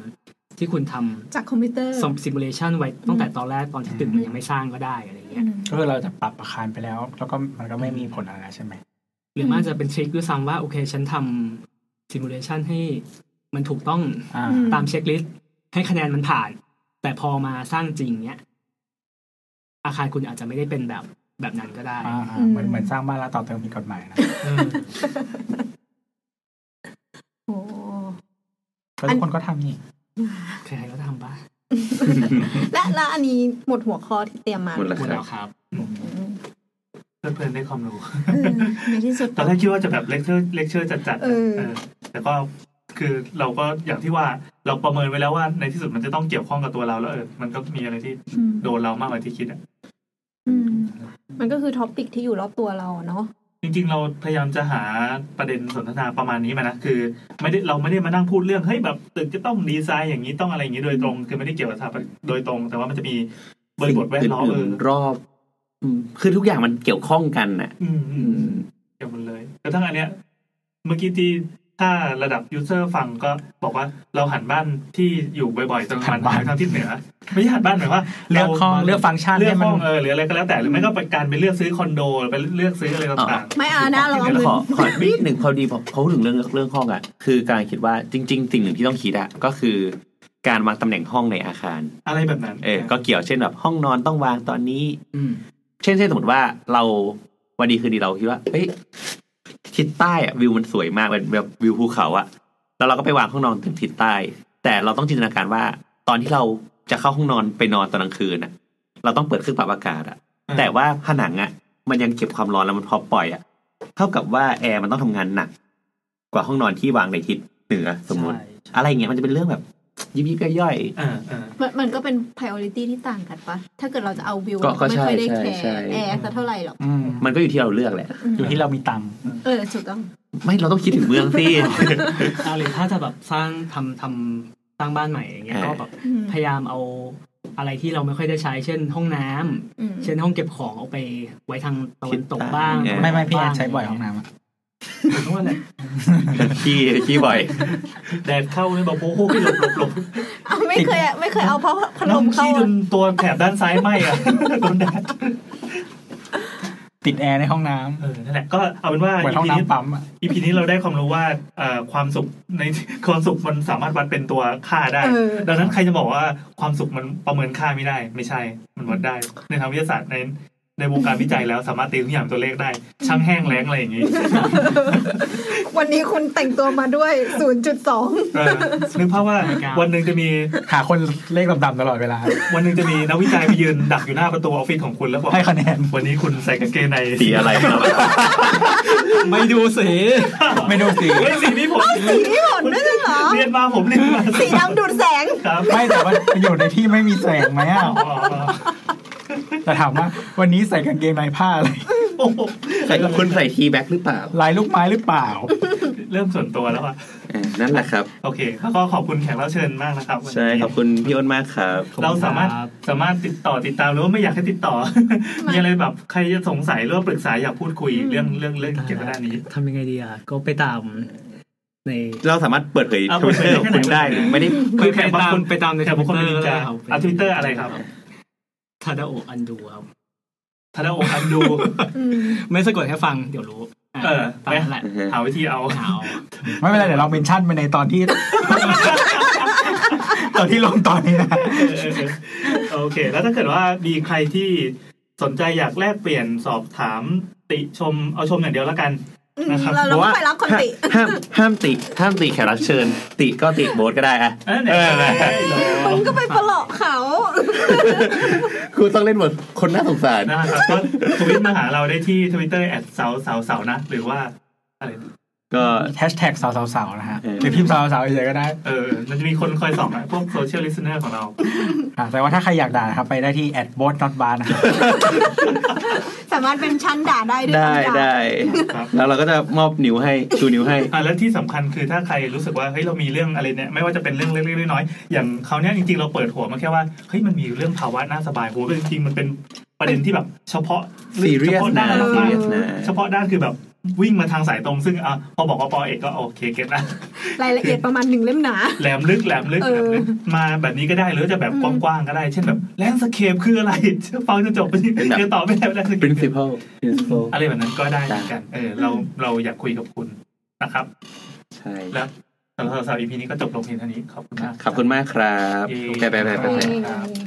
ที่คุณท จากคอมพิวเตอร์ ำ simulation ไว้ตั้งแต่ตอนแรกตอนที่ตึกมันยังไม่สร้างก็ได้อะไรเงี้ย ก็คือเราจะปรับอาคารไปแล้ว แล้วก็มันก็ไม่มีผลอะไรแล้วใช่ไหม หรือมันอาจจะเป็นทริคด้วยซ้ำว่าโอเคฉันทำ simulation ให้มันถูกต้อง อ่า อืม ตามเช็คลิสต์ให้คะแนนมันผ่าน แต่พอมาสร้างจริงเนี้ยอาคารคุณอาจจะไม่ได้เป็นแบบแบบนั้นก็ได้ อ่าอ่าเหมือนเหมือนสร้างบ้านแล้วต่อเติมผิดกฎหมายนะ โอ้ แล้วทุกคนก็ทำนี่ ใครๆก็ทำ ำปะ และและอันนี้หมดหัวข้อที่เตรียมมา หมดแล้ว หมครัดแล้ บ วครับ เพื่อนๆได้ความรู้ เออในที่สุด ตอนแรกคิดว่าจะแบบเลคเชอร์เลคเชอร์จัดๆ เออ เออแต่ก็คือเราก็อย่างที่ว่าเราประเมินไว้แล้วว่าในที่สุดมันจะต้องเกี่ยวข้องกับตัวเราแล้วเออมันก็มีอะไรที่ อืม โดนเรามากกว่าที่คิดอ่ะ อืมมันก็คือท็อปิกที่อยู่รอบตัวเราเนาะ จริง ๆ เราพยายามจะหาประเด็นสนทนาประมาณนี้มานะคือ ไม่ได้เราไม่ได้มานั่งพูดเรื่องเฮ้ยแบบตึกจะต้องดีไซน์อย่างนี้ต้องอะไรอย่างนี้โดยตรง คือไม่ได้เกี่ยวกับสถาปัตย์โดยตรง แต่ว่ามันจะมีบริบทแวดล้อมเออ นๆรอบอืมคือทุกอย่างมันเกี่ยวข้องกันน่ะ อืมอืมอืมเกี่ยวหมันเลยแล้วทั้งอันเนี้ย เมื่อกี้ที่ถ้าระดับยูเซอร์ฟังก็บอกว่าเราหันบ้านที่อยู่บ่อยๆตรงหันบ้านทางทิศเหนือ ไม่ใช่หันบ้านหมายว่า เลือกข้อเลือกฟังก์ชัน เลือ ให้ ก มัน ห้องเออหรืออะไรก็แล้วแต่หรือไม่ก็ไปการไปเลือกซื้อคอนโดหรือไปเลือกซื้ออะไร อ๋ ต่า อ ง ไม่อานะเราเอา แล้ว เงิน ขอขอนิดหนึ่งพอดีพอเขาพูดถึงเรื่องเรื่องห้องอ่ะ คือกำลังคิดว่าจริง ๆ สิ่งหนึ่งที่ต้องคิดอะก็คือ การวางตำแหน่งห้องในอาคาร ๆ อะไรแบบนั้น เออ ก็เกี่ยวเช่นแบบห้องนอนต้องวางตอนนี้ อืม เช่นเช่นสมมติว่าเราวันดีคืนดีเราคิดว่าเฮ้ยทิศใต้อะวิวมันสวยมากเป็นแบบวิวภูเขาอะแล้วเราก็ไปวางห้องนอนถึงทิศใต้ แต่เราต้องจินตนาการว่า ตอนที่เราจะเข้าห้องนอนไปนอนตอนกลางคืนอะเราต้องเปิดเครื่องปรับอากาศอะแต่ว่าผนังอะมันยังเก็บความร้อนแล้วมันพอปล่อยอะเท่ากับว่าแอร์มันต้องทำงานหนัก กว่าห้องนอนที่วางในทิศเหนือสมมติ ใช่ อะไรอย่างเงี้ยมันจะเป็นเรื่องแบบยิบยิบย่อยๆ อ่าอ่า มันมันก็เป็น priority ที่ต่างกันปะถ้าเกิดเราจะเอาวิว ก็ก็ ไม่ค่อยได้ ใช่ แค ใช่ใช่ ร์แอร์สักเท่าไหร่หรอก อืม มันก็อยู่ที่เราเลือกแหละ อืม อยู่ที่เรามีตังค์ เออถูกต้อง ไม่เราต้องคิดถึงเมือง สิ อ่าหรือถ้าจะแบบสร้างทำทำสร้างบ้านใหม่อย่างเงี้ย อ่า ก็แบบ อืม พยายามเอาอะไรที่เราไม่ค่อยได้ใช้ เช่น ห้องน้ำ อืม เช่นห้องเก็บของเอาไปไว้ทางตะวันตกบ้าง เออ ไม่ไม่พี่แอ บ้าน ใช้บ่อยห้องน้ำอะ ผมก็ว่าแหละ ขี้ขี้บ่อย แดดเข้าเลยแบบโอ้โหหลบหลบหลบ เอาไม่เคยไม่เคยเอาเพราะพัดลม น้ำ เข้า ขี้จนตัวแถบด้านซ้ายไหมอ่ะโดนแดด ติดแอร์ในห้องน้ำ เออนั่นแหละก็เอาเป็นว่า เหมือนห้อง EP นี้ น้ำปั๊มอะ อีพีนี้เราได้ความรู้ว่าเอ่อความสุขใน ความสุขมันสามารถวัดเป็นตัวค่าได้ เออ ดังนั้นใครจะบอกว่าความสุขมันประเมินค่าไม่ได้ ไม่ใช่ มันวัดได้ ในทางวิทยาศาสตร์ในในวงการวิจัยแล้วสามารถตีทุกอย่างเป็นตัวเลขได้ ช่างแห้งแล้งอะไรอย่างนี้ วันนี้คุณแต่งตัวมาด้วย 0.2 เออนึกภาพว่าวันหนึ่งจะมี หาคนเลขดำๆตลอดเวลา วันหนึ่งจะมีนักวิจัยไปยืนดักอยู่หน้าประตูออฟฟิศของคุณแล้วบอก ให้คะแนน วันนี้คุณใส่กางเกงใน สีอะไรครับ ไม่ดูสิ ไม่ดูสิ เฮ้ยสีนี้ผม สีนี่หล่นด้วยเหรอ เรียนมาผมเรียนมา สีดำดูดแสง ครับ ไม่แต่ว่าอยู่ในที่ไม่มีแสงไหมอ่ะ อ๋อ แต่ถามว่า วันนี้ใส่กางเกงในผ้าอะไร โอ้โห ใส่คุณใส่ทีแบ็กหรือเปล่า ลายลูกไม้หรือเปล่า เริ่มส่วนตัวแล้วอ่ะ เออนั่นแหละครับ โอเคแล้วก็ขอบคุณแขกรับเชิญมากนะครับวันนี้ ใช่ขอบคุณพี่อ้นมากครับ เราสามารถสามารถติดต่อติดตามหรือว่าไม่อยากให้ติดต่อ มีอะไรแบบใครจะสงสัยหรือว่าปรึกษาอยากพูดคุยเรื่องเรื่องเรื่องเกี่ยวกับด้านนี้ ทำยังไงดีอ่ะก็ไปตามใน เราสามารถเปิดเผย อ่ะ ทวิตเตอร์ของคุณได้ เปิ ห ดเผยแค่ไหน รือไม่ได้ คือไปตามไปตามใน แข ท กบา วิ ง ต คน เตอ ไม่ดีร์ก็ จ้ะ ได้ครับ อ่ะ Twitter อะไรครับ ทาดาโออันดูครับ ธนโอคันดู ไม่สะกดแค่ฟังเดี๋ยวรู้ะ เออ ตามนั้นแหละ หาวิธีเอา หาว ไม่เป็นไรเดี๋ยวเราเมนชั่นไปในตอนที่ ตอนที่ลงตอนนี้นะ เออเออเออโอเค แล้วถ้าเกิดว่ามีใครที่สนใจอยากแลกเปลี่ยนสอบถามติชมเอาชมอย่างเดียวแล้วกัน นะครับ เราเราไม่ค่อยรับคนติ ห้ามห้ามติห้ามติแขกรับเชิญ ติก็ติโบสก็ได้อะ เออไหน มึงก็ไปประหลอกเขา ครูต้องเล่นบทคนน่าสงสาร นะครับก็ทวิตมาหาเราได้ที่ทวิตเตอร์แอดเสาเสาเสานะ หรือว่าอะไร ก็ แฮชแท็กสาวๆๆนะฮะ เออ หรือพิมพ์สาวๆเฉยๆก็ได้ เออ มันจะมีคนคอยส่องอะพวกโซเชียลลิสเนอร์ของเรา อ่ะแต่ว่าถ้าใครอยากด่านะครับ ไปได้ที่แอดบอสนอตบาร์นะครับ สามารถเป็นชั้นด่าได้ด้วย ได้ คำด่า ได้ ครับ แล้วเราก็จะมอบนิ้วให้ชูนิ้วให้ อ่ะแล้วที่สำคัญคือถ้าใครรู้สึกว่าเฮ้ยเรามีเรื่องอะไรเนี่ยไม่ว่าจะเป็นเรื่องเล็กๆน้อยๆอย่างเขาวเนี้ยจริงๆเราเปิดหัวมาแค่ว่าเฮ้ยมันมีเรื่องภาวะน่าสบายโหจริงๆมันเป็นประเด็นที่แบบ เฉพาะเรื่อ Serious งเฉพาะด้าน นะ มาก Serious นะ เฉพาะด้านคือแบบวิ่งมาทางสายตรงซึ่งอ่ะพอบอกว่าปอเอกก็โอเคเก็ตนะ รายละเอียดประมาณหนึ่งเล่มหนา แหลมลึกแหลมลึกแหลมลึกมาแบบนี้ก็ได้หรือจะแบบกว้างๆก็ได้ เช่นแบบแลนสเคปคืออะไรฟังจนจบไปนี่ยังตอบไม่ได้แลนสเคป principal principal อะไรแบบนั้นก็ได้เหมือนกัน เออ เราเราอยากคุยกับคุณนะครับ ใช่ แล้วสำหรับสาว EP นี้ก็จบลงเพียงเท่านี้ ขอบคุณมาก ขอบคุณมากครับ เย้ ไปไปไปไป ครับ